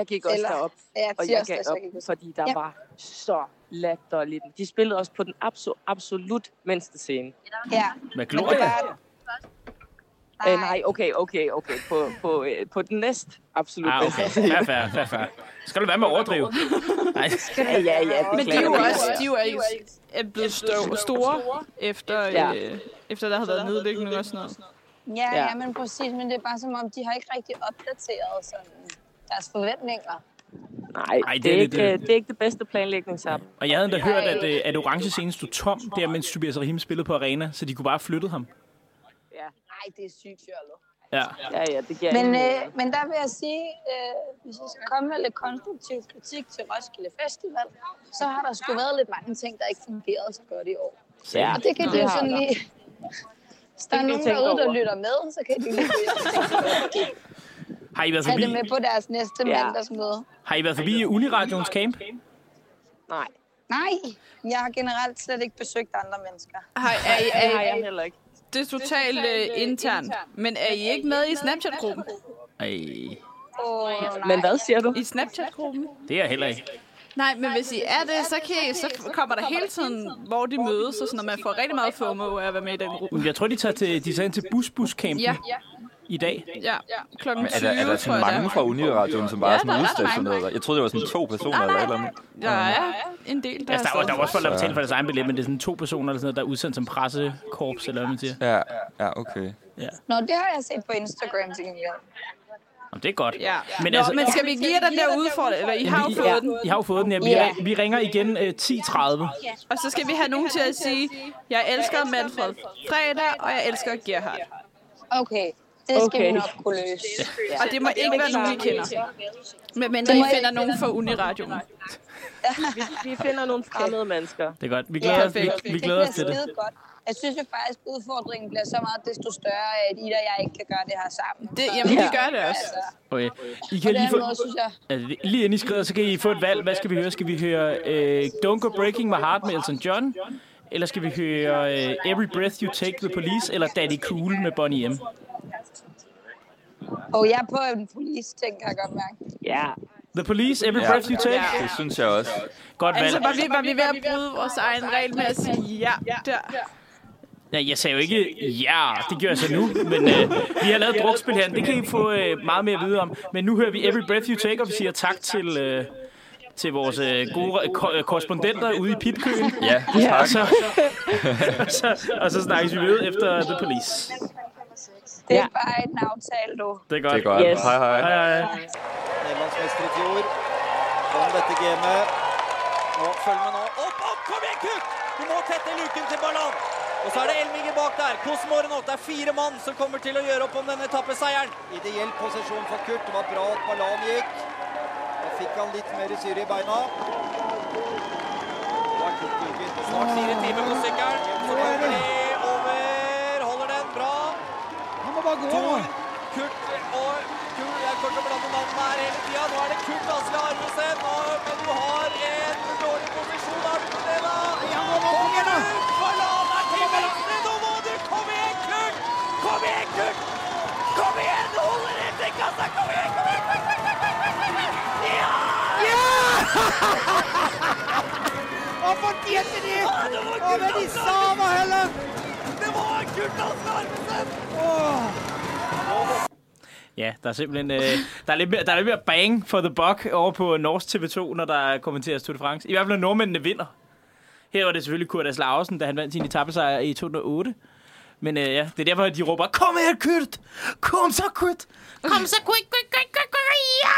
Speaker 6: Jeg gik også
Speaker 4: Eller-
Speaker 6: derop, og
Speaker 4: Ja,
Speaker 6: jeg gav
Speaker 4: tirsdags, jeg kan
Speaker 6: op, fordi der
Speaker 4: Ja.
Speaker 6: var så latterligt. De spillede også på den abso- absolut mindste scene.
Speaker 4: Ja,
Speaker 2: Med
Speaker 4: men det
Speaker 2: Gloria.
Speaker 4: var...
Speaker 6: Øh, nej, okay, okay, okay. På, på, øh, på den næst absolut
Speaker 2: Ah,
Speaker 6: bedste.
Speaker 2: okay. Fair, fair, fair, fair. Skal du være med at
Speaker 6: [LAUGHS]
Speaker 2: overdrive? Nej.
Speaker 6: Ja, ja, ja.
Speaker 3: Men de er jo
Speaker 6: beklager.
Speaker 3: også de er jo ikke- er blevet stå- store, efter, øh, efter der har været nedlægning og sådan noget.
Speaker 4: Ja,
Speaker 6: Ja.
Speaker 4: ja, men præcis, men det er bare som om, de har ikke rigtig opdateret sådan, deres forventninger.
Speaker 6: Nej,
Speaker 2: Ej,
Speaker 6: Ej,
Speaker 2: det
Speaker 6: det,
Speaker 2: er
Speaker 6: er
Speaker 2: lidt,
Speaker 6: ikke,
Speaker 2: øh,
Speaker 6: det. det er ikke det bedste planlægning sammen.
Speaker 2: Og jeg havde endda hørt, at, øh, at orange scene stod tom, der mens Tobias Rahim spillede på arena, så de kunne bare have flyttet ham.
Speaker 4: Nej, det er sygt fjollet.
Speaker 2: Ja.
Speaker 6: Ja, ja, det giver
Speaker 4: Men,
Speaker 6: ingen mening.
Speaker 4: øh, men der vil jeg sige, øh, hvis jeg skal komme med lidt konstruktiv kritik til Roskilde Festival, så har der sgu været lidt mange ting, der ikke fungerede så godt i år.
Speaker 6: ja.
Speaker 4: Og det kan de
Speaker 6: det
Speaker 4: jo
Speaker 6: har
Speaker 4: sådan
Speaker 6: der.
Speaker 4: lige... Hvis
Speaker 6: Det
Speaker 4: der er
Speaker 6: kan de
Speaker 4: nogen
Speaker 6: tænke
Speaker 4: derude, der
Speaker 6: over.
Speaker 4: lytter med, så kan de lige
Speaker 6: [LAUGHS]
Speaker 2: Har I været
Speaker 4: tage
Speaker 2: forbi,
Speaker 4: det med på deres næste
Speaker 6: Ja.
Speaker 4: mandagsmøde.
Speaker 2: har I været forbi Uniradions camp?
Speaker 6: Nej,
Speaker 3: øh,
Speaker 4: Nej, jeg har generelt slet ikke besøgt andre mennesker.
Speaker 3: Har, er, I-
Speaker 6: det har
Speaker 3: er,
Speaker 6: jeg
Speaker 3: I-
Speaker 6: heller ikke.
Speaker 3: Det er totalt øh, internt. Men er I ikke med i Snapchat-gruppen?
Speaker 2: Ej,
Speaker 4: Åh, nej.
Speaker 6: Men hvad siger du?
Speaker 3: I Snapchat-gruppen?
Speaker 2: det er jeg heller ikke.
Speaker 3: Nej, men hvis I er det, så, kan I, så kommer der hele tiden, hvor de mødes, og sådan, og man får rigtig meget FOMO af at være med i den gruppe.
Speaker 2: Jeg tror, de tager til, de tager ind til busbuscampen
Speaker 3: Ja,
Speaker 2: i dag.
Speaker 3: ja. Klokken 20,
Speaker 1: Er der, er der
Speaker 3: tror
Speaker 1: sådan
Speaker 3: jeg,
Speaker 1: mange fra Uniradioen, som bare
Speaker 3: Ja,
Speaker 1: er sådan
Speaker 3: der er ret
Speaker 1: udstationeret? Jeg troede, det var sådan to personer eller et eller andet.
Speaker 3: der er en del, der
Speaker 2: Altså, der,
Speaker 3: er
Speaker 2: var, der var også folk, der
Speaker 1: Så-
Speaker 2: betalte for deres egen billet, men det er sådan to personer, eller sådan noget, der er udsendt som pressekorps, eller hvad man siger.
Speaker 1: Ja, ja, okay.
Speaker 4: Nå, det har jeg set på Instagram til gengæld.
Speaker 2: Jamen, det er godt.
Speaker 3: Ja.
Speaker 2: Men
Speaker 3: Nå,
Speaker 2: altså-
Speaker 3: men skal vi give jer den der udfordring? Eller I har jo
Speaker 2: Jamen,
Speaker 3: fået den.
Speaker 2: I har jo fået den, ja. Vi,
Speaker 4: Ja.
Speaker 2: ri- vi ringer igen øh, 10.30.
Speaker 3: Og så skal vi have nogen til at sige, jeg elsker Manfred Fredag, og jeg elsker Gerhard.
Speaker 4: Okay, det skal
Speaker 6: Okay.
Speaker 4: vi nok kunne løse.
Speaker 3: Og det må ikke være nogen, I kender. Men mindre
Speaker 4: Det
Speaker 3: I
Speaker 4: må jeg
Speaker 3: finder
Speaker 4: ikke
Speaker 3: nogen for Uniradioen.
Speaker 6: Vi finder nogle fremmede mennesker.
Speaker 2: Det er godt. Vi glæder, os, vi, vi glæder os til det.
Speaker 4: bliver skide godt. Jeg synes jo faktisk, at udfordringen bliver så meget desto større, at I og jeg ikke kan gøre det her sammen.
Speaker 3: Det,
Speaker 4: Så-
Speaker 3: jamen, det gør det også.
Speaker 4: Altså,
Speaker 2: Okay. I
Speaker 4: på
Speaker 2: kan lige
Speaker 4: den
Speaker 2: få...
Speaker 4: måde synes jeg,
Speaker 2: Altså, lige inden I skrider, så kan I få et valg. Hvad skal vi høre? Skal vi høre øh, Don't Go Breaking My Heart med Elton John? Eller skal vi høre øh, Every Breath You Take The Police? Eller Daddy Cool med Bonnie M?
Speaker 4: og jeg er på en police ting, kan jeg godt mærke.
Speaker 6: Ja.
Speaker 2: The Police, Every
Speaker 1: Ja.
Speaker 2: Breath You Take?
Speaker 1: Det synes jeg også.
Speaker 2: Godt
Speaker 3: Altså,
Speaker 2: valg.
Speaker 3: var vi, var vi ved at bryde vores egen regel med at sige ja der?
Speaker 2: Ja, jeg sagde jo ikke, ja, det gør jeg så nu, men øh, vi har lavet et drukspil her, det kan I få øh, meget mere at vide om. Men nu hører vi Every Breath You Take, og vi siger tak til, øh, til vores øh, gode øh, ko- øh, korrespondenter ude i pipkøen.
Speaker 1: Ja,
Speaker 2: Og
Speaker 1: tak.
Speaker 2: så, [LAUGHS] og så, og så snakkes vi ved efter The Police.
Speaker 4: Det er
Speaker 6: Ja.
Speaker 4: bare en aftale, du.
Speaker 2: Det er godt.
Speaker 1: Det er godt.
Speaker 6: Yes.
Speaker 1: Hej, hej.
Speaker 2: Hej, hej.
Speaker 7: Nederlandsmester i fjor. Vann dette gamet. Nå, følg med nå. Opp, opp! Kom igjen, Kuk! Du må tette luken til Ballan. Og så er det Elminger bak der. Kosmorenot. Det er fire mann som kommer til å gjøre opp om denne etappeseieren. Ideell posisjon for Kurt. Det var bra at Ballan gikk. Da fikk han litt mer syre i beina. Da er Kurt ute. Snart fire timer på sykkelen. Så kommer det over. Holder den. Bra.
Speaker 8: Han må bare gå
Speaker 7: Tor,
Speaker 8: nå.
Speaker 7: Kurt og Kurt, jeg kommer til å blande navnene her hele tida. Nå er det Kurt Asle Arvesen, og- men du har en dårlig posisjon. Er du på det, da?
Speaker 8: Ja, nå må han komme igjen, da.
Speaker 7: Forlan er til venstre, nå må du komme igjen, Kurt! Kom igjen, Kurt! Kom igjen, du holder helt i kassa! Kom igjen, kom igjen! Kurt, Kurt, Kurt, Kurt, Kurt, Kurt! Ja!
Speaker 8: Han fortjente det!
Speaker 7: Ja, det var
Speaker 8: Ja,
Speaker 7: Kurt
Speaker 8: men i
Speaker 7: Asle
Speaker 8: sama
Speaker 7: Arvesen!
Speaker 8: heller!
Speaker 7: Det var Kurt Asle Arvesen!
Speaker 8: Åh.
Speaker 2: Ja, der er simpelthen øh, der er lidt, mere, der er lidt mere bang for the buck over på Norsk TV2, når der kommenteres Tour de France. I hvert fald, når nordmændene vinder. Her var det selvfølgelig Kurt Asle Larsen, da han vandt sin etappesejr i 2008. Men øh, ja, det er derfor, at de råber, kom her, Kurt! Kom så, Kurt! Kom så, Kurt! Kurt, Kurt, Kurt, Kurt! Ja!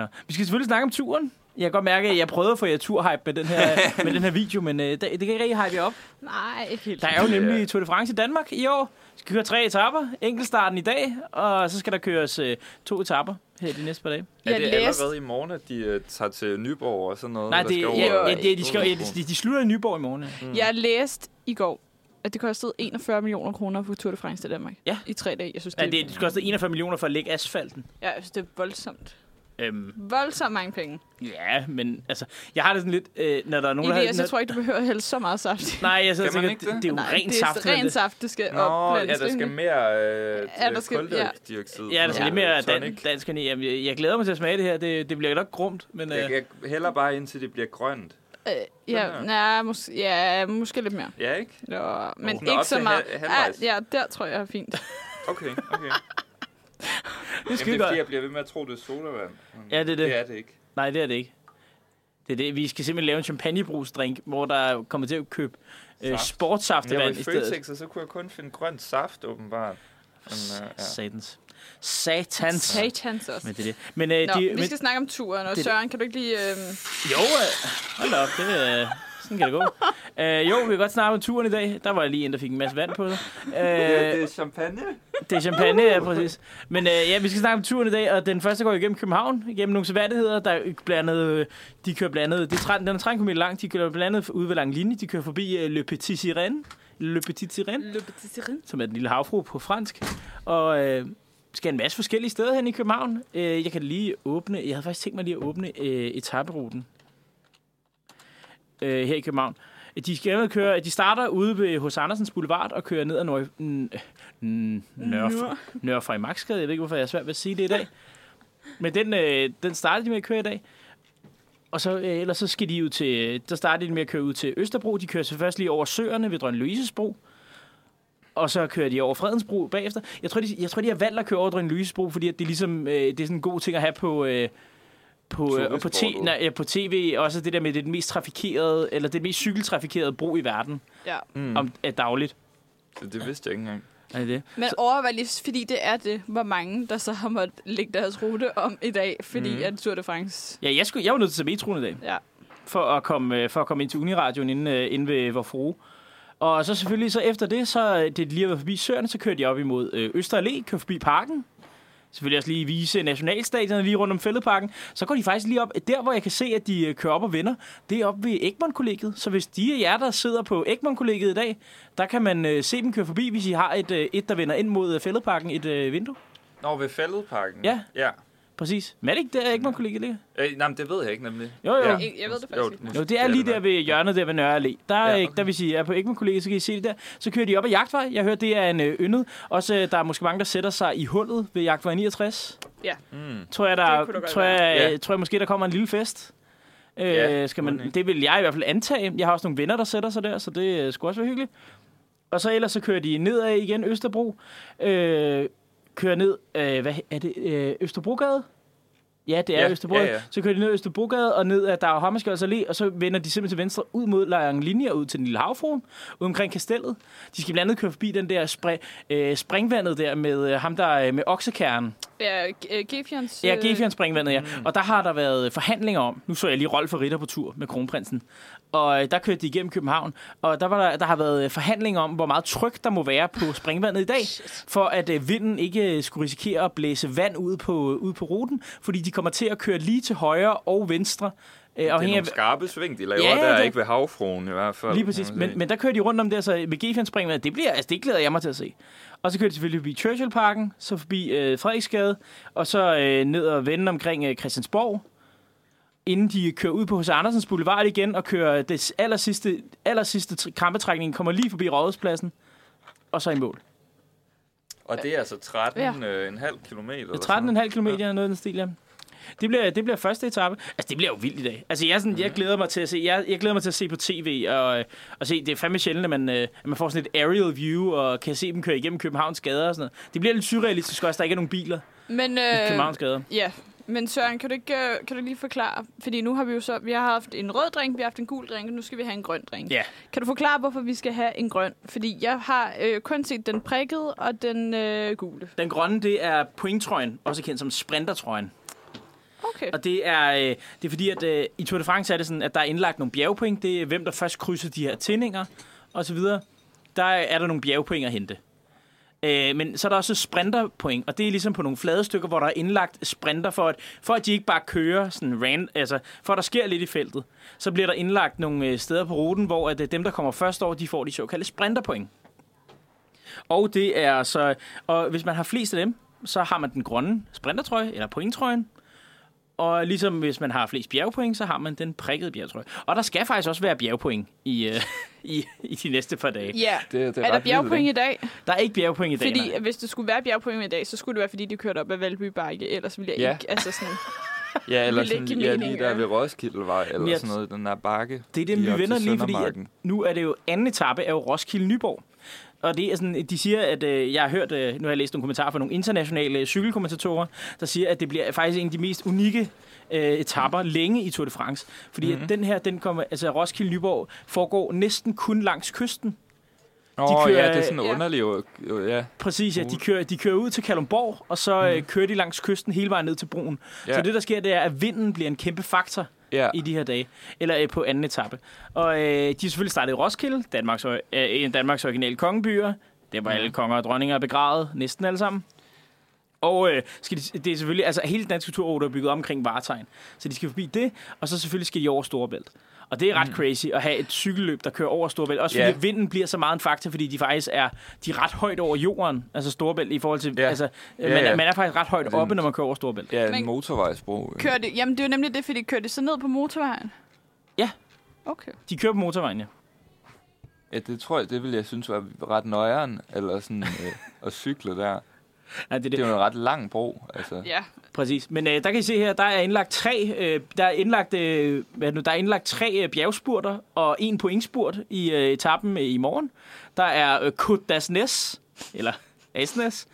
Speaker 2: Nå, vi skal selvfølgelig snakke om turen. Jeg kan godt mærke, at jeg prøvede at få jer turhype med den her, med den her video, men øh, det, det kan ikke rigtig hype jer op.
Speaker 3: Nej, ikke helt.
Speaker 2: Der er jo nemlig Tour de France i Danmark i år. Vi skal køre tre etapper. Enkeltstarten i dag, og så skal der køres øh, to etapper her de næste par dage.
Speaker 1: Er
Speaker 3: Jeg
Speaker 1: det
Speaker 3: læste,
Speaker 1: allerede i morgen, at de øh, tager til Nyborg og sådan noget?
Speaker 2: Nej,
Speaker 1: eller
Speaker 2: det,
Speaker 1: skal over- Mm.
Speaker 2: ja, ja, det, de, skal, ja, de, de slutter i Nyborg i morgen. ja.
Speaker 3: jeg læste i går, at det kostede 41 millioner kroner for Tour de France til Danmark.
Speaker 2: Ja.
Speaker 3: I tre dage. Jeg synes, det,
Speaker 2: Ja, det, det koster
Speaker 1: mm.
Speaker 2: 41 millioner for at lægge asfalten.
Speaker 3: jeg synes, det er voldsomt.
Speaker 2: Øhm,
Speaker 3: Voldsomt mange penge.
Speaker 2: ja, men altså, jeg har det sådan lidt, øh, når der er nogen, der...
Speaker 3: Elias,
Speaker 2: har,
Speaker 3: jeg tror ikke, du behøver at hælde så meget saft. i.
Speaker 2: Nej, jeg sidder
Speaker 1: Kan man
Speaker 2: tænker,
Speaker 1: ikke
Speaker 2: det,
Speaker 1: det?
Speaker 2: det er jo
Speaker 3: [LAUGHS] Nej,
Speaker 2: ren
Speaker 3: det er
Speaker 2: saft. men
Speaker 3: ren
Speaker 2: det-
Speaker 3: saft, det skal
Speaker 1: Nå, ja,
Speaker 3: opblandes.
Speaker 1: der skal
Speaker 3: ikke?
Speaker 1: mere øh,
Speaker 3: Ja, der skal- ja.
Speaker 1: koldioxid.
Speaker 2: Ja, der skal lidt mere dan,
Speaker 1: tonic.
Speaker 2: dansk ind i. Jamen, Jeg, jeg glæder mig til at smage det her. Det, det bliver nok grumt, men... Øh,
Speaker 1: Jeg, jeg hælder bare indtil det bliver grønt.
Speaker 3: Øh, ja, nej, mås- ja, måske lidt mere.
Speaker 1: Ja, ikke?
Speaker 3: Nå, men
Speaker 1: Nå,
Speaker 3: ikke
Speaker 1: op
Speaker 3: så
Speaker 1: til
Speaker 3: meget.
Speaker 1: hal- halvvejs.
Speaker 3: Ja, ja, der tror jeg er fint.
Speaker 1: Okay,
Speaker 2: [LAUGHS]
Speaker 1: okay.
Speaker 2: det
Speaker 1: Jamen,
Speaker 2: skal
Speaker 1: det er fordi,
Speaker 2: godt.
Speaker 1: jeg bliver ved med at tro, det er sodavand.
Speaker 2: Ja, det er det.
Speaker 1: Det er det ikke.
Speaker 2: Nej, det er det ikke. Det er det. Vi skal simpelthen lave en champagnebrusdrink, hvor der kommer til at købe øh,
Speaker 1: Saft. Jeg var
Speaker 2: sportsaftevand
Speaker 1: i
Speaker 2: i stedet.
Speaker 1: Føtex, og så kunne jeg kun finde grønt saft, åbenbart. Men, øh, ja.
Speaker 2: Satans. Satans.
Speaker 3: [LAUGHS] Satans også.
Speaker 2: Men det er det. Men, øh,
Speaker 3: Nå,
Speaker 2: de,
Speaker 3: vi
Speaker 2: men,
Speaker 3: skal snakke om turen, og
Speaker 2: det-
Speaker 3: Søren, kan du ikke lige... Øh,
Speaker 2: Jo, øh, hold da op. Det, øh, sådan
Speaker 3: [LAUGHS]
Speaker 2: kan det gå. Øh, jo, vi kan godt snakke om turen i dag. Der var lige en, der fik en masse
Speaker 3: [LAUGHS]
Speaker 2: vand på sig.
Speaker 1: Ja,
Speaker 2: Øh,
Speaker 1: det er champagne.
Speaker 2: det er champagne, ja, præcis. Men øh, ja, vi skal snakke om turen i dag, og den første går igennem København, igennem nogle seværdigheder, der er blandt andet, øh, de kører blandt andet, det er 13, den er 13 km lang, de kører blandt andet ude ved lang linje, de kører forbi øh, Le Petit Sirene, Le Petit Sirene,
Speaker 3: Le Petit Sirin.
Speaker 2: som er den lille havfru på fransk. Og øh, skal en masse forskellige steder hen i København. Øh, jeg kan lige åbne, jeg havde faktisk tænkt mig lige at åbne øh, etaperuten øh, her i København. De skal gerne køre, de starter ude ved hos Andersens Boulevard og kører ned ad Nør... Nør... Nør fra i Maxgade. Jeg ved ikke, hvorfor jeg er svært ved at sige det i dag. Men den, øh, den starter de med at køre i dag. Og så, øh, ellers så skal de ud til... Der starter de med at køre ud til Østerbro. De kører så først lige over søerne ved Drøn Louises bro. Og så kører de over Fredensbro bagefter. Jeg tror, de, jeg tror, de har valgt at køre over Drøn Louises bro, fordi at det, er ligesom, øh, det er sådan en god ting at have på... Øh, på, øh, og på, t-
Speaker 1: Turistkortet.
Speaker 2: nej, ja, på tv også det der med, at det er den mest trafikerede, eller det mest cykeltrafikerede bro i verden
Speaker 3: Ja.
Speaker 1: Mm.
Speaker 2: mm. om, er dagligt.
Speaker 1: Det, det vidste jeg ikke engang.
Speaker 2: Er det det?
Speaker 3: Men overvej lige, fordi det er det, hvor mange, der så har måttet lægge deres rute om i dag, fordi
Speaker 2: Mhm.
Speaker 3: mm. at Tour de France...
Speaker 2: Ja, jeg, skulle, jeg var nødt til at tage metroen i dag.
Speaker 3: Ja.
Speaker 2: for at komme, øh, for at komme ind til Uniradioen inde, øh, inde ved Vor Frue. Og så selvfølgelig, så efter det, så øh, det lige har været forbi Søerne, så kører de op imod øh, Øster Allé, kører forbi parken. Selvfølgelig også lige vise nationalstaterne lige rundt om fældeparken. Så går de faktisk lige op, der hvor jeg kan se, at de øh, kører op og vender, det er op ved egmont kollegiet Så hvis de af jer, der sidder på egmont kollegiet i dag, der kan man øh, se dem køre forbi, hvis I har et, øh, et der vender ind mod øh, fældeparken, et øh, vindue.
Speaker 1: Nå, ved fældeparken?
Speaker 2: Ja.
Speaker 1: ja.
Speaker 2: Præcis. Men er det ikke der, egmont kollegiet ligger?
Speaker 1: Øh, nej, men det ved jeg ikke nemlig.
Speaker 2: Jo, jo.
Speaker 1: Ja.
Speaker 3: Jeg, jeg ved det faktisk ikke.
Speaker 1: nu-
Speaker 2: Jo, det er lige
Speaker 1: det
Speaker 2: der ved hjørnet der ved Nørre Allé. Der,
Speaker 1: Ja,
Speaker 2: ja, okay.
Speaker 1: okay.
Speaker 2: der hvis I er på Ekman kollega, så kan I se det der. Så kører de op ad Jagtvej. Jeg hørte, det er en øh, yndet. Også øh, der er måske mange, der sætter sig i hullet ved Jagtvej 69.
Speaker 3: Ja.
Speaker 1: Mm.
Speaker 2: Tror jeg, der,
Speaker 3: Det kunne da godt
Speaker 2: tror, jeg,
Speaker 1: være.
Speaker 2: øh,
Speaker 1: Ja.
Speaker 2: tror jeg måske, der kommer en lille fest. Øh,
Speaker 1: Ja,
Speaker 2: ja, skal man,
Speaker 1: mon ikke.
Speaker 2: det vil jeg i hvert fald antage. Jeg har også nogle venner, der sætter sig der, så det øh, skulle også være hyggeligt. Og så ellers så kører de nedad igen Østerbro. Øh, kører ned, øh, hvad er det, øh, Østerbrogade? Ja, det er
Speaker 1: Ja,
Speaker 2: Østerbrogade.
Speaker 1: ja, ja.
Speaker 2: Så kører de ned Østerbrogade og ned ad Dag Hammerskjolds Allé, og så vender de simpelthen til venstre ud mod Lejren Linje og ud til den lille havfruen, ud omkring kastellet. De skal blandt andet køre forbi den der spre, øh, springvandet der med øh, ham der øh, med oksekernen.
Speaker 3: Ja, øh, Gefjons...
Speaker 2: Ja,
Speaker 3: øh,
Speaker 2: Gefian springvandet, ja. Mm. Og der har der været forhandlinger om, nu så jeg lige Rolf og Ritter på tur med kronprinsen, og øh, der kørte de igennem København, og der, var der, der har været øh, forhandlinger om, hvor meget tryk der må være på springvandet i dag, for at øh, vinden ikke øh, skulle risikere at blæse vand ud på, øh, ud på ruten, fordi de kommer til at køre lige til højre og venstre, øh,
Speaker 1: Det er
Speaker 2: afhængig af,
Speaker 1: nogle skarpe sving, de laver
Speaker 2: Ja,
Speaker 1: ja, der,
Speaker 2: det-
Speaker 1: det... ikke ved havfruen i hvert fald.
Speaker 2: Lige præcis.
Speaker 1: kan man
Speaker 2: Men,
Speaker 1: sige.
Speaker 2: men der kører de rundt om der, så med Gefianspringvandet, det, bliver, altså, det glæder jeg mig til at se. Og så kører de selvfølgelig forbi Churchillparken, så forbi øh, Frederiksgade, og så øh, ned og vende omkring øh, Christiansborg, inden de kører ud på H.C. Andersens Boulevard igen, og kører det s- aller sidste, aller sidste tr- krampetrækning, kommer lige forbi Rådhuspladsen, og så i mål.
Speaker 1: Og det er altså 13,5
Speaker 3: Ja.
Speaker 1: ja. en halv kilometer. eller sådan noget.
Speaker 2: 13,5 km eller noget i den stil, ja. Det bliver, det bliver første etape. Altså, det bliver jo vildt i dag. Altså, jeg, er sådan, jeg glæder mig til at se, jeg, jeg glæder mig til at se på tv, og, øh, og se, det er fandme sjældent, at man, øh, at man får sådan et aerial view, og kan se dem køre igennem Københavns gader og sådan noget. Det bliver lidt surrealistisk også, der ikke er nogen biler
Speaker 3: Men,
Speaker 2: i
Speaker 3: øh,
Speaker 2: Københavns gader.
Speaker 3: ja. Men Søren, kan du, ikke, øh, kan du ikke lige forklare? Fordi nu har vi jo så... Vi har haft en rød drink, vi har haft en gul drink, og nu skal vi have en grøn drink.
Speaker 2: Ja.
Speaker 3: Kan du forklare, hvorfor vi skal have en grøn? Fordi jeg har øh, kun set den prikkede og den øh, gule.
Speaker 2: Den grønne, det er pointtrøjen, også kendt som sprintertrøjen.
Speaker 3: Okay.
Speaker 2: Og det er, øh, det er fordi, at øh, i Tour de France er det sådan, at der er indlagt nogle bjergpoint. Det er, hvem der først krydser de her tændinger og så videre. Der er er der nogle bjergpoint at hente. Øh, men så er der også sprinterpoint, og det er ligesom på nogle flade stykker, hvor der er indlagt sprinter, for at, for at de ikke bare kører sådan ran, altså for at der sker lidt i feltet. Så bliver der indlagt nogle øh, steder på ruten, hvor at, øh, dem, der kommer først over, de får de såkaldte sprinterpoint. Og det er så, og hvis man har flest af dem, så har man den grønne sprintertrøje, eller pointtrøjen, og ligesom hvis man har flest bjergpoint, så har man den prikkede bjergtrøje. Og der skal faktisk også være bjergpoint i, øh, [LAUGHS] i, i de næste par dage.
Speaker 3: Ja.
Speaker 1: Det, det
Speaker 3: Er,
Speaker 1: er,
Speaker 3: der bjergpoint i dag?
Speaker 2: Der er ikke bjergpoint i dag. nej.
Speaker 3: Fordi hvis det skulle være bjergpoint i dag, så skulle det være, fordi de kørte op ad Valby Bakke. Ellers ville jeg
Speaker 1: Ja.
Speaker 3: ikke... Altså sådan,
Speaker 1: Ja, eller
Speaker 3: ville ikke
Speaker 1: sådan,
Speaker 3: give
Speaker 1: ja, lige
Speaker 3: mening,
Speaker 1: der
Speaker 3: ja.
Speaker 1: ved Roskildevej, eller
Speaker 2: Men jeg-
Speaker 1: sådan noget, den der bakke.
Speaker 2: Det er det,
Speaker 1: lige op til
Speaker 2: vi vender lige, fordi at
Speaker 1: Søndermarken.
Speaker 2: nu er det jo anden etape af jo Roskilde-Nyborg. Og det er sådan, de siger, at øh, jeg har hørt, øh, nu har jeg læst nogle kommentarer fra nogle internationale cykelkommentatorer, der siger, at det bliver faktisk en af de mest unikke øh, etapper længe i Tour de France. Fordi
Speaker 1: Mhm.
Speaker 2: mm-hmm. at den her, den kommer, altså Roskilde-Nyborg foregår næsten kun langs kysten.
Speaker 1: Nå,
Speaker 2: kører-
Speaker 1: ja, det er sådan en
Speaker 3: ja.
Speaker 1: underlig... jo, Ja.
Speaker 2: Præcis, ja. De
Speaker 1: Cool. Mhm.
Speaker 2: kører, de kører ud til Kalumborg, og så øh, kører de langs kysten hele vejen ned til broen.
Speaker 1: Ja.
Speaker 2: Så det, der sker, det er, at vinden bliver en kæmpe faktor
Speaker 1: ja.
Speaker 2: i de her dage, eller øh, på anden etape. Og øh, de er selvfølgelig startet i Roskilde, Danmarks, øh, en af Danmarks originale kongebyer. Der var alle konger og dronninger er begravet, næsten alle sammen. Og øh, skal de, det er selvfølgelig, altså hele den danske turrute er bygget omkring Vartegn. Så de skal forbi det, og så selvfølgelig skal de over Storebælt. Og det er ret mm. crazy at have et cykelløb, der kører over Storebælt. Også fordi
Speaker 1: Ja.
Speaker 2: yeah. vinden bliver så meget en faktor, fordi de faktisk er, de er ret højt over jorden, altså Storebælt i forhold til,
Speaker 1: Ja.
Speaker 2: altså
Speaker 1: Ja,
Speaker 2: man,
Speaker 1: ja. Altså
Speaker 2: man er faktisk ret højt
Speaker 1: Det er
Speaker 2: oppe,
Speaker 1: en-
Speaker 2: når man kører over Storebælt.
Speaker 1: Ja, en
Speaker 3: Men-
Speaker 1: motorvejsbro. ja.
Speaker 3: kører det, jamen, det er jo nemlig det, fordi kører det så ned på motorvejen?
Speaker 2: Ja.
Speaker 3: Okay.
Speaker 2: De kører på motorvejen, ja.
Speaker 1: Ja, det tror jeg, det ville jeg synes var ret nøjeren, eller sådan øh, at cykle der.
Speaker 2: Ja, det er
Speaker 1: Det
Speaker 2: det.
Speaker 1: er jo en ret lang bro, altså.
Speaker 3: Ja,
Speaker 2: Præcis. Men øh, der kan I se her, der er indlagt tre, øh, der er indlagt, øh, hvad er det nu, der er indlagt tre øh, bjergspurter og en pointspurt i øh, etappen øh, i morgen. Der er øh, Côte d'Asnes, eller Asnes,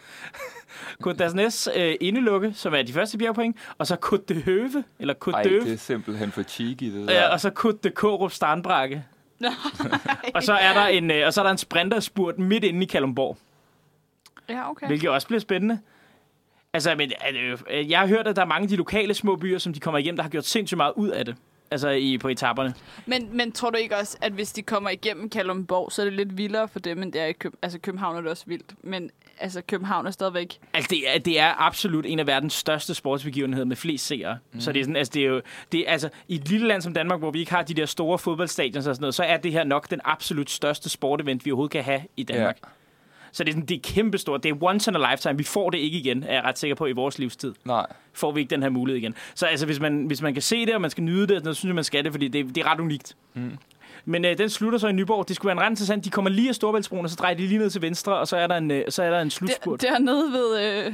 Speaker 2: [LAUGHS] Côte d'Asnes øh, indelukke, som er de første bjergpoint, og så Côte de Høve, eller Côte
Speaker 1: Ej,
Speaker 2: d'Øve.
Speaker 1: det er simpelthen for cheeky, det der.
Speaker 2: Ja, og så Kut de Kårup Starnbrakke. og så er der en øh, og så er der en sprinterspurt midt inde i Kalumborg,
Speaker 3: ja okay.
Speaker 2: hvilket også bliver spændende. Altså, men at, øh, øh, jeg har hørt, at der er mange af de lokale små byer, som de kommer igennem, der har gjort sindssygt meget ud af det. Altså i, på etaperne.
Speaker 3: Men, men tror du ikke også, at hvis de kommer igennem Kalumborg, så er det lidt vildere for dem, end det er i Køb altså, København er det også vildt. Men altså, København er stadigvæk...
Speaker 2: Altså, det er, det er absolut en af verdens største sportsbegivenheder med flest seere. Mm. Så det er sådan, altså, det er jo, det er, altså, i et lille land som Danmark, hvor vi ikke har de der store fodboldstadioner og sådan noget, så er det her nok den absolut største sportevent, vi overhovedet kan have i Danmark.
Speaker 1: Ja.
Speaker 2: Så det er, sådan, det er kæmpestort. Det er once in a lifetime. Vi får det ikke igen, er jeg ret sikker på, i vores livstid.
Speaker 1: Nej.
Speaker 2: Får vi ikke den her mulighed igen. Så altså, hvis, man, hvis man kan se det, og man skal nyde det, og sådan noget, så synes jeg, man skal det, fordi det, det er ret unikt. Mm. Men øh, den slutter så i Nyborg. Det skulle være en ret interessant. De kommer lige af Storbæltsbroen, og så drejer de lige ned til venstre, og så er der en, øh, så er der en slutspurt.
Speaker 3: Der, dernede ved, øh,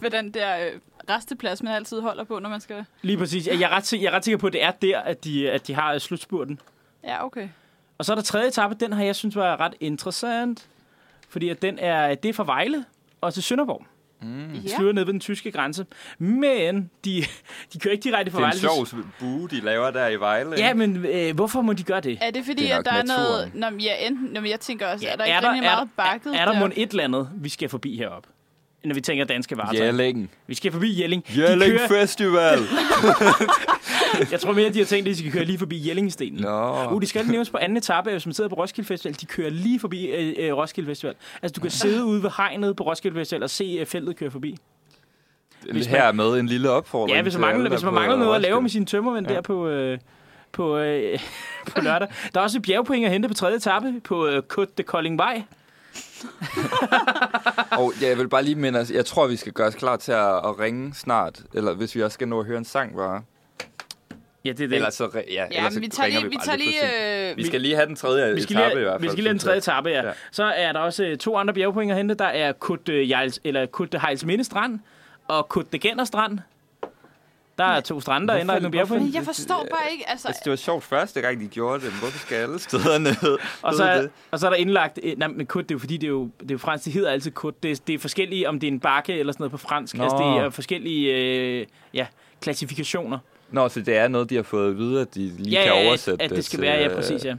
Speaker 3: ved den der øh, resteplads, man altid holder på, når man skal...
Speaker 2: Lige præcis. Jeg er, ret, sik- jeg er ret sikker på, at det er der, at de, at de har øh, slutspurten.
Speaker 3: Ja, okay.
Speaker 2: Og så er der tredje etape, den har jeg synes var ret interessant, fordi at den er, det er fra Vejle og til Sønderborg. Mm.
Speaker 3: Ja.
Speaker 2: Slutter ned ved den tyske grænse. Men de, de kører ikke direkte fra
Speaker 1: Det er en
Speaker 2: Vejle. til-
Speaker 1: sjov bue, de laver der i Vejle. ikke?
Speaker 2: Ja, men øh, hvorfor må de gøre det?
Speaker 3: Er det fordi,
Speaker 1: Det er
Speaker 3: det er
Speaker 1: nok
Speaker 3: at der er
Speaker 1: naturen.
Speaker 3: noget... Nå, men ja, enten, nå, men jeg tænker også,
Speaker 2: Ja,
Speaker 3: ja, er der ikke er rimelig meget bakket?
Speaker 2: er, er der
Speaker 3: der?
Speaker 2: mon et eller andet, vi skal forbi heroppe? Når vi tænker danske varetøj.
Speaker 1: Altså, Jelling.
Speaker 2: Vi skal forbi Jelling. De
Speaker 1: Jelling
Speaker 2: kører-
Speaker 1: Festival!
Speaker 2: [LAUGHS] Jeg tror mere, de har tænkt, at de skal køre lige forbi Jellingstenen.
Speaker 1: Nå.
Speaker 2: Uh, det skal lige nævnes på anden etape, hvis man sidder på Roskilde Festival. De kører lige forbi øh, øh, Roskilde Festival. Altså, du kan sidde ude ved hegnet på Roskilde Festival og se øh, feltet køre forbi.
Speaker 1: Hvis
Speaker 2: Hvis
Speaker 1: man,
Speaker 2: man-
Speaker 1: her med en lille opfordring.
Speaker 2: Ja, hvis man
Speaker 1: til alle,
Speaker 2: mangler,
Speaker 1: der
Speaker 2: hvis man
Speaker 1: på
Speaker 2: mangler noget at lave med
Speaker 1: Roskilde.
Speaker 2: sine tømmermænd
Speaker 1: Ja.
Speaker 2: der på, øh, på, øh, [LAUGHS] på lørdag. Der er også et bjergpoint at hente på tredje etape på øh, Côte de Koldingvej.
Speaker 1: Og ja, jeg vil bare lige minde os, jeg tror, vi skal gøre os klar til at, at ringe snart, eller hvis vi også skal nå at høre en sang bare.
Speaker 2: Ja, det er det.
Speaker 1: Ellers så, re- ja,
Speaker 3: Ja,
Speaker 1: ellers
Speaker 3: men
Speaker 1: så
Speaker 3: vi
Speaker 1: Altså,
Speaker 3: tager
Speaker 1: ringer
Speaker 3: lige... Vi
Speaker 1: bare
Speaker 3: tager
Speaker 1: lidt for sent.
Speaker 3: lige øh,
Speaker 1: Vi skal lige have den tredje
Speaker 2: vi skal
Speaker 1: etape i
Speaker 2: lige,
Speaker 1: hvert fald.
Speaker 2: vi skal lige have den
Speaker 1: så-
Speaker 2: tredje etape, ja.
Speaker 1: Ja.
Speaker 2: ja. Så er der også øh, to andre bjergpoint at hente. Der er Kut øh, Jejls, eller Kut Hejls Minde Strand og Kut de Genner Strand. Der er to strande, der ender i nogle bjergpoint.
Speaker 3: Men jeg forstår bare ikke, altså...
Speaker 1: Altså, det var sjovt første gang, de gjorde det, men hvorfor skal
Speaker 2: [LAUGHS]
Speaker 1: alle steder ned?
Speaker 2: Og
Speaker 1: Ved
Speaker 2: så, er,
Speaker 1: det?
Speaker 2: og så er der indlagt... eh, Nej, men kut, det er jo fordi, det er jo, det er jo fransk. Det hedder altid kut. Det, er- det er forskellige, om det er en bakke eller sådan noget på fransk.
Speaker 1: Nå.
Speaker 2: Altså, det er forskellige øh, ja, klassifikationer.
Speaker 1: Nå, så det er noget, de har fået at vide, at de lige
Speaker 2: ja,
Speaker 1: kan
Speaker 2: ja,
Speaker 1: oversætte
Speaker 2: at det skal
Speaker 1: til,
Speaker 2: være, ja,
Speaker 1: øh,
Speaker 2: præcis, ja.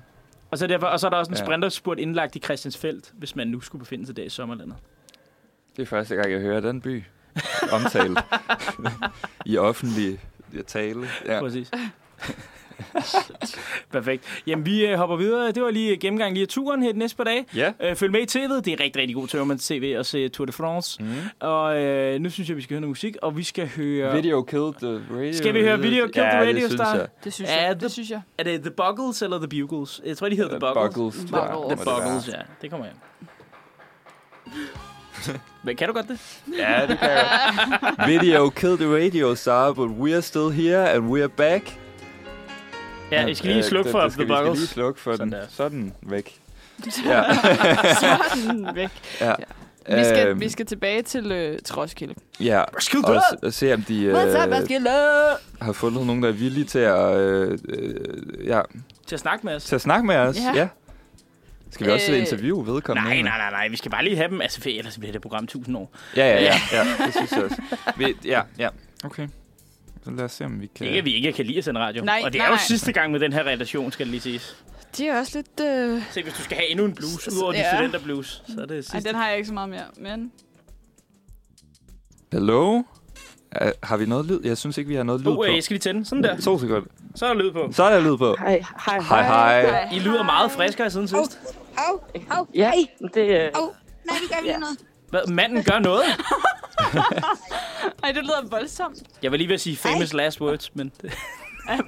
Speaker 2: Og så, derfor, og så er der også en
Speaker 1: Ja.
Speaker 2: ja. sprinterspurt indlagt i Christiansfeldt, hvis man nu skulle befinde sig der i sommerlandet.
Speaker 1: øh, Det er første gang, jeg hører den
Speaker 2: [LAUGHS]
Speaker 1: by omtalt i offentlig tale. Ja.
Speaker 2: Præcis. [LAUGHS] Perfekt. Jamen, vi øh, hopper videre. Det var lige øh, gennemgang lige af turen her de næste par dage.
Speaker 1: ja.
Speaker 2: Øh, følg med i tv'et. Det er rigtig, rigtig god tømmermands tv at se Tour de France.
Speaker 1: Mm.
Speaker 2: Og øh, nu synes jeg, vi skal høre noget musik, og vi skal høre...
Speaker 1: Video Killed the Radio.
Speaker 2: Skal vi høre Video Killed the
Speaker 1: ja,
Speaker 2: Radio
Speaker 1: det synes
Speaker 2: Star?
Speaker 1: jeg.
Speaker 3: Det synes
Speaker 2: Ja,
Speaker 3: jeg.
Speaker 2: det-
Speaker 3: Det synes jeg.
Speaker 2: Er det The Buggles eller The Bugles? Jeg tror, de hedder The Buggles.
Speaker 1: Buggles,
Speaker 3: tror jeg,
Speaker 1: tror
Speaker 3: må
Speaker 2: The
Speaker 3: det
Speaker 2: Buggles, ja. Det kommer jeg. [LAUGHS] Men kan du godt det?
Speaker 1: Ja, det kan jeg. Video Killed the Radio Star, but we are still here, and we are back.
Speaker 2: Ja, jeg skal lige
Speaker 1: Øh,
Speaker 2: slukke
Speaker 1: det-
Speaker 2: for
Speaker 1: det skal-
Speaker 2: The
Speaker 1: Vi skal lige
Speaker 2: Buggles.
Speaker 1: slukke for
Speaker 2: Sådan
Speaker 1: den.
Speaker 2: der.
Speaker 1: Sådan væk.
Speaker 3: [LAUGHS]
Speaker 1: [LAUGHS] Ja.
Speaker 3: Sådan væk.
Speaker 1: Ja.
Speaker 3: Vi skal,
Speaker 1: Øhm,
Speaker 3: vi skal tilbage til øh, til Roskilde.
Speaker 1: Ja,
Speaker 2: Roskilde!
Speaker 1: og, s- og se om de øh, har fundet nogen, der er villige til at, øh, øh, ja,
Speaker 2: Til at snakke med os.
Speaker 1: til at snakke med os.
Speaker 3: Ja.
Speaker 1: Ja. Skal vi også
Speaker 3: Øh,
Speaker 1: interviewe vedkommende?
Speaker 2: Nej,
Speaker 1: egentlig?
Speaker 2: nej, nej, nej. Vi skal bare lige have dem. Altså, for ellers bliver det program 1000 år.
Speaker 1: Ja, ja, ja, ja. Det synes jeg også. Vi, ja, ja. Okay. Så lad os se, om vi kan...
Speaker 2: Ikke, at vi ikke kan lide at sende radio.
Speaker 3: Nej,
Speaker 2: og det
Speaker 3: nej,
Speaker 2: er jo
Speaker 3: nej.
Speaker 2: sidste gang med den her relation, skal det lige siges.
Speaker 3: Det er også lidt... Øh...
Speaker 2: Se, hvis du skal have endnu en blues,
Speaker 3: S- s-
Speaker 2: udover ja.
Speaker 3: ja.
Speaker 2: din studenterblues, så er det
Speaker 3: Ej,
Speaker 2: sidste.
Speaker 3: den har jeg ikke så meget mere, men...
Speaker 1: Hallo? Er, har vi noget lyd? Jeg synes ikke, vi har noget lyd
Speaker 2: Oh, øh, jeg
Speaker 1: på.
Speaker 2: skal lige tænde. Sådan der.
Speaker 1: To sekunder.
Speaker 2: Så er der lyd på.
Speaker 1: Så er der lyd på.
Speaker 6: Hej, hej,
Speaker 1: Hej, hej.
Speaker 2: I lyder meget friskere siden sidst.
Speaker 4: Au, au,
Speaker 6: Ja,
Speaker 4: hey,
Speaker 6: det, øh,
Speaker 4: au. Nej, vi gør lige noget.
Speaker 2: Hvad? Manden gør noget.
Speaker 3: Ej, det lyder voldsomt.
Speaker 2: Jeg var lige ved at sige famous last words, men...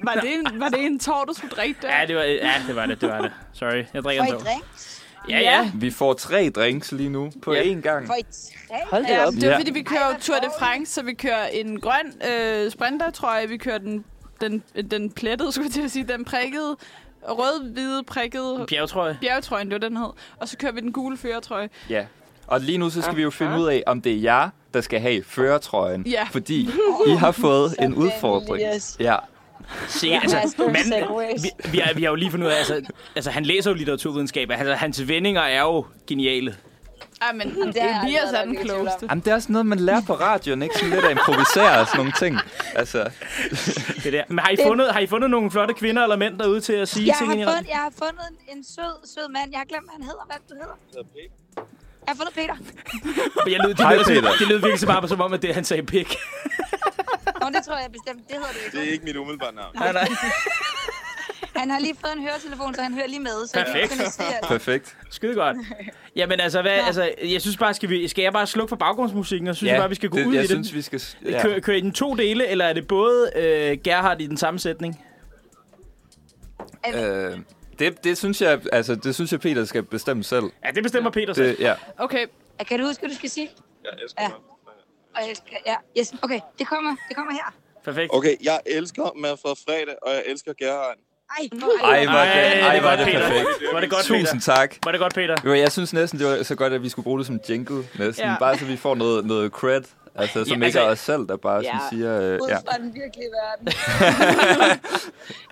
Speaker 3: Var det en, var det en tår, du skulle drikke der?
Speaker 2: Ja, det var, ja, det, var det, det var det. Sorry, jeg drikker
Speaker 4: Får
Speaker 2: en
Speaker 4: I
Speaker 2: tår.
Speaker 4: drinks?
Speaker 2: Ja, ja.
Speaker 1: Vi får tre drinks lige nu på
Speaker 2: Ja.
Speaker 1: én gang.
Speaker 4: Får I drinks?
Speaker 6: hold det
Speaker 3: Ja,
Speaker 6: op.
Speaker 3: det er
Speaker 1: Ja.
Speaker 3: fordi, vi
Speaker 4: Ej,
Speaker 3: kører
Speaker 4: hvor
Speaker 3: jo Tour de
Speaker 4: dårligt.
Speaker 3: France, så vi kører en grøn øh, sprinter, tror jeg. Vi kører den, den, den plettede, skulle jeg til at sige, den prikkede. rød-hvide prikkede
Speaker 2: Bjergetrøje.
Speaker 3: bjergetrøjen, det var den hed. Og så kører vi den gule førertrøje.
Speaker 1: Ja. Og lige nu så skal vi jo finde ud af, om det er jer, der skal have førertrøjen.
Speaker 3: Ja.
Speaker 1: Fordi I har fået en
Speaker 4: Sådan,
Speaker 1: udfordring.
Speaker 4: Elias.
Speaker 1: Ja.
Speaker 2: Sikkert, altså, manden, vi, vi, har, vi har jo lige fundet ud af, altså, altså han læser jo litteraturvidenskab, altså hans vendinger er jo geniale.
Speaker 3: Ej, men
Speaker 4: det har jeg
Speaker 3: Elias
Speaker 4: aldrig
Speaker 3: er
Speaker 4: været
Speaker 3: den
Speaker 4: i tvivl om.
Speaker 3: klogeste.
Speaker 1: Jamen, det er også noget, man lærer på radioen, ikke? Sådan lidt at improvisere og sådan nogle ting. Altså,
Speaker 2: Det der. Men har I, fundet, har I fundet nogle flotte kvinder eller mænd derude til at sige
Speaker 4: Jeg har,
Speaker 2: tingene i
Speaker 4: fundet,
Speaker 2: radioen?
Speaker 4: jeg har fundet en, en sød, sød mand. Jeg har glemt, hvad han hedder. Hvad du hedder? Jeg har fundet Peter.
Speaker 2: Men Jeg lød, det,
Speaker 1: Hej,
Speaker 2: lød, sådan-
Speaker 1: Peter.
Speaker 2: det lød virkelig så bare som om, at det, han sagde pik.
Speaker 4: Nå, det tror jeg bestemt. Det hedder det ikke.
Speaker 9: Det er ikke mit umiddelbare navn.
Speaker 2: Nej, nej.
Speaker 4: Han har lige fået en høretelefon, så han hører lige med. Så
Speaker 2: Perfekt.
Speaker 4: Jeg kan se, at
Speaker 1: perfekt.
Speaker 2: Skide [LAUGHS] godt. Jamen altså, hvad, altså, jeg synes bare, skal, vi, skal jeg bare slukke for baggrundsmusikken, og synes ja, bare, vi skal gå
Speaker 1: det,
Speaker 2: ud i
Speaker 1: jeg
Speaker 2: det?
Speaker 1: synes, vi skal... Ja.
Speaker 2: Kører, kører I den to dele, eller er det både øh, Gerhard i den samme sætning?
Speaker 1: Øh, det, det, synes jeg, altså, det synes jeg, Peter skal bestemme selv.
Speaker 2: Ja, det bestemmer Peter så.
Speaker 1: Det, ja.
Speaker 3: Okay,
Speaker 4: Kan du huske, hvad du skal sige?
Speaker 9: Jeg elsker
Speaker 4: Ja.
Speaker 9: mig.
Speaker 4: Og jeg skal, ja, yes. Okay, det kommer, det kommer her.
Speaker 2: Perfekt.
Speaker 9: Okay, jeg elsker Mads fra fredag, og jeg elsker Gerhard.
Speaker 4: Ej,
Speaker 1: Ej, hvor er det,
Speaker 2: Ej,
Speaker 1: ej,
Speaker 2: det
Speaker 1: hvor
Speaker 2: var
Speaker 1: er
Speaker 2: det,
Speaker 1: det
Speaker 2: Peter.
Speaker 1: perfekt.
Speaker 2: Var det godt,
Speaker 1: Tusind
Speaker 2: Peter?
Speaker 1: tak.
Speaker 2: Var det godt,
Speaker 1: [LAUGHS]
Speaker 2: Peter?
Speaker 1: Jo, jeg synes næsten, det var så godt, at vi skulle bruge det som jingle næsten.
Speaker 3: Ja.
Speaker 1: Ja. Bare så vi får noget, noget cred, altså, som ja,
Speaker 2: Ja,
Speaker 1: ikke
Speaker 2: altså-
Speaker 1: er os selv, der bare ja. sådan siger... Øh,
Speaker 4: ud
Speaker 1: ja.
Speaker 4: fra den virkelige
Speaker 2: [LAUGHS]
Speaker 4: verden.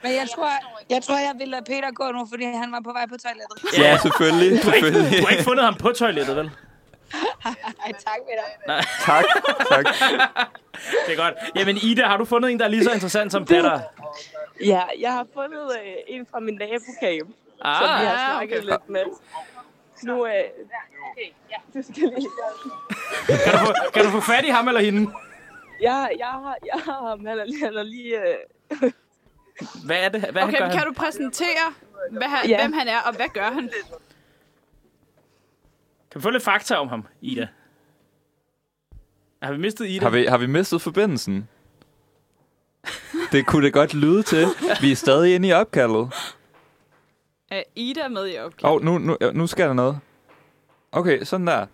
Speaker 4: Men jeg tror, jeg tror, jeg vil lade Peter gå nu, fordi han var på vej på toilettet.
Speaker 1: ja, selvfølgelig. selvfølgelig.
Speaker 2: Du har ikke fundet ham på toilettet, vel?
Speaker 4: Ej, tak, Peter.
Speaker 1: tak, tak.
Speaker 2: Det er godt. Jamen, Ida, har du fundet en, der er lige så interessant som Peter?
Speaker 6: Ja, jeg har fundet øh, en fra min nabokage, som vi
Speaker 2: Ah,
Speaker 6: har snakket
Speaker 3: okay.
Speaker 6: lidt med. Nu, øh, du skal lige...
Speaker 2: kan, du få, kan du få fat i ham eller hende?
Speaker 6: Jeg, jeg, har, jeg har ham, han er lige... Han er lige øh,
Speaker 2: Hvad er det? Hvad
Speaker 3: okay
Speaker 2: gør
Speaker 3: men kan
Speaker 2: han?
Speaker 3: du præsentere, hvad han,
Speaker 6: Ja.
Speaker 3: hvem han er, og hvad gør han?
Speaker 2: Kan vi få lidt fakta om ham, Ida? Har vi mistet Ida?
Speaker 1: Har vi, har vi mistet forbindelsen? Det kunne det godt lyde til. Vi er stadig inde i opkaldet.
Speaker 3: Er Ida med i opgaven?
Speaker 1: Åh, oh, nu, nu, nu skal der noget. Okay, sådan der.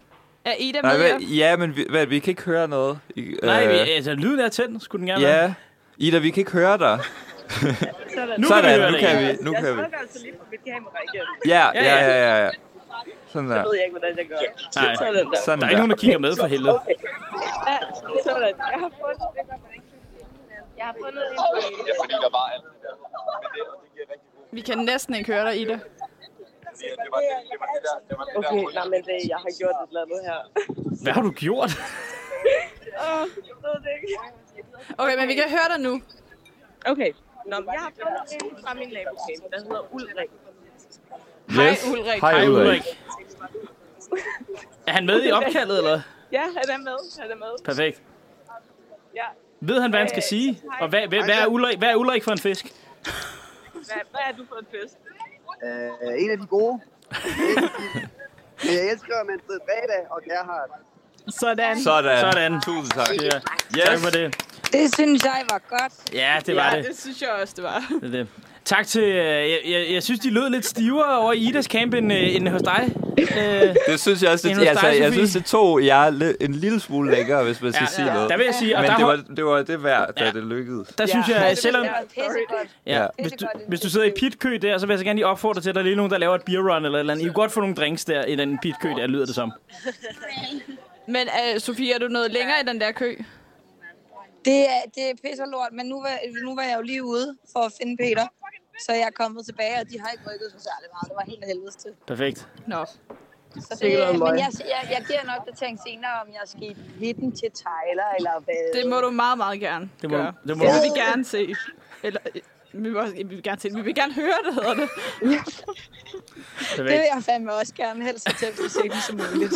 Speaker 3: Er Ida
Speaker 1: Nej,
Speaker 3: med i
Speaker 1: hvad,
Speaker 3: op-
Speaker 1: ja, men vi, hvad, vi kan ikke høre noget. I,
Speaker 2: Nej,
Speaker 1: øh,
Speaker 2: vi, altså, lyden er tændt. Skulle den gerne være.
Speaker 1: Ja, Ida, vi kan ikke høre dig.
Speaker 6: sådan.
Speaker 2: Nu kan vi høre
Speaker 1: Sådan, nu
Speaker 2: det
Speaker 1: kan
Speaker 2: igen.
Speaker 1: vi. Nu
Speaker 6: jeg
Speaker 1: kan vi.
Speaker 6: trykker altså lige på mit kamera igen.
Speaker 1: Ja,
Speaker 2: Ja,
Speaker 1: ja, ja, ja. ja. Sådan
Speaker 6: Jeg
Speaker 1: der.
Speaker 6: ved jeg ikke, hvordan jeg gør.
Speaker 2: Nej,
Speaker 6: Sådan der.
Speaker 2: der
Speaker 1: Sådan
Speaker 2: er ikke nogen,
Speaker 1: der.
Speaker 2: der kigger med for helvede.
Speaker 6: Okay. Ja, sådan. Jeg har fundet... det gør man ikke. Jeg har fundet en fra min
Speaker 9: Ja, fordi der var alt det der. Men det, det giver rigtig god
Speaker 3: Vi kan næsten ikke høre dig, Ida.
Speaker 9: mening. Det var det, det, var det der. Det var det der.
Speaker 6: Okay, nej, men det, jeg har gjort et eller andet her.
Speaker 2: Hvad har du gjort?
Speaker 6: Åh, jeg ved det ikke.
Speaker 3: Okay, men vi kan høre dig nu.
Speaker 6: Okay. Nå, men jeg har fundet en fra min nabokæmpe, der hedder Ulrik.
Speaker 3: Hej,
Speaker 1: Yes.
Speaker 3: Ulrik.
Speaker 1: Hej,
Speaker 2: Hej, Ulrik.
Speaker 1: Ulrik.
Speaker 2: Er han med i opkaldet, eller?
Speaker 6: Ja, han er med. Han er med.
Speaker 2: Perfekt.
Speaker 6: Ja.
Speaker 2: Ved han, hvad han skal sige? Og hvad, hvad, hvad, er Ulrik, hvad er Ulrik for en fisk?
Speaker 6: Hvad, hvad er du for en fest?
Speaker 10: Øh, en af de
Speaker 9: [LAUGHS]
Speaker 10: gode. Men jeg elsker, at man sidder fredag, og der har
Speaker 3: Sådan.
Speaker 1: Sådan.
Speaker 2: Sådan.
Speaker 1: Tusind tak.
Speaker 2: Ja. Tak
Speaker 1: Yes.
Speaker 2: for det.
Speaker 4: Det synes jeg var godt.
Speaker 2: Ja, det var
Speaker 3: Ja,
Speaker 2: det.
Speaker 3: det synes jeg også, det var.
Speaker 2: det, er det. Tak til... øh, Jeg, jeg, jeg synes, de lød lidt stivere over i Idas camp end, øh, end hos dig. Øh,
Speaker 1: Det synes jeg også,
Speaker 2: Endnu
Speaker 1: det, altså,
Speaker 2: dig,
Speaker 1: jeg
Speaker 2: Sofie.
Speaker 1: synes, det tog jer li- en lille smule længere, hvis man skal sige noget.
Speaker 2: Der vil jeg sige, og
Speaker 1: Men
Speaker 2: der,
Speaker 1: det var,
Speaker 2: var,
Speaker 1: det var det værd, da
Speaker 2: Ja.
Speaker 1: det lykkedes.
Speaker 2: der synes jeg, selvom...
Speaker 4: Det var pissegodt.
Speaker 2: Ja,
Speaker 1: Ja.
Speaker 2: hvis, du, hvis du sidder i pitkø der, så vil jeg så gerne lige opfordre til, at der er lige nogen, der laver et beer run eller et eller andet. I kan godt få nogle drinks der i den pitkø der, lyder det som.
Speaker 3: [LAUGHS] Men uh, Sofie, er du noget længere i den der kø?
Speaker 4: Det er, det er pisse og lort, men nu var, nu var jeg jo lige ude for at finde Peter. Så jeg er kommet tilbage, og de har ikke rykket så særlig meget. Det var helt af helvedes til.
Speaker 2: Perfekt.
Speaker 3: Nå.
Speaker 4: Så det, men jeg, jeg, jeg giver nok det tænke senere, om jeg skal hitte den til Tyler, eller hvad.
Speaker 3: Det må du meget, meget gerne
Speaker 2: Det må-
Speaker 3: gøre.
Speaker 2: det må
Speaker 3: det
Speaker 2: du.
Speaker 3: vil vi gerne se. Eller, øh, vi vil, også, vi vil gerne se det. Vi vil gerne høre det, hedder det.
Speaker 4: det
Speaker 2: Perfekt.
Speaker 4: vil jeg fandme også gerne helst så tæt på scenen
Speaker 2: [LAUGHS]
Speaker 4: som muligt.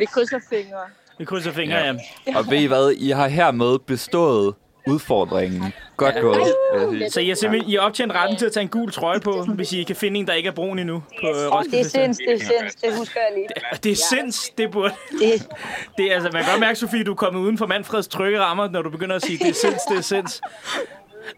Speaker 6: Vi krydser fingre.
Speaker 2: Vi krydser fingre, ja.
Speaker 1: Ja. Og ved I hvad? I har hermed bestået udfordringen. Godt gået. vil jeg sige.
Speaker 2: Så I har simpelthen I har optjent retten til at tage en gul trøje på, hvis I kan finde en, der ikke er brun endnu på øh,
Speaker 4: Åh, det
Speaker 2: Roskilde
Speaker 4: er
Speaker 2: Festival.
Speaker 4: sinds, det er sinds, det husker jeg lige.
Speaker 2: Det er sinds, det burde.
Speaker 4: Det,
Speaker 2: [LAUGHS] Det er, altså, man kan godt mærke, Sofie, du er kommet uden for Manfreds trygge rammer, når du begynder at sige, det er sinds, det er sinds.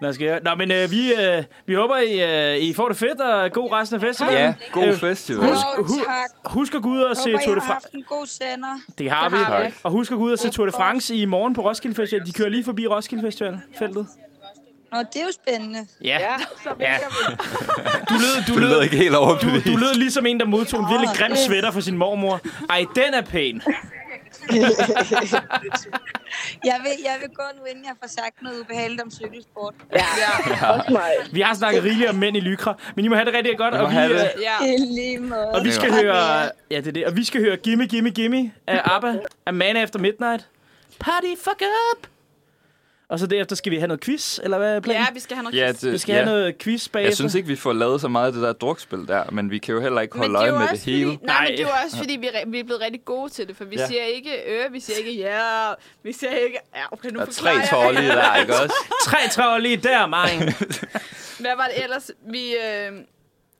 Speaker 2: Nå, skal jeg... Nå men øh, vi, øh, vi håber, I, øh, I får det fedt, og god resten af festivalen.
Speaker 1: Ja, god
Speaker 2: Øh,
Speaker 1: festival.
Speaker 4: Husk,
Speaker 2: hu-
Speaker 4: tak.
Speaker 2: Husk at gå ud og se
Speaker 4: Håber,
Speaker 2: Tour
Speaker 4: I
Speaker 2: de
Speaker 4: har
Speaker 2: France.
Speaker 4: haft en god sender.
Speaker 2: Det har vi.
Speaker 3: Det har
Speaker 1: vi.
Speaker 2: Og husk at gå ud og se Tour de France i morgen på Roskilde Festival. De kører lige forbi Roskilde Festival feltet.
Speaker 4: Nå, det er jo spændende.
Speaker 2: Ja. Ja,
Speaker 4: så
Speaker 2: Ja. [LAUGHS] Du lød, du,
Speaker 1: Du lød ikke helt overbevist.
Speaker 2: Du, du lød ligesom en, der modtog en virkelig grim
Speaker 4: det-
Speaker 2: sweater fra sin mormor. Ej, den er pæn.
Speaker 4: jeg, vil, jeg vil gå nu, inden jeg får sagt noget ubehageligt om cykelsport.
Speaker 2: Vi har snakket rigeligt om mænd i lykra, men I må have det rigtig godt.
Speaker 1: I må
Speaker 2: og vi,
Speaker 1: have det.
Speaker 2: øh,
Speaker 4: Ja. I lige måde.
Speaker 2: Og vi skal
Speaker 4: Tak,
Speaker 2: høre, ja, det er det. Og vi skal høre Gimme Gimme Gimme af ABBA, af Man After Midnight. Party fuck up! Og så derefter skal vi have noget quiz, eller hvad er planen?
Speaker 3: Ja, vi skal have noget
Speaker 1: Ja,
Speaker 3: quiz.
Speaker 1: det-
Speaker 2: Vi skal have noget quiz bagefter.
Speaker 1: Jeg synes ikke, vi får lavet så meget af det der drukspil der, men vi kan jo heller ikke holde øje
Speaker 3: jo
Speaker 1: med
Speaker 3: også
Speaker 1: det hele.
Speaker 3: Fordi, nej, nej, men det er
Speaker 2: Nej.
Speaker 3: jo også, fordi vi, re- vi er blevet rigtig gode til det, for vi
Speaker 1: Ja.
Speaker 3: ja. siger ikke øh, vi siger ikke ja, vi siger ikke... Ja, okay, nu
Speaker 1: Der er tre
Speaker 3: forklarer jeg.
Speaker 1: tårlige der, ikke også?
Speaker 2: Tre travler lige der,
Speaker 3: [LAUGHS]
Speaker 2: Marin.
Speaker 3: Hvad var det ellers? Vi, øh,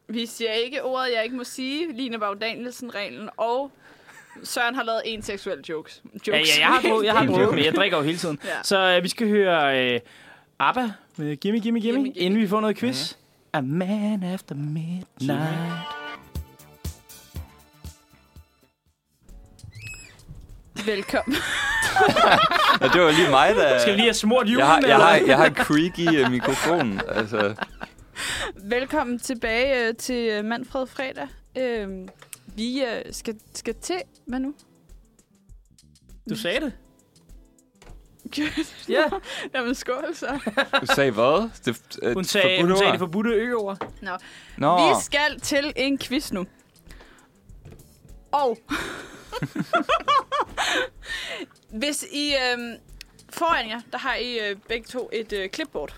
Speaker 3: vi siger ikke ordet, jeg ikke må sige, Line Bag Danielsen-reglen, og Søren har lavet en seksuel jokes. jokes.
Speaker 2: Ja, ja, jeg har drukket, jeg har drukket, men jeg drikker jo hele tiden.
Speaker 3: Ja.
Speaker 2: Så øh, vi skal høre øh, ABBA med Gimme Gimme Gimme, inden vi får noget quiz.
Speaker 3: Mhm.
Speaker 2: A man after midnight.
Speaker 3: Velkommen.
Speaker 1: Ja, det var lige mig, der...
Speaker 2: Skal vi lige have smurt julen?
Speaker 1: jeg har, jeg,
Speaker 2: eller?
Speaker 1: har, jeg har en creaky øh, mikrofon. Altså,
Speaker 3: Velkommen tilbage øh, til øh, Manfred Fredag. Øh, vi øh, skal, skal til... Hvad nu?
Speaker 2: Du sagde det.
Speaker 3: ja. [LAUGHS] Jamen, skål så.
Speaker 1: du sagde hvad? Det, øh,
Speaker 2: Hun sagde, hun
Speaker 1: forbudte
Speaker 2: sagde
Speaker 1: ord?
Speaker 2: det forbudte ø-ord.
Speaker 3: Nå.
Speaker 1: Nå,
Speaker 3: Vi skal til en quiz nu.
Speaker 2: [LAUGHS]
Speaker 3: Og hvis I øhm, foran jer, der har I øh, begge to et øh, clipboard.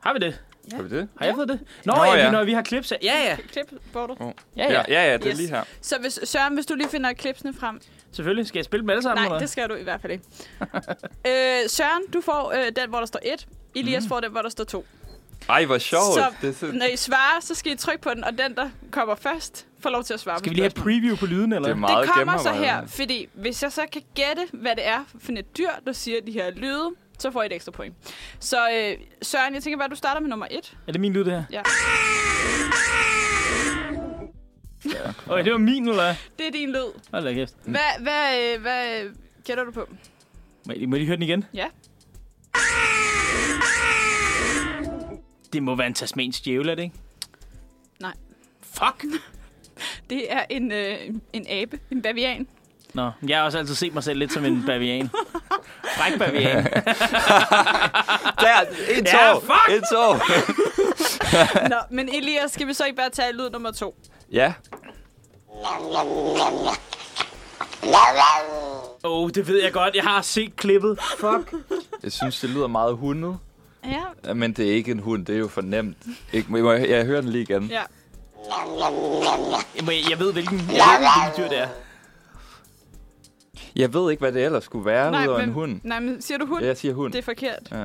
Speaker 2: Har vi det?
Speaker 1: har vi det?
Speaker 2: Har jeg fået det? Nå,
Speaker 1: Nå,
Speaker 2: Nå ja,
Speaker 1: ja.
Speaker 2: ja. når vi har klips af. Ja, ja.
Speaker 3: Clipboardet.
Speaker 2: Ja, ja.
Speaker 1: ja, ja det er
Speaker 3: Yes.
Speaker 1: lige her.
Speaker 3: Så hvis, Søren, hvis du lige finder klipsene frem.
Speaker 2: Selvfølgelig. Skal jeg spille dem alle sammen?
Speaker 3: Nej,
Speaker 2: eller?
Speaker 3: det skal du i hvert fald ikke. [LAUGHS] øh, Søren, du får øh, den, hvor der står 1. Elias mm. får den, hvor der står 2.
Speaker 1: Ej, hvor sjovt.
Speaker 3: Så
Speaker 1: det er så,
Speaker 3: når I svarer, så skal I trykke på den, og den, der kommer først, får lov til at svare
Speaker 2: Skal
Speaker 3: på
Speaker 2: vi lige have
Speaker 3: spørgsmålet.
Speaker 2: preview på lyden, eller?
Speaker 1: det er meget
Speaker 3: Det kommer så
Speaker 1: gennemarbejdet.
Speaker 3: her, fordi hvis jeg så kan gætte, hvad det er for et dyr, der siger de her lyde, så får I et ekstra point. Så øh, Søren, jeg tænker bare, at du starter med nummer et.
Speaker 2: Er det min lyd, det her?
Speaker 3: Ja.
Speaker 2: Okay, det var min, eller hvad?
Speaker 3: Det er din lyd.
Speaker 1: Mm.
Speaker 2: Hold da kæft.
Speaker 3: Hvad, hvad, øh, hvad øh, gætter du på?
Speaker 2: Må jeg, må jeg lige høre den igen?
Speaker 3: Ja.
Speaker 2: Det må være en tasmansk djævel, er det ikke?
Speaker 3: Nej.
Speaker 2: Fuck!
Speaker 3: [LAUGHS] Det er en, øh, en abe,
Speaker 1: [LAUGHS]
Speaker 3: en bavian.
Speaker 2: Nå, jeg har også altid set mig selv lidt som en bavian. Fræk bavian.
Speaker 1: [LAUGHS] Der, en
Speaker 2: Ja,
Speaker 1: tår,
Speaker 2: fuck!
Speaker 1: en tår.
Speaker 3: Nå, men Elias, skal vi så ikke bare tage lyd nummer to?
Speaker 1: [LAUGHS] Ja,
Speaker 2: Åh, oh, det ved jeg godt. Jeg har set klippet. Fuck.
Speaker 1: jeg synes, det lyder meget hundet.
Speaker 3: Ja.
Speaker 1: Men det er ikke en hund, det er jo fornemt. Ikke, må jeg, jeg hører den lige igen.
Speaker 3: Ja.
Speaker 2: Jeg, må- jeg ved, hvilken, jeg ved, hvilken dyr det er.
Speaker 1: Jeg ved ikke, hvad det ellers skulle være, Nej, udover
Speaker 3: men,
Speaker 1: en hund.
Speaker 3: Nej, men siger du hund?
Speaker 1: Ja, Jeg siger hund.
Speaker 3: Det er forkert.
Speaker 1: Ja.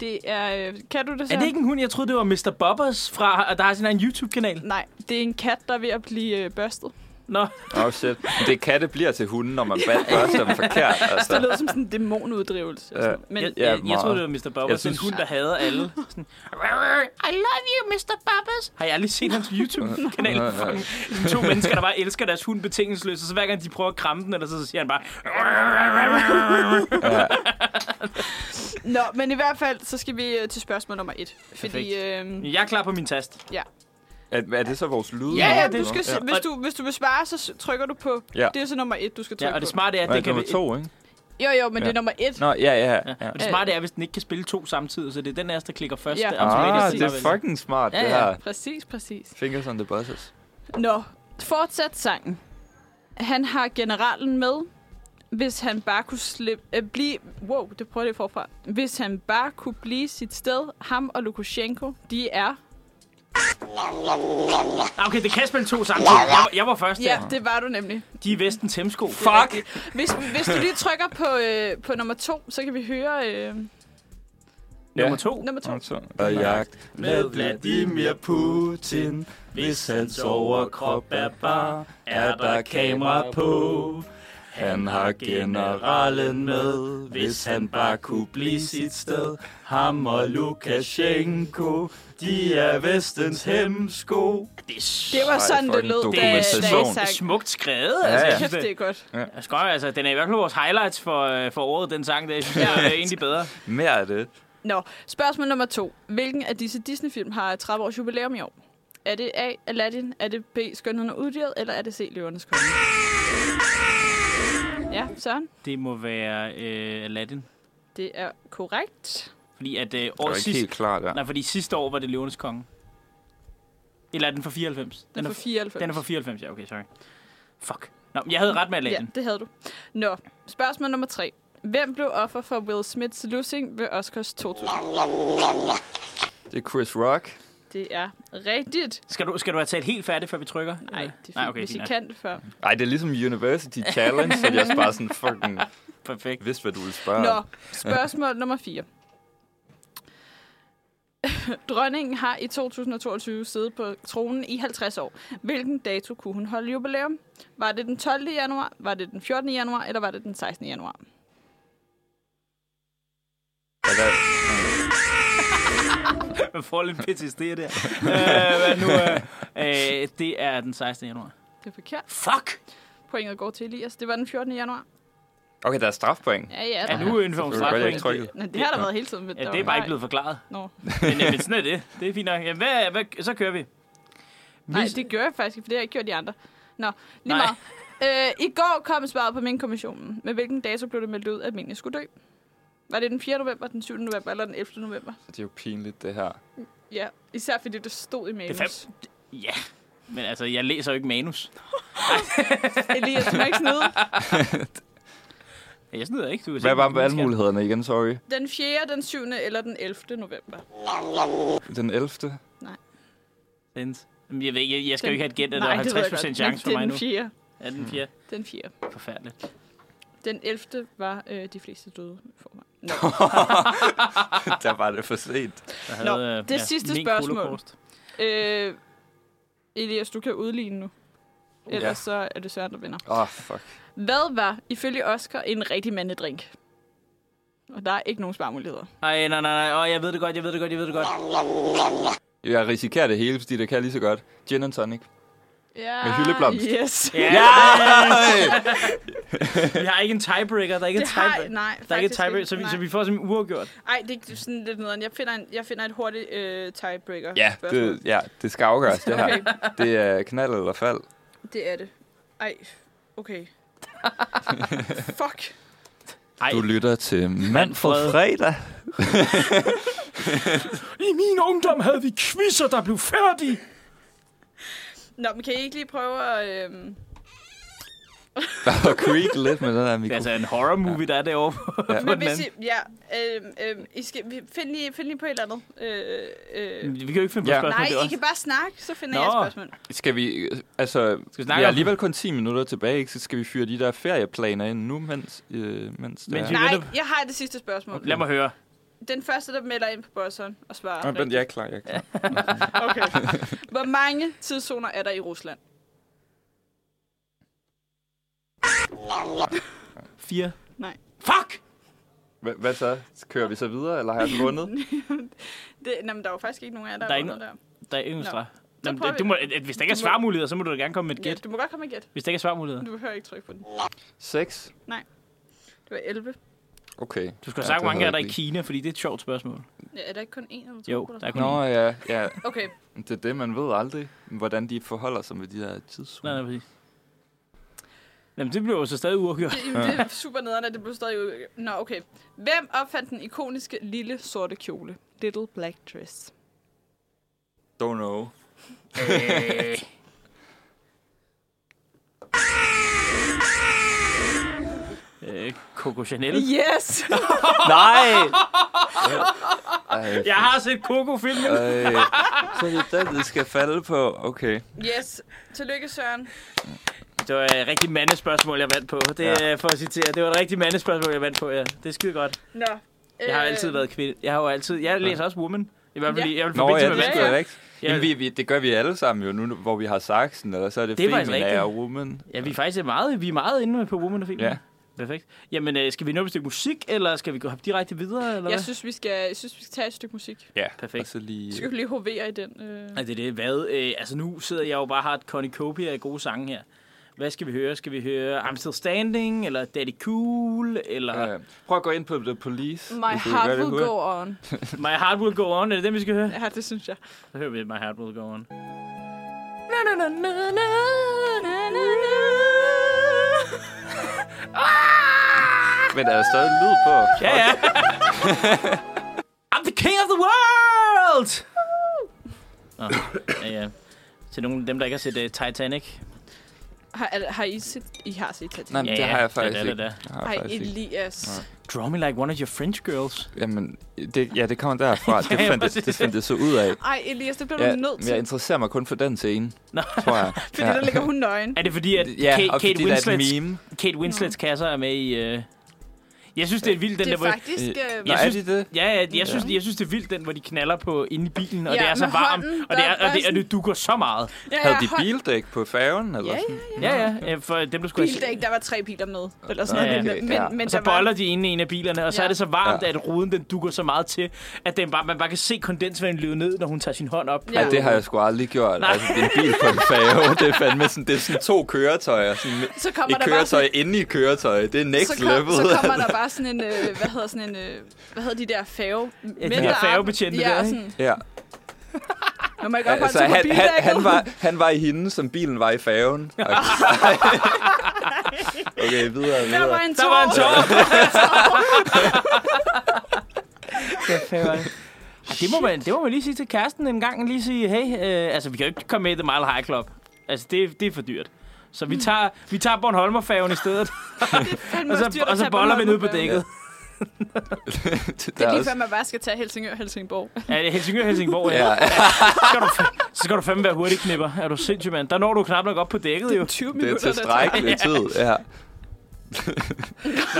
Speaker 3: Det er... Øh, kan du det så?
Speaker 2: Er det ikke en hund? Jeg troede, det var Mr. Bobbers, fra, der har sin egen YouTube-kanal.
Speaker 3: Nej, det er en kat, der er ved at blive øh, børstet.
Speaker 2: Nå,
Speaker 1: Oh, shit. Men det katte bliver til hunden, når man bad børster dem forkert.
Speaker 3: [LAUGHS]
Speaker 1: Altså.
Speaker 3: Det lyder som sådan en dæmonuddrivelse.
Speaker 1: Ja.
Speaker 3: Men
Speaker 2: jeg,
Speaker 1: Ja,
Speaker 2: jeg, jeg
Speaker 1: meget.
Speaker 2: troede, det var Mr. Bobbers.
Speaker 1: Jeg
Speaker 2: Synes...
Speaker 1: synes-
Speaker 2: En hund, der hader alle. Sådan, I love you, Mr. Bobbers. Har jeg aldrig set hans
Speaker 1: [LAUGHS]
Speaker 2: YouTube-kanal?
Speaker 1: Nej, nej.
Speaker 2: Fucking to mennesker, der bare elsker deres hund betingelsesløst, og så hver gang de prøver at kramme den, eller så, så siger han bare...
Speaker 3: Nå, men i hvert fald, så skal vi øh, til spørgsmål nummer et. Fordi, øh,
Speaker 2: Jeg er klar på min tast.
Speaker 1: Er, er det så vores lyd?
Speaker 3: ja, ja,
Speaker 2: det-
Speaker 3: du skal,
Speaker 2: ja.
Speaker 3: ja. Hvis, du, hvis du vil svare, så s- trykker du på.
Speaker 1: Ja.
Speaker 3: Ja. Det er så nummer et, du skal trykke
Speaker 2: Ja, og det
Speaker 3: på.
Speaker 2: smarte er, at
Speaker 1: Nej,
Speaker 2: det kan...
Speaker 1: nummer to, ikke?
Speaker 3: Jo, jo, men
Speaker 1: Ja.
Speaker 3: det er nummer et.
Speaker 1: Nå, ja, ja. ja.
Speaker 2: Ja. Og det smarte er, hvis den ikke kan spille to samtidig, så det er den af os, der klikker først.
Speaker 3: Ja.
Speaker 2: der automatisk
Speaker 1: Ah,
Speaker 2: siger,
Speaker 1: det
Speaker 2: hvad-
Speaker 1: er fucking smart,
Speaker 2: Ja,
Speaker 1: det
Speaker 2: ja.
Speaker 1: her.
Speaker 3: Præcis, præcis.
Speaker 1: Fingers on the buzzers.
Speaker 3: Nå, fortsæt sangen. Han har generalen med, hvis han bare kunne slippe, øh, blive... Wow, det prøver jeg lige forfra. Hvis han bare kunne blive sit sted, ham og Lukashenko, de er...
Speaker 2: Ah, Okay, det kan spille to samtidig. Jeg, var- jeg var først
Speaker 3: Ja,
Speaker 2: der.
Speaker 3: det var du nemlig.
Speaker 2: De er Vesten Temsko.
Speaker 1: Fuck!
Speaker 3: Hvis, hvis du lige trykker på, øh, på nummer to, så kan vi høre... Øh,
Speaker 2: Nummer to.
Speaker 3: nummer to.
Speaker 1: Og jagt
Speaker 2: Med Vladimir
Speaker 1: Putin. Hvis hans overkrop er bar, er der kamera på. Han har generalen med, hvis han bare kunne blive sit sted. Ham og Lukashenko, de er vestens hemsko.
Speaker 2: Det er, s-
Speaker 3: Det var
Speaker 1: Ej,
Speaker 3: sådan, det
Speaker 1: fucking
Speaker 3: lød, da, da I
Speaker 1: dokumentation.
Speaker 2: det er
Speaker 3: sang.
Speaker 2: smukt skrevet.
Speaker 1: Ja,
Speaker 2: Altså,
Speaker 1: ja.
Speaker 2: jeg synes,
Speaker 3: Kæft, det er
Speaker 2: det,
Speaker 3: godt.
Speaker 2: jeg skal, altså, den er i hvert fald vores highlights for, øh, for året, den sang. Der. Jeg synes, det er egentlig bedre.
Speaker 1: Mere af det.
Speaker 3: Nå, spørgsmål nummer to. Hvilken af disse Disney-film har 30 års jubilæum i år? Er det A. Aladdin, er det B. Skønheden og uddyret, eller er det C. Løvernes konge? Ja, Søren,
Speaker 2: Det må være øh, Aladdin.
Speaker 3: det er korrekt.
Speaker 2: Fordi at øh,
Speaker 1: var
Speaker 2: år
Speaker 1: ikke
Speaker 2: sidste...
Speaker 1: helt klart, ja.
Speaker 2: Nej, fordi sidste år var det Løvenes Konge. Eller er den fra 94?
Speaker 3: Den er fra 94.
Speaker 2: Den er fra 94, ja, okay, sorry. Fuck. Nå, men jeg havde ret med
Speaker 3: Ja,
Speaker 2: Aladdin.
Speaker 3: det havde du. Nå, spørgsmål nummer tre. Hvem blev offer for Will Smiths losing ved Oscars 2000?
Speaker 1: Det er Chris Rock.
Speaker 3: Det er rigtigt.
Speaker 2: Skal, du, skal du have talt helt færdigt, før vi trykker? [LAUGHS]
Speaker 3: Nej, det er fint,
Speaker 2: Nej, okay,
Speaker 3: hvis I
Speaker 2: fint nok.
Speaker 3: kan det før.
Speaker 1: Ej, det er ligesom University Challenge, så jeg bare sådan fucking
Speaker 2: [LAUGHS] Perfekt.
Speaker 1: vidste, hvad du ville spørge
Speaker 3: Nå,
Speaker 1: om.
Speaker 3: spørgsmål nummer 4. [LAUGHS] Dronningen har i 2022 siddet på tronen i 50 år. Hvilken dato kunne hun holde jubilæum? Var det den 12. januar, var det den 14. januar, eller var det den 16. januar?
Speaker 1: Er der,
Speaker 2: Man får lidt PTSD der. øh,
Speaker 3: [LAUGHS]
Speaker 2: hvad nu? Øh, øh, det er den 16. januar.
Speaker 3: Det er forkert.
Speaker 2: Fuck!
Speaker 3: Pointet går til Elias. Det var den 14. januar.
Speaker 1: okay, der er strafpoint.
Speaker 3: Ja, ja.
Speaker 2: Er
Speaker 3: Der.
Speaker 2: nu inden for en
Speaker 1: Det var godt, jeg ikke
Speaker 2: strafpoint?
Speaker 1: trykket.
Speaker 3: Men det har der været hele tiden. men
Speaker 2: Ja,
Speaker 3: der
Speaker 2: det er
Speaker 3: var
Speaker 2: bare ikke blevet forklaret.
Speaker 3: Nå.
Speaker 2: Men øh, men sådan er det. Det er fint nok. Jamen, hvad, hvad, så kører vi.
Speaker 3: Nej,
Speaker 2: Hvis-
Speaker 3: det gjorde jeg faktisk ikke, for det har jeg ikke gjort de andre. Nå, lige
Speaker 2: Nej.
Speaker 3: meget. Øh, I går kom svaret på min kommissionen. Med hvilken dato blev det meldt ud, at mændene skulle dø? Var det den 4. november, den 7. november eller den 11. november?
Speaker 1: Det er jo pinligt, det her.
Speaker 3: Ja, især fordi det stod i
Speaker 2: Det er
Speaker 3: manus.
Speaker 2: fem. Ja, men altså, jeg læser jo ikke manus. [LAUGHS]
Speaker 3: Elias, du må ikke snyde.
Speaker 2: Jeg snyder ikke. Du kan
Speaker 1: Hvad
Speaker 2: se,
Speaker 1: var
Speaker 2: du skal.
Speaker 1: valgmulighederne igen, sorry?
Speaker 3: Den 4., den 7. eller den 11. november.
Speaker 1: Den 11.
Speaker 2: Dens. Jamen, Jeg, ved, ikke, jeg, jeg skal jo
Speaker 3: Den-
Speaker 2: ikke have et gæt, at der
Speaker 3: Nej,
Speaker 2: er
Speaker 3: det ved jeg
Speaker 2: 50
Speaker 3: godt,
Speaker 2: chance for
Speaker 3: men
Speaker 2: mig nu.
Speaker 3: det er den Mm. 4.
Speaker 2: Er den fjerde?
Speaker 3: Den 4.
Speaker 2: Forfærdeligt.
Speaker 3: Den 11. var øh, de fleste døde i forvejen. Nå.
Speaker 1: [LAUGHS] Der var det for sent.
Speaker 2: Jeg
Speaker 3: Nå,
Speaker 2: øh,
Speaker 3: det sidste
Speaker 2: mink
Speaker 3: spørgsmål.
Speaker 2: holocaust.
Speaker 3: Øh, Elias, du kan udligne nu. Ellers ja. så er det Søren, der vinder.
Speaker 1: Åh, oh, fuck.
Speaker 3: Hvad var ifølge Oscar en rigtig mandedrink? Og der er ikke nogen svarmuligheder.
Speaker 2: Ej, nej, nej, nej. Åh, jeg ved det godt, jeg ved det godt, jeg ved det godt.
Speaker 1: Jeg risikerer det hele, fordi det kan jeg lige så godt. Gin and tonic.
Speaker 3: Ja,
Speaker 1: Med hyldeblomst.
Speaker 3: [LAUGHS] Yes.
Speaker 2: Ja!
Speaker 1: Ja!
Speaker 2: [LAUGHS] Vi har ikke en tiebreaker. Der er ikke
Speaker 3: Det
Speaker 2: en
Speaker 3: har,
Speaker 2: tiebreaker.
Speaker 3: nej,
Speaker 2: Der er ikke en
Speaker 3: faktisk
Speaker 2: tiebreaker, så vi,
Speaker 3: nej.
Speaker 2: så vi får simpelthen uafgjort.
Speaker 3: Ej, det er sådan lidt nederen. Jeg finder, en, jeg finder et hurtigt øh, tiebreaker.
Speaker 1: Ja,
Speaker 3: spørgsmål.
Speaker 1: det, ja, det skal afgøres, [LAUGHS] det her.
Speaker 3: Okay,
Speaker 1: Det er knald eller fald.
Speaker 3: det er det. Ej, okay. Fuck.
Speaker 2: Ej,
Speaker 1: Du lytter til Mand for
Speaker 2: Manfred.
Speaker 1: [LAUGHS] fredag.
Speaker 2: I min ungdom havde vi quizzer, der blev færdige.
Speaker 3: Nå, men kan I ikke lige prøve at... Øh...
Speaker 1: Og creak lidt med den her
Speaker 2: Det er
Speaker 1: mikrofon.
Speaker 2: altså en horror movie, der er derovre på,
Speaker 1: Ja.
Speaker 2: ja. på
Speaker 3: Men
Speaker 2: den
Speaker 3: hvis I,
Speaker 2: anden.
Speaker 3: ja, øh, øh, I skal, vi- find, lige, find lige på et eller andet. Øh, øh.
Speaker 2: Vi kan jo ikke finde på
Speaker 1: Ja.
Speaker 2: spørgsmål.
Speaker 3: Nej,
Speaker 2: det er
Speaker 3: I
Speaker 2: også-
Speaker 3: kan bare snakke, så finder
Speaker 2: Nå.
Speaker 3: Nå. jeg et spørgsmål.
Speaker 1: Skal vi, øh, altså,
Speaker 2: vi
Speaker 1: vi
Speaker 2: snakke
Speaker 1: har
Speaker 2: om-
Speaker 1: alligevel kun 10 minutter tilbage, ikke? Så skal vi fyre de der ferieplaner ind nu, mens, øh, mens det
Speaker 2: Mens
Speaker 1: er...
Speaker 2: vi-
Speaker 3: Nej,
Speaker 2: venter-
Speaker 3: jeg har det sidste spørgsmål.
Speaker 2: Lad mig høre.
Speaker 3: Den første, der melder ind på bosseren og svarer.
Speaker 1: Nå, vent, jeg er klar, jeg er klar. [LAUGHS]
Speaker 3: Okay. Hvor mange tidszoner er der i Rusland?
Speaker 2: Fire.
Speaker 3: Nej.
Speaker 2: Fuck!
Speaker 1: Hva- Hvad så? Kører vi så videre, eller har jeg den vundet?
Speaker 3: [LAUGHS] Det, jamen, der er jo faktisk ikke nogen af jer,
Speaker 2: Der
Speaker 3: der, der
Speaker 2: er
Speaker 3: er
Speaker 2: ikke
Speaker 3: vundet der.
Speaker 2: Der er ingen
Speaker 3: Nå.
Speaker 2: straf. Jamen,
Speaker 3: prøver
Speaker 2: det,
Speaker 3: vi.
Speaker 2: du må, at- at hvis der ikke er
Speaker 3: Du må-
Speaker 2: svarmuligheder, så må du da gerne komme med et
Speaker 3: Ja,
Speaker 2: gæt.
Speaker 3: du må godt komme og gætte.
Speaker 2: Hvis der ikke er svarmuligheder.
Speaker 3: Du behøver ikke trykke på den.
Speaker 1: 6?
Speaker 3: Det var 11.
Speaker 1: Okay.
Speaker 2: Du skal
Speaker 1: Ja,
Speaker 2: have sagt,
Speaker 1: det
Speaker 2: hvor mange
Speaker 1: havde
Speaker 2: er der
Speaker 1: jeg
Speaker 2: i Kina, fordi det er et sjovt spørgsmål.
Speaker 3: Ja, er der ikke kun en eller to?
Speaker 2: Jo,
Speaker 3: eller
Speaker 2: der er
Speaker 3: sådan
Speaker 2: kun
Speaker 1: Nå
Speaker 2: en.
Speaker 1: ja, ja,
Speaker 3: noget? [LAUGHS] Okay,
Speaker 1: det er det, man ved aldrig, hvordan de forholder sig med de der tidszoner.
Speaker 2: Nej, nej, præcis. Jamen, det blev jo så stadig uafgjort.
Speaker 3: det, det er super nederen, at det blev stadig... ud- Nå, okay. Hvem opfandt den ikoniske lille sorte kjole? Little Black Dress.
Speaker 1: Don't know.
Speaker 2: Øh, Øh, Coco Chanel.
Speaker 3: [LAUGHS] Yes!
Speaker 1: Nej! Ej,
Speaker 2: Jeg har set Coco-filmen.
Speaker 1: ej. Så er det den, det skal falde på. Okay.
Speaker 3: Yes. Tillykke, Søren.
Speaker 2: Det var et rigtig mandespørgsmål, jeg vandt på. Det er for at citere. Det var et rigtig mandespørgsmål, jeg vandt på, ja. Det er skide godt.
Speaker 3: Nå.
Speaker 2: Jeg har
Speaker 3: øh,
Speaker 2: altid været kvinde. Jeg har jo altid... Jeg læser også Woman. I hvert fald,
Speaker 3: Ja.
Speaker 2: ja. jeg vil
Speaker 1: Nå
Speaker 2: forbinde
Speaker 1: ja,
Speaker 2: med
Speaker 1: det
Speaker 2: vand.
Speaker 1: skulle jeg da ikke. Jamen,
Speaker 2: Ja.
Speaker 1: vi, vi, det gør vi alle sammen jo nu, hvor vi har saksen, eller så er det,
Speaker 2: Det er
Speaker 1: det
Speaker 2: faktisk
Speaker 1: femina og
Speaker 2: rigtigt.
Speaker 1: woman.
Speaker 2: Ja, vi er faktisk meget, vi er meget inde på Woman og filmen.
Speaker 1: Ja.
Speaker 2: Perfekt. Jamen, øh, skal vi nå et stykke musik, eller skal vi gå hoppe direkte videre? Eller
Speaker 3: Jeg
Speaker 2: hvad?
Speaker 3: synes, vi skal, jeg synes, vi skal tage et stykke musik.
Speaker 1: Ja,
Speaker 2: Perfekt.
Speaker 1: Og så lige...
Speaker 3: Vi skal jo lige hovere i den. Øh.
Speaker 2: Nej, det er det. Hvad? Øh, altså, nu sidder jeg jo bare og har et cornucopia af gode sange her. Hvad skal vi høre? Skal vi høre I'm Still Standing, eller Daddy Cool, eller...
Speaker 1: Ja. Prøv at gå ind på The Police.
Speaker 3: My heart will go on.
Speaker 2: My Heart Will Go On, er det den, vi skal høre?
Speaker 3: Ja, det synes jeg.
Speaker 2: Så hører vi My Heart Will Go On.
Speaker 3: Na, na, na, na, na, na, na, na. Ah!
Speaker 1: Men der er stadig lyd på.
Speaker 2: Ja, ja. I'm the king of the world! Nå, ja, ja. Til nogle af dem, der ikke har set uh, Titanic.
Speaker 3: Har, er- har I set... I har set Titanic?
Speaker 1: Nej, men det har jeg faktisk
Speaker 2: det er
Speaker 1: ikke.
Speaker 2: Det
Speaker 1: Det har jeg
Speaker 3: Ej,
Speaker 1: faktisk ikke.
Speaker 3: Elias.
Speaker 2: der. Draw me like one of your French girls.
Speaker 1: Jamen, det, ja, det kommer
Speaker 3: [LAUGHS]
Speaker 1: derfra. Det
Speaker 2: Ja,
Speaker 1: fandt,
Speaker 2: præcis.
Speaker 1: det, det fandt det så ud af.
Speaker 3: Ej, Elias, det bliver
Speaker 1: Ja,
Speaker 3: du
Speaker 1: men
Speaker 3: nødt
Speaker 1: jeg
Speaker 3: til.
Speaker 1: interesserer mig kun for den scene,
Speaker 2: Nå.
Speaker 1: tror jeg.
Speaker 3: [LAUGHS] Fordi der ligger hun nøgen.
Speaker 2: [LAUGHS] Er det fordi, at
Speaker 1: Ja,
Speaker 2: Kate,
Speaker 1: og
Speaker 2: Kate,
Speaker 1: fordi der er
Speaker 2: Winslets,
Speaker 1: et meme.
Speaker 2: Kate Winslets kasser er med i... Uh... Jeg synes, det er vildt, den
Speaker 3: Det
Speaker 2: der... hvor-
Speaker 3: er faktisk...
Speaker 1: Øh,
Speaker 3: øh,
Speaker 1: Nå,
Speaker 2: Jeg
Speaker 1: er
Speaker 2: synes-
Speaker 1: de det?
Speaker 2: Ja, ja, jeg synes, jeg synes, det er vildt, den, hvor de knaller på inde i bilen, og
Speaker 3: Ja,
Speaker 2: det er så
Speaker 3: med
Speaker 2: varmt,
Speaker 3: hånden,
Speaker 2: og det,
Speaker 3: der
Speaker 2: er,
Speaker 3: er
Speaker 2: og det, og
Speaker 3: sådan-
Speaker 2: det dukker så meget.
Speaker 3: ja,
Speaker 1: Havde de
Speaker 3: hold-
Speaker 1: bildæk på færgen? Eller
Speaker 3: Ja, ja,
Speaker 1: sådan?
Speaker 2: Ja, ja, øh, for dem, der skulle have-
Speaker 3: Bildæk, der var tre biler med. Eller sådan
Speaker 2: Ja,
Speaker 3: noget.
Speaker 1: okay,
Speaker 3: Men,
Speaker 1: ja.
Speaker 3: men, men
Speaker 2: Og så
Speaker 3: der var-
Speaker 2: boller de inde i en af bilerne, og så
Speaker 3: Ja.
Speaker 2: er det så varmt,
Speaker 1: Ja.
Speaker 2: at ruden den dukker så meget til, at den bare, man bare kan se kondensvandet løbe ned, når hun tager sin hånd op.
Speaker 1: Ja.
Speaker 3: Ja.
Speaker 1: Ej, det har jeg sgu aldrig gjort. Altså, det er en bil på en
Speaker 3: [LAUGHS]
Speaker 1: færge. Det er fandme sådan, det er sådan to køretøjer. Sådan
Speaker 3: Så kommer
Speaker 1: et
Speaker 3: der bare
Speaker 1: køretøj
Speaker 3: sådan,
Speaker 1: inde i køretøjet. Det er next
Speaker 3: så,
Speaker 1: level.
Speaker 3: kom, så kommer der bare sådan en, øh, hvad hedder sådan en, øh, hvad hedder de der fave? Ja,
Speaker 2: der færgebetjente
Speaker 3: ja,
Speaker 2: der,
Speaker 3: og
Speaker 2: ikke?
Speaker 3: Sådan,
Speaker 1: Ja,
Speaker 3: Nå, må jeg godt
Speaker 1: altså
Speaker 3: altså, holde
Speaker 1: han,
Speaker 3: til
Speaker 1: han, han,
Speaker 3: var...
Speaker 1: var, han var i hende, som bilen var i færgen. [LAUGHS] Okay, videre,
Speaker 3: [LAUGHS] Der var
Speaker 1: videre.
Speaker 3: en
Speaker 2: Der var en
Speaker 3: tår.
Speaker 2: tår!
Speaker 3: [LAUGHS]
Speaker 2: Ja, det, må man, det må man lige sige til kæresten en gang, lige sige, hey, øh, altså vi kan jo ikke komme med i The Mile High Club. Altså det, det er for dyrt. Så
Speaker 3: Mm.
Speaker 2: vi tager, vi tager Bornholmerfærgen i stedet,
Speaker 3: Han
Speaker 2: og
Speaker 3: var
Speaker 2: så,
Speaker 3: styrt
Speaker 2: og
Speaker 3: at
Speaker 2: så
Speaker 3: tage
Speaker 2: boller vi
Speaker 3: Bornholm
Speaker 2: ned på
Speaker 3: med.
Speaker 2: dækket.
Speaker 3: Det
Speaker 1: Der
Speaker 3: er
Speaker 1: er
Speaker 3: lige
Speaker 1: også,
Speaker 3: før, man bare skal tage Helsingør og Helsingborg.
Speaker 2: Ja, det er Helsingør, Helsingborg. Ja.
Speaker 3: [LAUGHS]
Speaker 1: ja,
Speaker 2: Så, skal du, fa- så skal du fandme være hurtig knipper. Er du sindssyg, mand? Der når du knap nok op på dækket, jo.
Speaker 3: 20
Speaker 1: det er
Speaker 3: minutter,
Speaker 1: tilstrækkelig
Speaker 3: [LAUGHS]
Speaker 1: tid. Ja.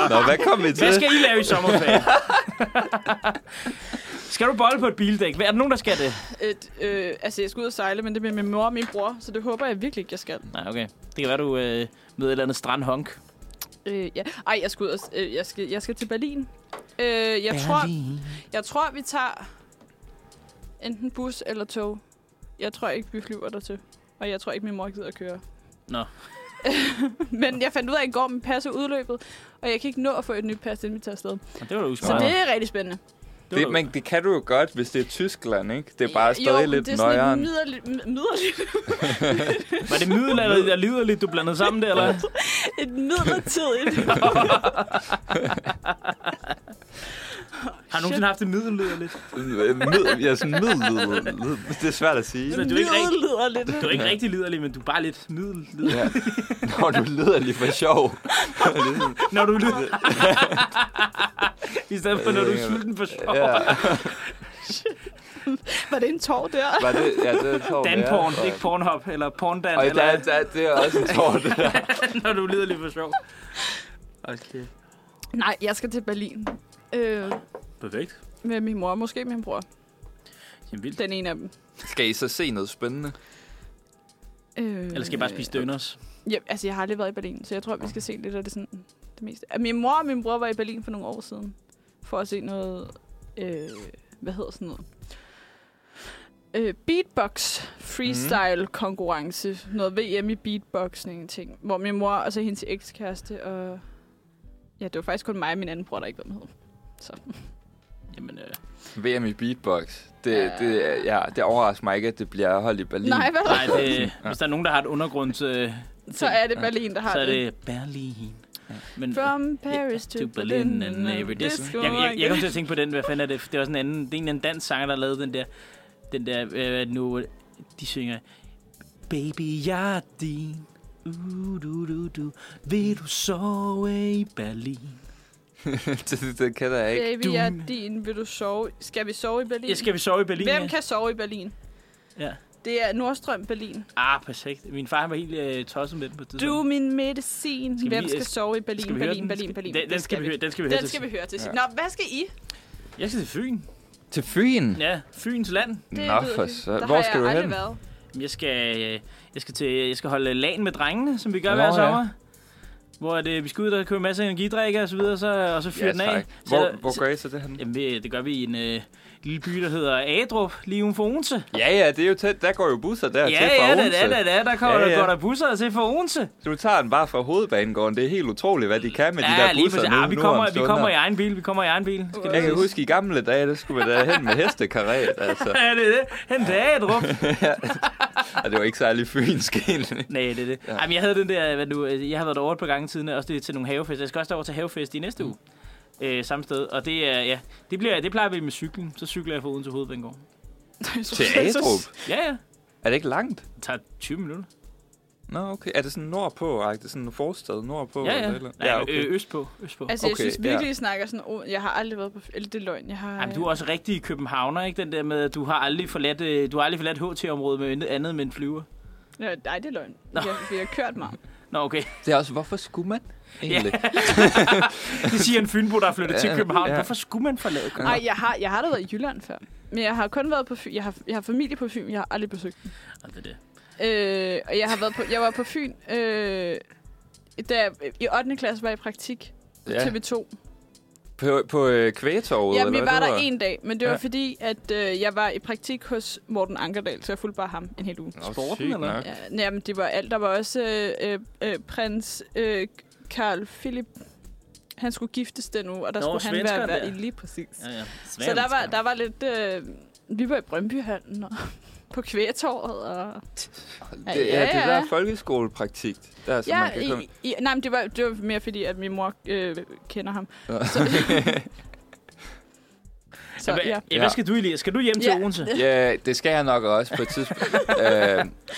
Speaker 1: Nå, hvad kom vi til?
Speaker 2: Hvad skal I lave i [LAUGHS] sommerferien? skal du bolle på et bildæk? Hvad- Er der nogen, der skal det?
Speaker 3: Et, øh, altså, jeg skal ud og sejle, men det bliver min mor og min bror, så det håber jeg virkelig ikke, jeg skal.
Speaker 2: Nej, okay. Det kan være, du øh, møder et eller andet strandhonk.
Speaker 3: Øh, ja. Ej, jeg skal ud og... s- Øh, jeg, skal, jeg skal til Berlin. Øh, jeg, Tror, jeg tror, vi tager enten bus eller tog. Jeg tror ikke, vi flyver dertil. Og jeg tror ikke, min mor gider at køre.
Speaker 2: Nå.
Speaker 3: [LAUGHS] Men jeg fandt ud af i går, at min pas er udløbet, og jeg kan ikke nå at få et nyt pas, inden vi tager afsted.
Speaker 2: Det var da
Speaker 3: Så
Speaker 2: usmart.
Speaker 3: det er rigtig spændende.
Speaker 2: var da-
Speaker 1: Det, men det kan du jo godt, hvis det er Tyskland, ikke? Det er bare stadig
Speaker 3: jo,
Speaker 1: lidt
Speaker 3: det er sådan
Speaker 1: nøjeren.
Speaker 3: lidt midlerligt, midlerligt,
Speaker 2: Var det middelalder, der lider lidt, du blandede sammen [LAUGHS] det, eller?
Speaker 3: [LAUGHS] et midlertidigt.
Speaker 2: Har du nogensinde haft det middelalderligt?
Speaker 1: Mid, Øh, ja, sådan middel. Det er svært at sige.
Speaker 2: Så Altså, du er ikke rigtig-
Speaker 3: midlerligt.
Speaker 2: Du er ikke rigtig liderlig, men du er bare lidt middelalderlig.
Speaker 1: Ja. Når du leder lige for sjov.
Speaker 2: Når du [LAUGHS] lyder... I stedet for, når du er sulten for sjov.
Speaker 1: Ja,
Speaker 3: Var det en tår der?
Speaker 1: var det, ja, det er tår,
Speaker 2: Danporn, det er ikke Pornhub, eller Porndan,
Speaker 1: Og
Speaker 2: eller
Speaker 1: der, der, det er også en tår, det der.
Speaker 2: når du lider lidt for sjov. Okay.
Speaker 3: Nej, jeg skal til Berlin. Øh,
Speaker 2: Perfekt.
Speaker 3: med min mor, måske min bror.
Speaker 2: Jamen vildt.
Speaker 3: Den ene af dem.
Speaker 1: Skal I så se noget spændende?
Speaker 3: Øh,
Speaker 2: Eller skal jeg bare spise døners?
Speaker 3: Ja, altså, jeg har aldrig været i Berlin, så jeg tror, vi skal se lidt af det, sådan, det meste. Ah, Min mor og min bror var i Berlin for nogle år siden, for at se noget, øh, hvad hedder sådan noget? Øh, beatbox freestyle
Speaker 2: Mhm.
Speaker 3: konkurrence, noget VM i beatboxing ting, hvor min mor og så hendes ekskæreste og... Ja, det var faktisk kun mig og min anden bror, der ikke var med.
Speaker 2: Jamen,
Speaker 3: [LAUGHS]
Speaker 2: øh,
Speaker 1: VM i beatbox. Det, det, er- ja, det overrasker mig ikke, at det bliver holdt i Berlin.
Speaker 3: Nej, hvad
Speaker 2: nej, det, hvis der er nogen, der har et undergrunds... Øh,
Speaker 3: Så er det Berlin, der har
Speaker 2: så er
Speaker 3: det.
Speaker 2: det Berlin. Men,
Speaker 3: From Paris
Speaker 2: to Berlin and every day.
Speaker 3: disco
Speaker 2: Jeg, jeg, jeg kom
Speaker 3: again.
Speaker 2: til at tænke på den, hvad fanden er det? Det var sådan en anden, det er en eller anden dansk sanger, der lavede den der, den der, øh, hvad er det nu, de synger, Baby, jeg er din, uh, du, du, du, vil du sove i Berlin?
Speaker 1: [LAUGHS] det, det, det kender jeg ikke.
Speaker 3: Baby,
Speaker 2: Doom.
Speaker 3: jeg er din. Vil du sove? Skal vi sove i Berlin?
Speaker 2: Ja, skal vi sove i Berlin?
Speaker 3: Hvem
Speaker 2: ja?
Speaker 3: kan sove i Berlin?
Speaker 2: Ja.
Speaker 3: Det er Nordstrøm Berlin.
Speaker 2: Ah, perfekt. Min far han var helt øh, tosset med den på et tidspunkt.
Speaker 3: Du er min medicin.
Speaker 2: Skal vi-
Speaker 3: Hvem skal sove i Berlin?
Speaker 2: Skal vi høre
Speaker 3: Berlin,
Speaker 2: den?
Speaker 3: Berlin, Berlin.
Speaker 2: Den, den
Speaker 3: Det
Speaker 2: skal vi høre, den skal vi høre
Speaker 3: Den
Speaker 2: til.
Speaker 3: skal vi høre til.
Speaker 1: Ja.
Speaker 3: sidst. Nå, hvad skal I?
Speaker 2: Jeg skal til Fyn.
Speaker 1: Til Fyn?
Speaker 2: Ja, Fyns land.
Speaker 3: Det
Speaker 1: Nå,
Speaker 3: lyder
Speaker 1: for
Speaker 3: hyggeligt.
Speaker 1: så.
Speaker 3: Der
Speaker 1: Hvor
Speaker 3: har
Speaker 1: skal
Speaker 3: jeg
Speaker 1: du
Speaker 3: aldrig
Speaker 1: hen?
Speaker 3: været.
Speaker 2: Jeg skal, øh, jeg skal, til, jeg skal holde lagen med drengene, som vi gør
Speaker 1: Nå,
Speaker 2: hver
Speaker 1: ja.
Speaker 2: sommer. hvor at, øh, vi skal ud og købe en masse energidrikke og så videre, så, og så fyre
Speaker 1: Ja,
Speaker 2: den af.
Speaker 1: tak.
Speaker 2: Så,
Speaker 1: Hvor- hvor gør I så det henne?
Speaker 2: Jamen, vi- det gør vi i en øh, lille by, der hedder Adrup, lige uden for Odense.
Speaker 1: Ja, ja, det er jo tæt. Der går jo busser der
Speaker 2: Ja,
Speaker 1: til fra
Speaker 2: ja, da,
Speaker 1: Odense.
Speaker 2: da, da, da, der kommer, ja, ja. går der busser til for Odense.
Speaker 1: Du tager den bare fra hovedbanegården. Det er helt utroligt, hvad de kan med de
Speaker 2: ja,
Speaker 1: der busser
Speaker 2: præcis.
Speaker 1: nu,
Speaker 2: ah, vi,
Speaker 1: nu
Speaker 2: kommer,
Speaker 1: om
Speaker 2: vi
Speaker 1: stunder.
Speaker 2: kommer i egen bil, vi kommer i egen bil. Skal lige
Speaker 1: Jeg kan
Speaker 2: ses.
Speaker 1: huske i gamle dage, der skulle vi da hen med hestekaret,
Speaker 2: [LAUGHS]
Speaker 1: altså.
Speaker 2: ja, det er det. Hen til Adrup.
Speaker 1: Og det var ikke særlig fynsk egentlig.
Speaker 2: Nej, det er det. Ja. Jamen, jeg havde den der, hvad nu, øh, jeg har været derovre et par gange siden, også det til nogle havefester. Jeg skal også derover til havefest i næste uge. Øh, samme sted. Og det, er, ja, det, bliver, det plejer vi med cyklen. Så cykler jeg fra Odense Hovedbanegård.
Speaker 1: Til Adrup?
Speaker 2: Ja, ja.
Speaker 1: Er det ikke langt?
Speaker 2: Det tager 20 minutter.
Speaker 1: Nå, okay. Er det sådan nordpå? Er det sådan en forstad nordpå?
Speaker 2: Ja, ja.
Speaker 1: Eller et eller? andet?
Speaker 2: Nej, ø- østpå. østpå.
Speaker 3: Altså, okay, jeg synes virkelig, ja. I snakker sådan... Oh, jeg har aldrig været på... Eller det er løgn, jeg har...
Speaker 2: Jamen, du er også rigtig københavner, ikke? Den der med, at du har aldrig forladt, øh, du har aldrig forladt HT-området med intet andet end en flyver.
Speaker 3: Ja, nej, det er løgn.
Speaker 2: Nå.
Speaker 3: Vi har, vi har kørt meget.
Speaker 2: Nå, okay. [LAUGHS]
Speaker 1: Det er også, hvorfor skulle man egentlig?
Speaker 2: det siger en fynbo, der er flyttet ja, til
Speaker 1: Ja,
Speaker 2: København. Ja.
Speaker 1: ja.
Speaker 2: Hvorfor skulle man forlade København?
Speaker 3: Nej, jeg har, jeg har da været i Jylland før. Men jeg har kun været på Fyn. Jeg har, jeg har familie på Fyn. Jeg har aldrig besøgt den.
Speaker 2: Nå, det er det.
Speaker 3: Øh, og jeg, har været på, jeg var på Fyn, øh, da jeg, i 8. klasse var jeg i praktik
Speaker 1: [LAUGHS]
Speaker 3: på
Speaker 1: Ja.
Speaker 3: TV2.
Speaker 1: På, på øh, Kvægetorvet?
Speaker 3: Jamen, vi
Speaker 1: eller hvad
Speaker 3: var
Speaker 1: det
Speaker 3: der en dag, men det var
Speaker 1: Ja.
Speaker 3: fordi, at øh, jeg var i praktik hos Morten Ankerdal, så jeg fulgte bare ham en hel uge.
Speaker 1: Nå, Sporten, sygt eller? nok.
Speaker 3: Ja, nej, men det var alt. Der var også øh, øh, øh, prins øh, Karl Philip. Han skulle giftes den uge, og der
Speaker 2: Nå,
Speaker 3: skulle han
Speaker 2: svenskeren
Speaker 3: være, være
Speaker 2: der.
Speaker 3: i lige præcis.
Speaker 2: Ja, ja.
Speaker 3: Så der var, der var lidt... Øh, vi var i Brøndbyhallen og [LAUGHS] på Kvægetorvet. Og...
Speaker 1: Ja, det, ja, det der folkeskolepraktik, der som man
Speaker 3: Ja,
Speaker 1: kan komme...
Speaker 3: i, i, nej, men det var, det var mere fordi, at min mor øh, kender ham.
Speaker 1: Ja.
Speaker 2: [LAUGHS]
Speaker 3: Så, så
Speaker 2: Hva-
Speaker 3: ja.
Speaker 2: ja. Hvad skal du, Elias? Skal du hjem til
Speaker 3: Ja.
Speaker 2: Odense?
Speaker 1: Ja, det skal jeg nok også på et tidspunkt. øh,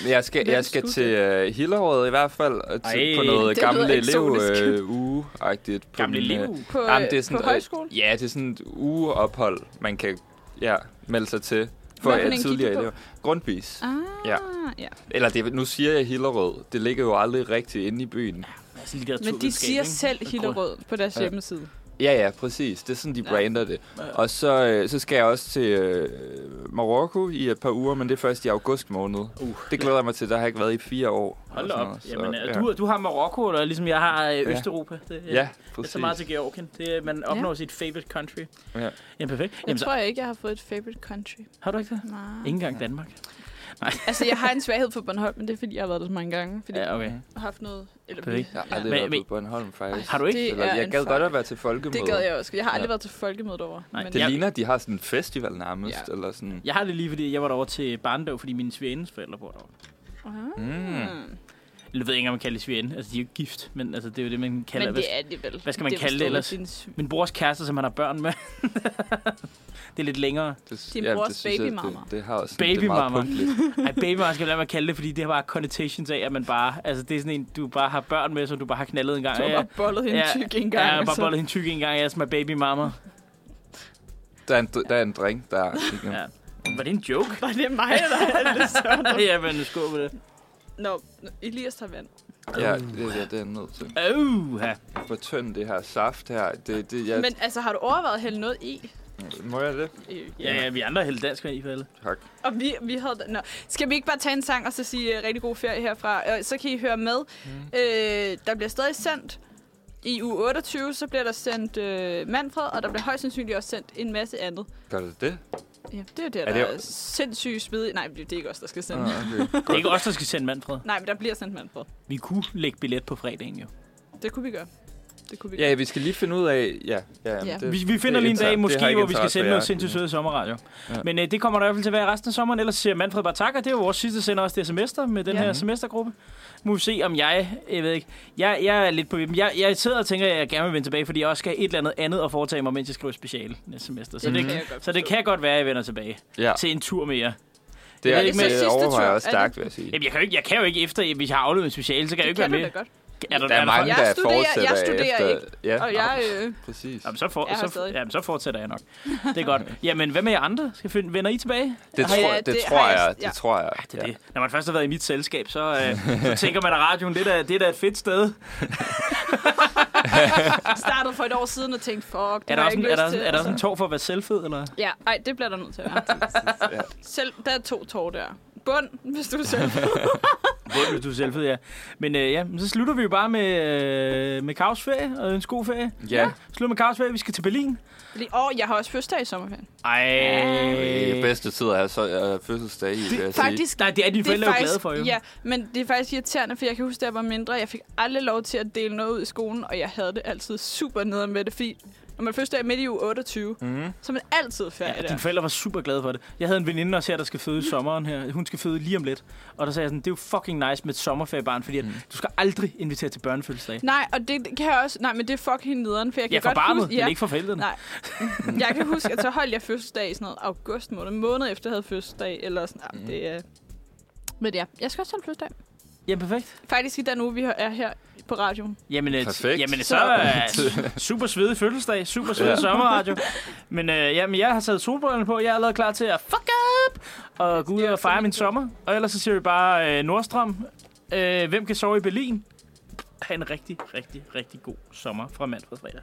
Speaker 1: jeg skal,
Speaker 2: Hvem
Speaker 1: jeg skal
Speaker 2: skulle
Speaker 1: til øh, Hillerød i hvert fald, og til,
Speaker 2: Ej,
Speaker 1: på noget
Speaker 2: det lyder
Speaker 1: gamle elev
Speaker 2: eksotisk.
Speaker 1: øh, uge-agtigt. på
Speaker 2: Gamle
Speaker 1: min, øh,
Speaker 2: elev?
Speaker 3: På, øh, på
Speaker 1: øh,
Speaker 3: højskole?
Speaker 1: Ja, det er sådan et ugeophold, man kan ja, melde sig til for
Speaker 3: Hvad for
Speaker 1: ja,
Speaker 3: en gik du
Speaker 1: tidligere
Speaker 3: på?
Speaker 1: elever. Grundvis.
Speaker 3: Ah,
Speaker 1: ja.
Speaker 3: ja.
Speaker 1: Eller det, nu siger jeg Hillerød. Det ligger jo aldrig rigtigt inde i byen.
Speaker 3: Men de siger selv Hillerød på deres
Speaker 1: Ja.
Speaker 3: hjemmeside.
Speaker 1: Ja, ja, præcis. Det er sådan, de
Speaker 3: Ja.
Speaker 1: brander det.
Speaker 3: Ja.
Speaker 1: Og så, øh, så skal jeg også til øh, Marokko i et par uger, men det er først i august måned.
Speaker 2: Uh.
Speaker 1: det glæder jeg mig til. Der har jeg ikke været i fire år.
Speaker 2: Hold
Speaker 1: Eller
Speaker 2: da
Speaker 1: sådan
Speaker 2: op.
Speaker 1: noget,
Speaker 2: Jamen, øh, du, du har Marokko, eller ligesom jeg har øh, Østeuropa. Det,
Speaker 1: Ja,
Speaker 2: øh, Det er så
Speaker 1: præcis.
Speaker 2: meget til Georgien. Det, er- man opnår
Speaker 3: Ja.
Speaker 2: sit favorite country.
Speaker 1: Ja.
Speaker 2: Jamen, perfekt.
Speaker 3: Jeg
Speaker 2: Jamen,
Speaker 3: tror
Speaker 2: så,
Speaker 3: jeg ikke, jeg har fået et favorite country.
Speaker 2: har du ikke det?
Speaker 3: Nej.
Speaker 2: Ikke engang Danmark. Nej.
Speaker 3: Altså, jeg har en svaghed for Bornholm, men det er, fordi jeg har været der så mange gange. Fordi
Speaker 2: Ja, okay.
Speaker 3: jeg har haft noget... Eller
Speaker 2: Perfekt.
Speaker 1: Jeg har aldrig
Speaker 2: Men-
Speaker 1: været
Speaker 2: men-
Speaker 1: på Bornholm, faktisk.
Speaker 2: Har du ikke?
Speaker 3: Det
Speaker 1: Eller,
Speaker 3: er
Speaker 1: jeg
Speaker 3: en
Speaker 1: gad
Speaker 3: fejl.
Speaker 1: godt at være til folkemøder.
Speaker 3: Det gad jeg også. Jeg har aldrig
Speaker 1: Ja.
Speaker 3: ja. været til folkemødet over.
Speaker 2: Nej,
Speaker 1: Det ligner, at de har sådan en festival nærmest.
Speaker 3: Ja.
Speaker 1: Eller sådan.
Speaker 2: Jeg har det lige, fordi jeg var derovre til barndom, fordi mine svigerindens forældre bor derovre.
Speaker 1: Mm.
Speaker 2: Jeg ved ikke, om man kalder det svigerinde. Altså, de er jo ikke gift, men altså, det er jo det, man kalder.
Speaker 3: Men
Speaker 2: hvad-
Speaker 3: det er det vel.
Speaker 2: Hvad skal man
Speaker 3: Det er
Speaker 2: kalde det ellers?
Speaker 3: forståeligt. Det er en sv-
Speaker 2: Min brors kæreste, som han har børn med. [LAUGHS] det er lidt længere.
Speaker 1: Det,
Speaker 3: Din
Speaker 1: jamen,
Speaker 3: brors
Speaker 1: det synes jeg,
Speaker 3: babymamma.
Speaker 1: Det, det har også sådan, det er meget
Speaker 2: Babymamma.
Speaker 1: punktligt.
Speaker 2: Ej, babymamma skal jeg lade mig kalde det, fordi det har bare connotations af, at man bare... Altså, det er sådan en, du bare har børn med, som du bare har knaldet en gang.
Speaker 3: Du har bare bollet hende tyk en gang, altså.
Speaker 2: Ja, jeg har
Speaker 3: og
Speaker 2: bare
Speaker 3: så-
Speaker 2: bollet hende tyk en gang, jeg er som er babymamma.
Speaker 1: Der er en, der er en drink, der...
Speaker 3: [LAUGHS]
Speaker 2: Ja. Var det en
Speaker 1: [LAUGHS]
Speaker 2: joke?
Speaker 3: Var
Speaker 2: [LAUGHS]
Speaker 3: det mig, eller er det sådan?
Speaker 2: ja, men skål på det.
Speaker 3: Nå, Elias tager vand.
Speaker 1: Ja, det, det, det er jeg nødt til.
Speaker 2: Uh, ja.
Speaker 1: Hvor tynd det her saft her. Det, det, jeg,
Speaker 3: Men altså, har du overvejet at hælde noget i?
Speaker 1: Må jeg det?
Speaker 3: Øh,
Speaker 2: Ja, ja, vi andre er helt dansk med i faldet.
Speaker 1: Tak.
Speaker 3: Og vi, vi havde... Nå. Skal vi ikke bare tage en sang og så sige uh, rigtig god ferie herfra? Og så kan I høre med. Mm. Øh, der bliver stadig sendt i u 28, så bliver der sendt øh, Manfred, og der bliver højst sandsynligt også sendt en masse andet.
Speaker 1: Gør du det?
Speaker 3: Ja, det er jo det, der
Speaker 1: Er
Speaker 3: er,
Speaker 1: det-
Speaker 3: er sindssygt smidigt. Nej, det er ikke os, der skal sende.
Speaker 1: Ah,
Speaker 3: Ah.
Speaker 1: okay.
Speaker 2: Det er ikke os, der skal sende Manfred.
Speaker 3: Nej, men der bliver sendt Manfred.
Speaker 2: Vi kunne lægge billet på fredagen, jo.
Speaker 3: Det kunne vi gøre. Det kunne vi gøre.
Speaker 1: Ja, vi skal lige finde ud af... Ja, ja, jamen,
Speaker 3: Ja.
Speaker 1: Det,
Speaker 2: Vi, vi finder
Speaker 1: Øh, det
Speaker 2: lige en
Speaker 1: internt.
Speaker 2: dag,
Speaker 1: Det har
Speaker 2: måske,
Speaker 1: ikke
Speaker 2: hvor vi
Speaker 1: internt
Speaker 2: skal
Speaker 1: for
Speaker 2: sende
Speaker 1: jer.
Speaker 2: noget sindssygt søde sommerradio.
Speaker 1: Ja.
Speaker 2: Men øh, det kommer der i hvert fald til at være resten af sommeren. Ellers siger Manfred bare tak, og det er jo vores sidste sender også det her semester med den
Speaker 3: Ja.
Speaker 2: ja. her semestergruppe. Nu må vi se, om jeg... Jeg ved ikke. Jeg, jeg er lidt på vippen. Jeg, jeg sidder og tænker, at jeg gerne vil vende tilbage, fordi jeg også skal have et eller andet andet at foretage mig, mens jeg skriver speciale næste semester. Så,
Speaker 3: Det
Speaker 2: det,
Speaker 3: kan jeg
Speaker 2: det,
Speaker 3: godt
Speaker 2: så det
Speaker 3: forstå.
Speaker 2: kan godt være, at jeg vender tilbage
Speaker 1: Ja.
Speaker 2: til en tur med jer.
Speaker 1: Det,
Speaker 2: er
Speaker 1: er,
Speaker 2: ikke
Speaker 1: ikke
Speaker 2: med-
Speaker 1: det
Speaker 3: sidste
Speaker 1: overvejer
Speaker 3: tur,
Speaker 1: også
Speaker 3: er det-
Speaker 1: stærkt, vil jeg sige.
Speaker 2: Jamen, jeg kan jo ikke, jeg kan jo ikke efter, hvis jeg har afleveret en speciale, så kan jeg jo
Speaker 3: det
Speaker 2: ikke være
Speaker 3: kan du
Speaker 2: med.
Speaker 3: da godt.
Speaker 2: Er
Speaker 1: Der er mange,
Speaker 3: Jeg
Speaker 1: der
Speaker 3: studerer- jeg
Speaker 1: fortsætter
Speaker 3: studerer
Speaker 1: efter...
Speaker 3: ikke,
Speaker 1: Ja,
Speaker 3: Og jeg... Øh,
Speaker 1: præcis.
Speaker 2: Jamen så,
Speaker 3: Jeg er her
Speaker 2: for, så,
Speaker 3: stadig.
Speaker 2: jamen, så fortsætter jeg nok. Det er godt. [LAUGHS] Jamen, hvad med jer andre? Skal finde, vender I tilbage?
Speaker 1: Det,
Speaker 3: Har
Speaker 1: tror,
Speaker 3: jeg-
Speaker 1: det, det
Speaker 3: det
Speaker 1: tror
Speaker 3: har jeg-
Speaker 1: jeg,
Speaker 3: ja.
Speaker 1: det tror jeg.
Speaker 2: Det er det. Når man først har været i mit selskab, så, øh, så tænker man, at radioen det er, da- det er da et fedt sted.
Speaker 3: startede for et år siden og tænkte, fuck, det har
Speaker 2: Er der,
Speaker 3: jeg
Speaker 2: også en,
Speaker 3: ikke
Speaker 2: er, der,
Speaker 3: lyst
Speaker 2: også-
Speaker 3: til. altså.
Speaker 2: er der
Speaker 3: Og så-
Speaker 2: også en tår for at være selvfed? Eller?
Speaker 3: Ja, ej, det bliver der nødt til at være. Selv, der er to tår der. Bund, hvis du er selv.
Speaker 2: Vund, du selv ved, ja. Men øh, ja, men så slutter vi jo bare med, øh, med Kavs ferie og en god ferie.
Speaker 1: Ja.
Speaker 2: Slut med Kavs ferie, vi skal til Berlin.
Speaker 3: Fordi, åh, jeg har også fødselsdag i sommerferien.
Speaker 1: Ej, bedste tid at have så, uh, fødselsdag i, vil jeg sige.
Speaker 3: Faktisk,
Speaker 2: Nej, det er dine forældre jo
Speaker 3: faktisk-
Speaker 2: glade for, jo.
Speaker 3: Ja, men det er faktisk irriterende, for jeg kan huske, da jeg var mindre, jeg fik aldrig lov til at dele noget ud i skolen, og jeg havde det altid super nede med det, fordi når man først er midt i uge 28,
Speaker 2: Mm.
Speaker 3: så er man altid færdig
Speaker 2: Ja,
Speaker 3: der.
Speaker 2: dine forældre var super glade for det. Jeg havde en veninde også her, der skal føde i sommeren her. Hun skal føde lige om lidt. Og der sagde jeg sådan, det er jo fucking nice med et sommerferiebarn, fordi mm. at du skal aldrig invitere til børnefødselsdag.
Speaker 3: Nej, og det det kan jeg også... Nej, men det er fucking nederen, for jeg kan
Speaker 2: Ja, for
Speaker 3: godt
Speaker 2: barnet,
Speaker 3: huske...
Speaker 2: men ikke for forældrene.
Speaker 3: Nej. Jeg kan huske, at så holdt jeg fødselsdag i sådan noget august måned. En måned efter jeg havde fødselsdag, eller sådan... Mm. Det er... Men ja, jeg skal også holde fødselsdag.
Speaker 2: Ja, perfekt.
Speaker 3: Faktisk i den uge, vi er her på radioen.
Speaker 2: Jamen, et,
Speaker 1: Perfekt.
Speaker 2: jamen så er [LAUGHS] super svedig fødselsdag, super svedig
Speaker 1: Ja.
Speaker 2: ja. sommerradio. Men øh, jamen, jeg har taget solbrillerne på, jeg er allerede klar til at fuck up og gå ud og fejre min sommer. Og ellers så siger vi bare øh, Nordstrøm, øh, hvem kan sove i Berlin? Ha' en rigtig, rigtig, rigtig god sommer fra mandag fredag.